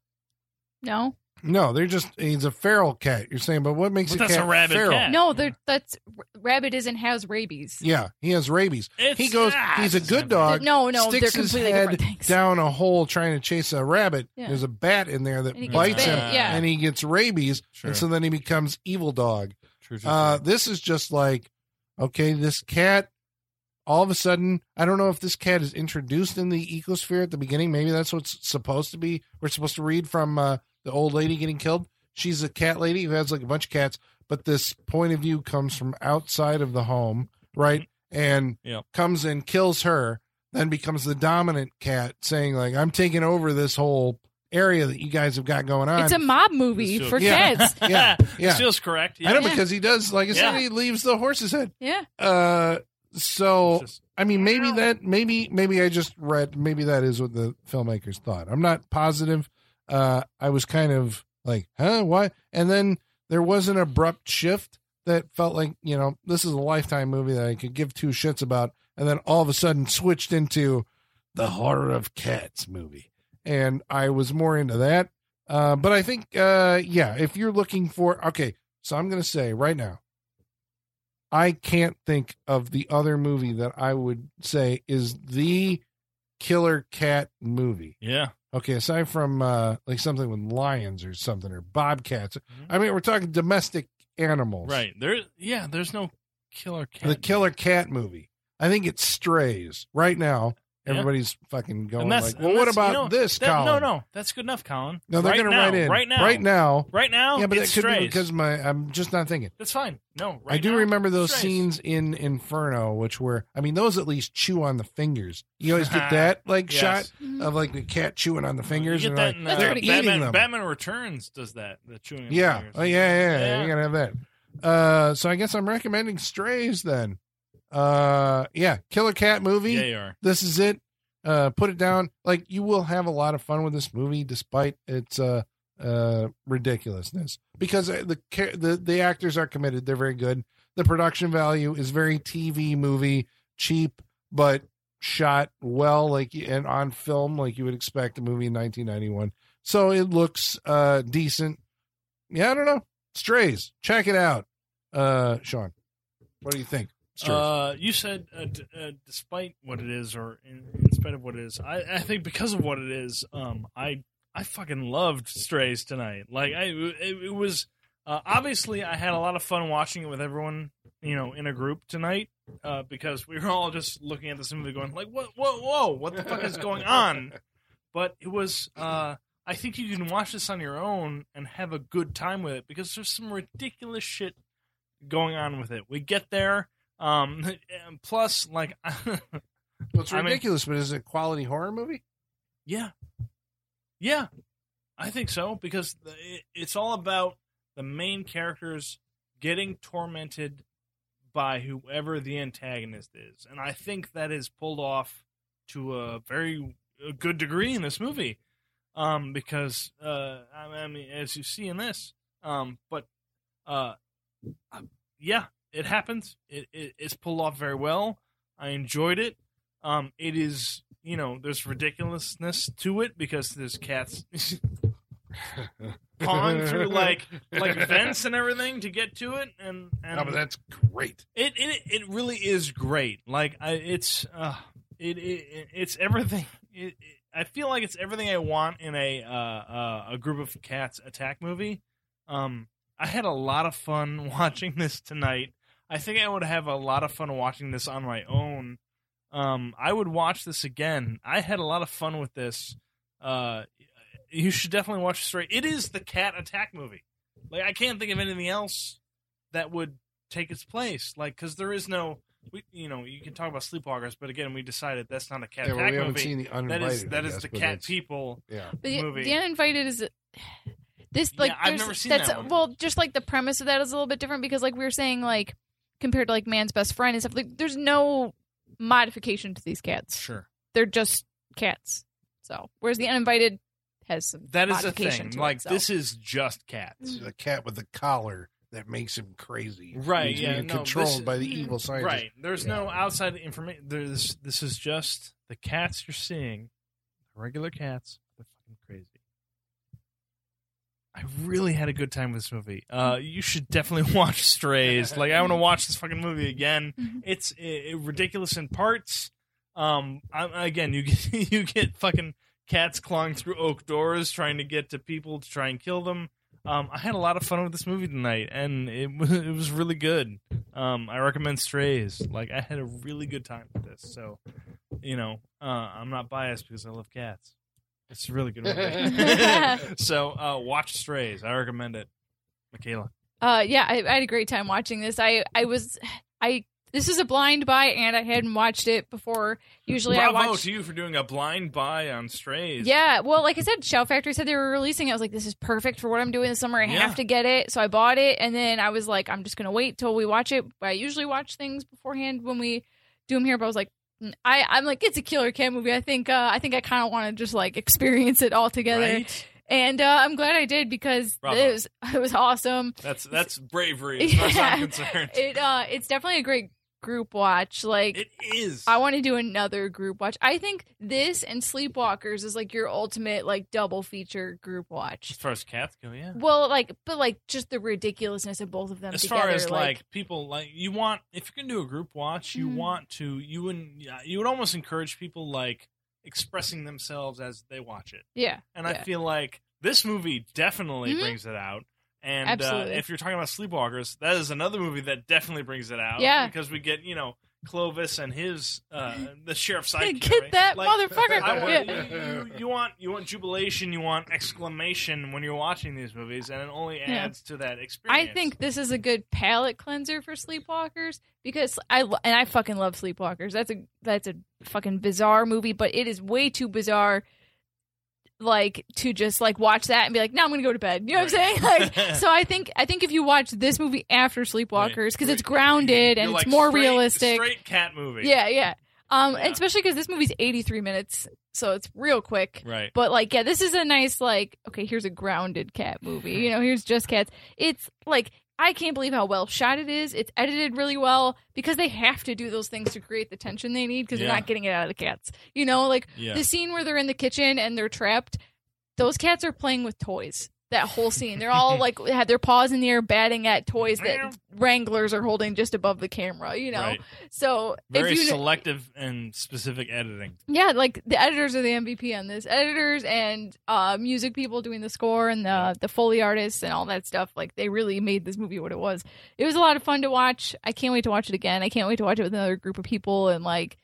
D: No,
B: No, they're just he's a feral cat. You're saying, but what makes
C: But
B: a
C: that's a
B: cat
C: rabid
B: feral?
C: cat.
D: no, they're- that's rabbit isn't has rabies.
B: Yeah, he has rabies.
C: It's,
B: he goes,
C: ah,
B: he's a
C: it's the
B: good
C: same thing.
B: dog.
D: No, no, they're
B: sticks his
D: completely
B: head
D: different things.
B: down a hole trying to chase a rabbit.
D: Yeah.
B: There's a bat in there that
D: And he gets
B: bites
D: bit,
B: him,
D: yeah.
B: and he gets rabies,
C: Sure.
B: and so then he becomes evil dog.
C: True, true,
B: Uh,
C: true.
B: this is just like, okay, this cat. All of a sudden, I don't know if this cat is introduced in the ecosphere at the beginning. Maybe that's what's supposed to be. We're supposed to read from uh, the old lady getting killed. She's a cat lady who has like a bunch of cats, but this point of view comes from outside of the home, right? And
C: Yep.
B: comes and kills her, then becomes the dominant cat, saying like, "I'm taking over this whole area that you guys have got going on."
D: It's a mob movie
C: This
D: for
B: Yeah.
D: kids.
B: Yeah, yeah.
C: This feels correct. Yeah.
B: I know
D: Yeah.
B: because he does like I said,
C: Yeah.
B: he leaves the horse's head.
D: Yeah,
B: Uh, so
C: It's just-
B: I mean, maybe that, maybe, maybe I just read, maybe that is what the filmmakers thought. I'm not positive. Uh, I was kind of like, huh, what? And then there was an abrupt shift that felt like, you know, this is a lifetime movie that I could give two shits about. And then all of a sudden switched into the horror of cats movie. And I was more into that. Uh, but I think, uh, yeah, if you're looking for, okay, so I'm going to say right now, I can't think of the other movie that I would say is the killer cat movie.
C: yeah.
B: Okay, aside from uh like something with lions or something or bobcats.
C: Mhm.
B: I mean, we're talking domestic animals.
C: Right. There. Yeah. There's no killer cat.
B: The killer cat movie. I think it strays right now.
C: Yeah.
B: Everybody's fucking going
C: And that's-
B: like, well,
C: and
B: what
C: that's- you
B: about
C: know,
B: this,
C: That-
B: Colin?
C: no, no, that's good enough, Colin.
B: No, they're
C: right
B: going to
C: now,
B: write in
C: right now,
B: Right now.
C: right now.
B: yeah, but
C: it's
B: that could be
C: strays.
B: because my I'm just not thinking.
C: that's fine. No, right
B: I do
C: now,
B: remember those
C: strays.
B: scenes in Inferno, which were, I mean, those at least chew on the fingers. You always get that like
C: Yes.
B: shot
D: Mhm.
B: of like the cat chewing on the fingers,
C: You
B: and
C: get
B: like
C: that in,
D: That's
C: uh,
B: they're
D: pretty
B: eating
D: good.
C: Batman,
B: them.
C: Batman Returns does that. The chewing. of
B: yeah,
C: fingers.
B: oh, yeah, yeah, yeah,
C: Yeah.
B: You're gonna have that. Uh, so I guess I'm recommending Strays then. Uh, yeah, killer cat movie.
C: Yeah, you are.
B: This is it. Uh, put it down. Like you will have a lot of fun with this movie, despite its uh uh ridiculousness, because uh, the ca- the the actors are committed. They're very good. The production value is very TV movie, cheap, but shot well, like and on film, like you would expect a movie in 1991. So it looks uh decent. Yeah, I don't know. Strays, check it out. Uh, Sean, what do you think? Strays.
C: Uh, you said, uh, d- uh, despite what it is, or in, in spite of what it is, I, I think because of what it is, um, I I fucking loved Strays tonight. Like I, it, it was uh, obviously I had a lot of fun watching it with everyone, you know, in a group tonight, uh, because we were all just looking at this movie going like, what, whoa, whoa, what the fuck is going on? But it was, uh, I think you can watch this on your own and have a good time with it because there's some ridiculous shit going on with it. We get there. Um, and plus, like,
B: Well, it's
C: I mean-
B: ridiculous, but is it a quality horror movie?
C: yeah, yeah, I think so because the- it, it's all about the main characters getting tormented by whoever the antagonist is, and I think that is pulled off to a very uh, good degree in this movie. Um, because uh, I I mean, as you see in this, um, but uh, I- yeah, it happens. It, it it's pulled off very well. I enjoyed it. Um, it is you know there's ridiculousness to it because there's cats pawing through like like vents and everything to get to it, and and
B: No, but that's great.
C: it it it really is great. Like I, it's uh, it, it it's everything. It, it, I feel like it's everything I want in a uh, uh, a group of cats attack movie. Um, I had a lot of fun watching this tonight. I think I would have a lot of fun watching this on my own. Um, I would watch this again. I had a lot of fun with this. Uh, you should definitely watch straight. It is the cat attack movie. Like I can't think of anything else that would take its place. Like, because there is no we, you know, you can talk about Sleepwalkers, but again, we decided that's not a cat
B: Yeah, well,
C: attack
B: we haven't
C: movie.
B: seen the
C: that
B: uninvited.
C: is
B: I
C: that is
B: guess,
C: the
B: but
C: cat
B: that's-
C: people.
B: Yeah,
D: The,
C: movie.
D: the uninvited is this
C: Yeah,
D: like
C: I've
D: there's-
C: never seen
D: that's
C: that one.
D: well just like the premise of that is a little bit different because like we were saying like compared to like man's best friend and stuff like there's no modification to these cats
C: Sure,
D: they're just cats so whereas the uninvited has some
C: that is a
D: modification
C: thing.
D: to it,
C: Like
D: so.
C: this is just cats.
B: It's the cat with the collar that makes him crazy.
C: Right,
B: He's
C: yeah,
B: being
C: no, this
B: controlled
C: is- mm,
B: by the evil scientist.
C: Right. There's no outside information. There's this is just the cats you're seeing, regular cats. They're fucking crazy. I really had a good time with this movie. Uh, you should definitely watch Strays. Like I want to watch this fucking movie again.
D: Mhm.
C: It's i i- ridiculous in parts. Um, I, again, you get you get fucking cats clawing through oak doors trying to get to people to try and kill them. Um, I had a lot of fun with this movie tonight, and it was it was really good. Um, I recommend Strays. Like I had a really good time with this, so you know uh, I'm not biased because I love cats. It's a really good movie. so uh, watch Strays. I recommend it. Michaela,
D: Uh, yeah, I, I had a great time watching this. I, I was, I this is a blind buy, and I hadn't watched it before. Usually,
C: bravo
D: I watch.
C: to you for doing a blind buy on Strays.
D: Yeah, well, like I said, Shell Factory said they were releasing. it. I was like, this is perfect for what I'm doing this summer. I
C: Yeah.
D: have to get it, so I bought it. And then I was like, I'm just gonna wait till we watch it. I usually watch things beforehand when we do them here, but I was like. mm, I, I'm like it's a killer cat movie. I think uh, I think I kind of want to just like experience it all together,
C: right?
D: and uh, I'm glad I did because
C: Bravo.
D: it was it was awesome.
C: That's that's bravery as far as I'm concerned.
D: It uh it's definitely a great group watch. Like
C: it is.
D: I want to do another group watch. I think this and Sleepwalkers is like your ultimate like double feature group
C: as
D: watch.
C: far as cats go, yeah.
D: Well, like but like just the ridiculousness of both of them
C: as
D: together.
C: far as like, people like you want if you're gonna do a group watch you
D: Mhm.
C: want to you would yeah, you would almost encourage people like expressing themselves as they watch it
D: yeah.
C: and i
D: Yeah.
C: feel like this movie definitely
D: Mhm.
C: brings it out and uh,
D: Absolutely.
C: if you're talking about sleepwalkers that is another movie that definitely brings it out
D: Yeah.
C: because we get you know clovis and his uh the sheriff's sidekick
D: Get
C: right?
D: that
C: Like,
D: motherfucker.
C: I want,
D: Yeah.
C: you, you want you want jubilation, you want exclamation when you're watching these movies, and it only
D: Yeah.
C: adds to that
D: I
C: experience.
D: think this is a good palate cleanser for Sleepwalkers because I lo- and I fucking love Sleepwalkers. That's a that's a fucking bizarre movie, but it is way too bizarre like to just like watch that and be like, "Now I'm going to go to bed." You know what I'm saying?
C: Right.
D: Like so I think I think if you watch this movie after Sleepwalkers cuz it's grounded and
C: You're like,
D: it's more
C: straight-
D: realistic.
C: Straight cat movie.
D: yeah, yeah. Um
C: Yeah.
D: and especially cuz this movie's 83 minutes, so it's real quick.
C: Right.
D: But like, yeah, this is a nice like. Okay, here's a grounded cat movie. You know, here's just cats. It's like I can't believe how well shot it is. It's edited really well because they have to do those things to create the tension they need because
C: Yeah.
D: they're not getting it out of the cats. You know, like
C: Yeah.
D: the scene where they're in the kitchen and they're trapped. Those cats are playing with toys. That whole scene, they're all like had their paws in the air, batting at toys
C: Meow.
D: that wranglers are holding just above the camera. You know,
C: Right.
D: so
C: Very
D: if you kn-
C: selective and specific editing.
D: yeah, like the editors are the MVP on this. Editors and uh, music people doing the score and the the foley artists and all that stuff. Like they really made this movie what it was. It was a lot of fun to watch. I can't wait to watch it again. I can't wait to watch it with another group of people. And like,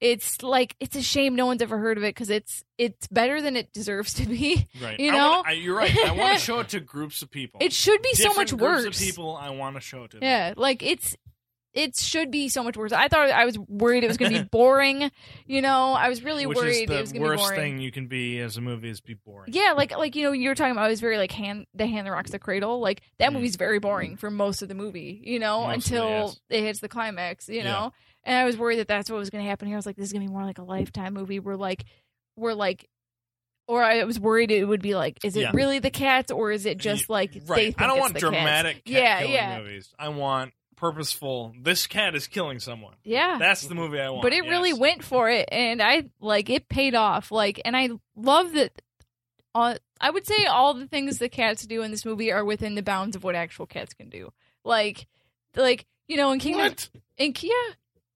D: it's like it's a shame no one's ever heard of it because it's it's better than it deserves to be.
C: Right.
D: You
C: I wanna-
D: know?
C: I- you're right. I want to show it to groups of people.
D: It should be so
C: Different
D: much
C: groups
D: worse.
C: Of people, I want to show it to. them.
D: Yeah, like it's it should be so much worse. I thought I was worried it was going to be boring. You know, I was really
C: Which
D: worried it
C: is
D: was
C: the
D: going to be
C: worst
D: boring.
C: thing you can be as a movie is be boring.
D: Yeah, like like you know you were talking about it was very like hand the hand that rocks the cradle. Like that
C: Mm.
D: movie's very boring for most of the movie, you know,
C: Most of it,
D: until
C: yes.
D: it hits the climax, you
C: Yeah.
D: know. And I was worried that that's what was going to happen here. I was like, this is going to be more like a lifetime movie. We're like, we're like, or I was worried it would be like, is it
C: Yeah.
D: really the cats or is it just like
C: right.
D: they think
C: I don't
D: it's
C: want
D: the cats?
C: dramatic cat
D: Yeah,
C: killing
D: yeah.
C: movies. I want purposeful. This cat is killing someone.
D: Yeah,
C: That's the movie I want.
D: but it really
C: yes.
D: went for it and i like it paid off like and i love that uh, i would say all the things the cats do in this movie are within the bounds of what actual cats can do like like you know in kingdom
B: What?
D: in yeah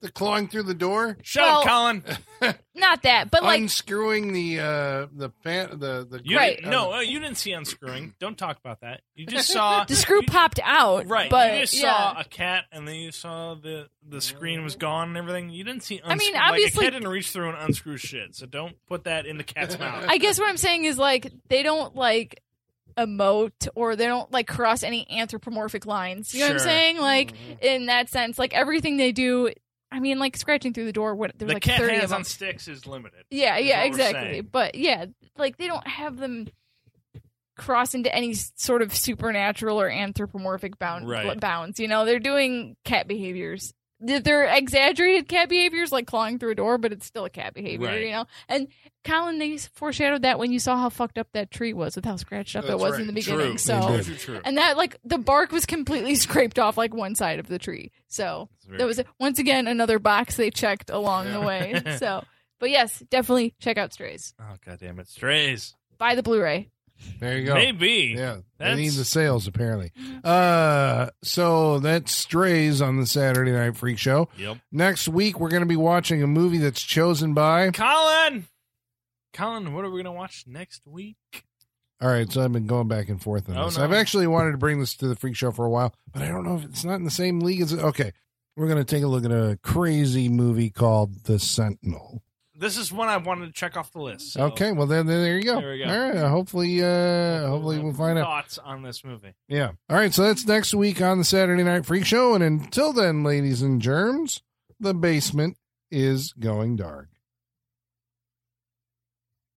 B: The clawing through the door,
C: Shut up,
D: Well,
C: Colin.
D: not that but like
B: unscrewing the uh the fan the the
C: You
D: Right.
C: didn't- No, uh, you didn't see unscrewing. Don't talk about that. You just saw
D: the screw
C: you-
D: popped out
C: Right.
D: but
C: you just
D: yeah
C: saw a cat and then you saw the the screen was gone and everything. You didn't see unscrew.
D: I mean,
C: like,
D: obviously-
C: a cat didn't reach through and unscrew shit. So don't put that in the cat's mouth.
D: I guess what I'm saying is like they don't like emote or they don't like cross any anthropomorphic lines. You know what
C: Sure. Mm.
D: I'm saying? Like in that sense, like everything they do I mean, like scratching through the door. What there's
C: the
D: like
C: cat
D: thirty of
C: hands
D: them.
C: on sticks is limited.
D: yeah,
C: is
D: yeah,
C: what we're
D: exactly.
C: saying.
D: But yeah, like they don't have them cross into any s- sort of supernatural or anthropomorphic bound
C: Right.
D: bounds. You know, they're doing cat behaviors. They're- They're exaggerated cat behaviors, like clawing through a door, but it's still a cat behavior.
C: Right.
D: You know, and Colin, they foreshadowed that when you saw how fucked up that tree was with how scratched up it
C: That's
D: was
C: right.
D: in the beginning.
C: True.
D: So.
B: Indeed.
C: True, true, true.
D: And that, like, the bark was completely scraped off, like, one side of the tree. So
C: It's very
D: that was, once again, another box they checked along the
C: Yeah.
D: way. So, but yes, definitely check out Strays.
C: Oh god damn it, strays.
D: Buy the Blu ray.
B: There you go.
C: Maybe.
B: Yeah, they
C: That's-
B: need the sales apparently. Uh, so that strays on the Saturday Night Freak Show.
C: Yep.
B: Next week we're going to be watching a movie that's chosen by.
C: Colin. Colin, what are we gonna watch next week?
B: All right, so I've been going back and forth on
C: Oh,
B: this.
C: no.
B: I've actually wanted to bring this to the Freak Show for a while, but I don't know if it's not in the same league as. Okay, we're going to take a look at a crazy movie called The Sentinel.
C: This is one I wanted to check off the list. so-
B: Okay, well then, then there you go.
C: There we go.
B: All right, hopefully, uh, hopefully we'll find out.
C: thoughts on this movie.
B: Yeah. All right. So that's next week on the Saturday Night Freak Show. And until then, ladies and germs, the basement is going dark.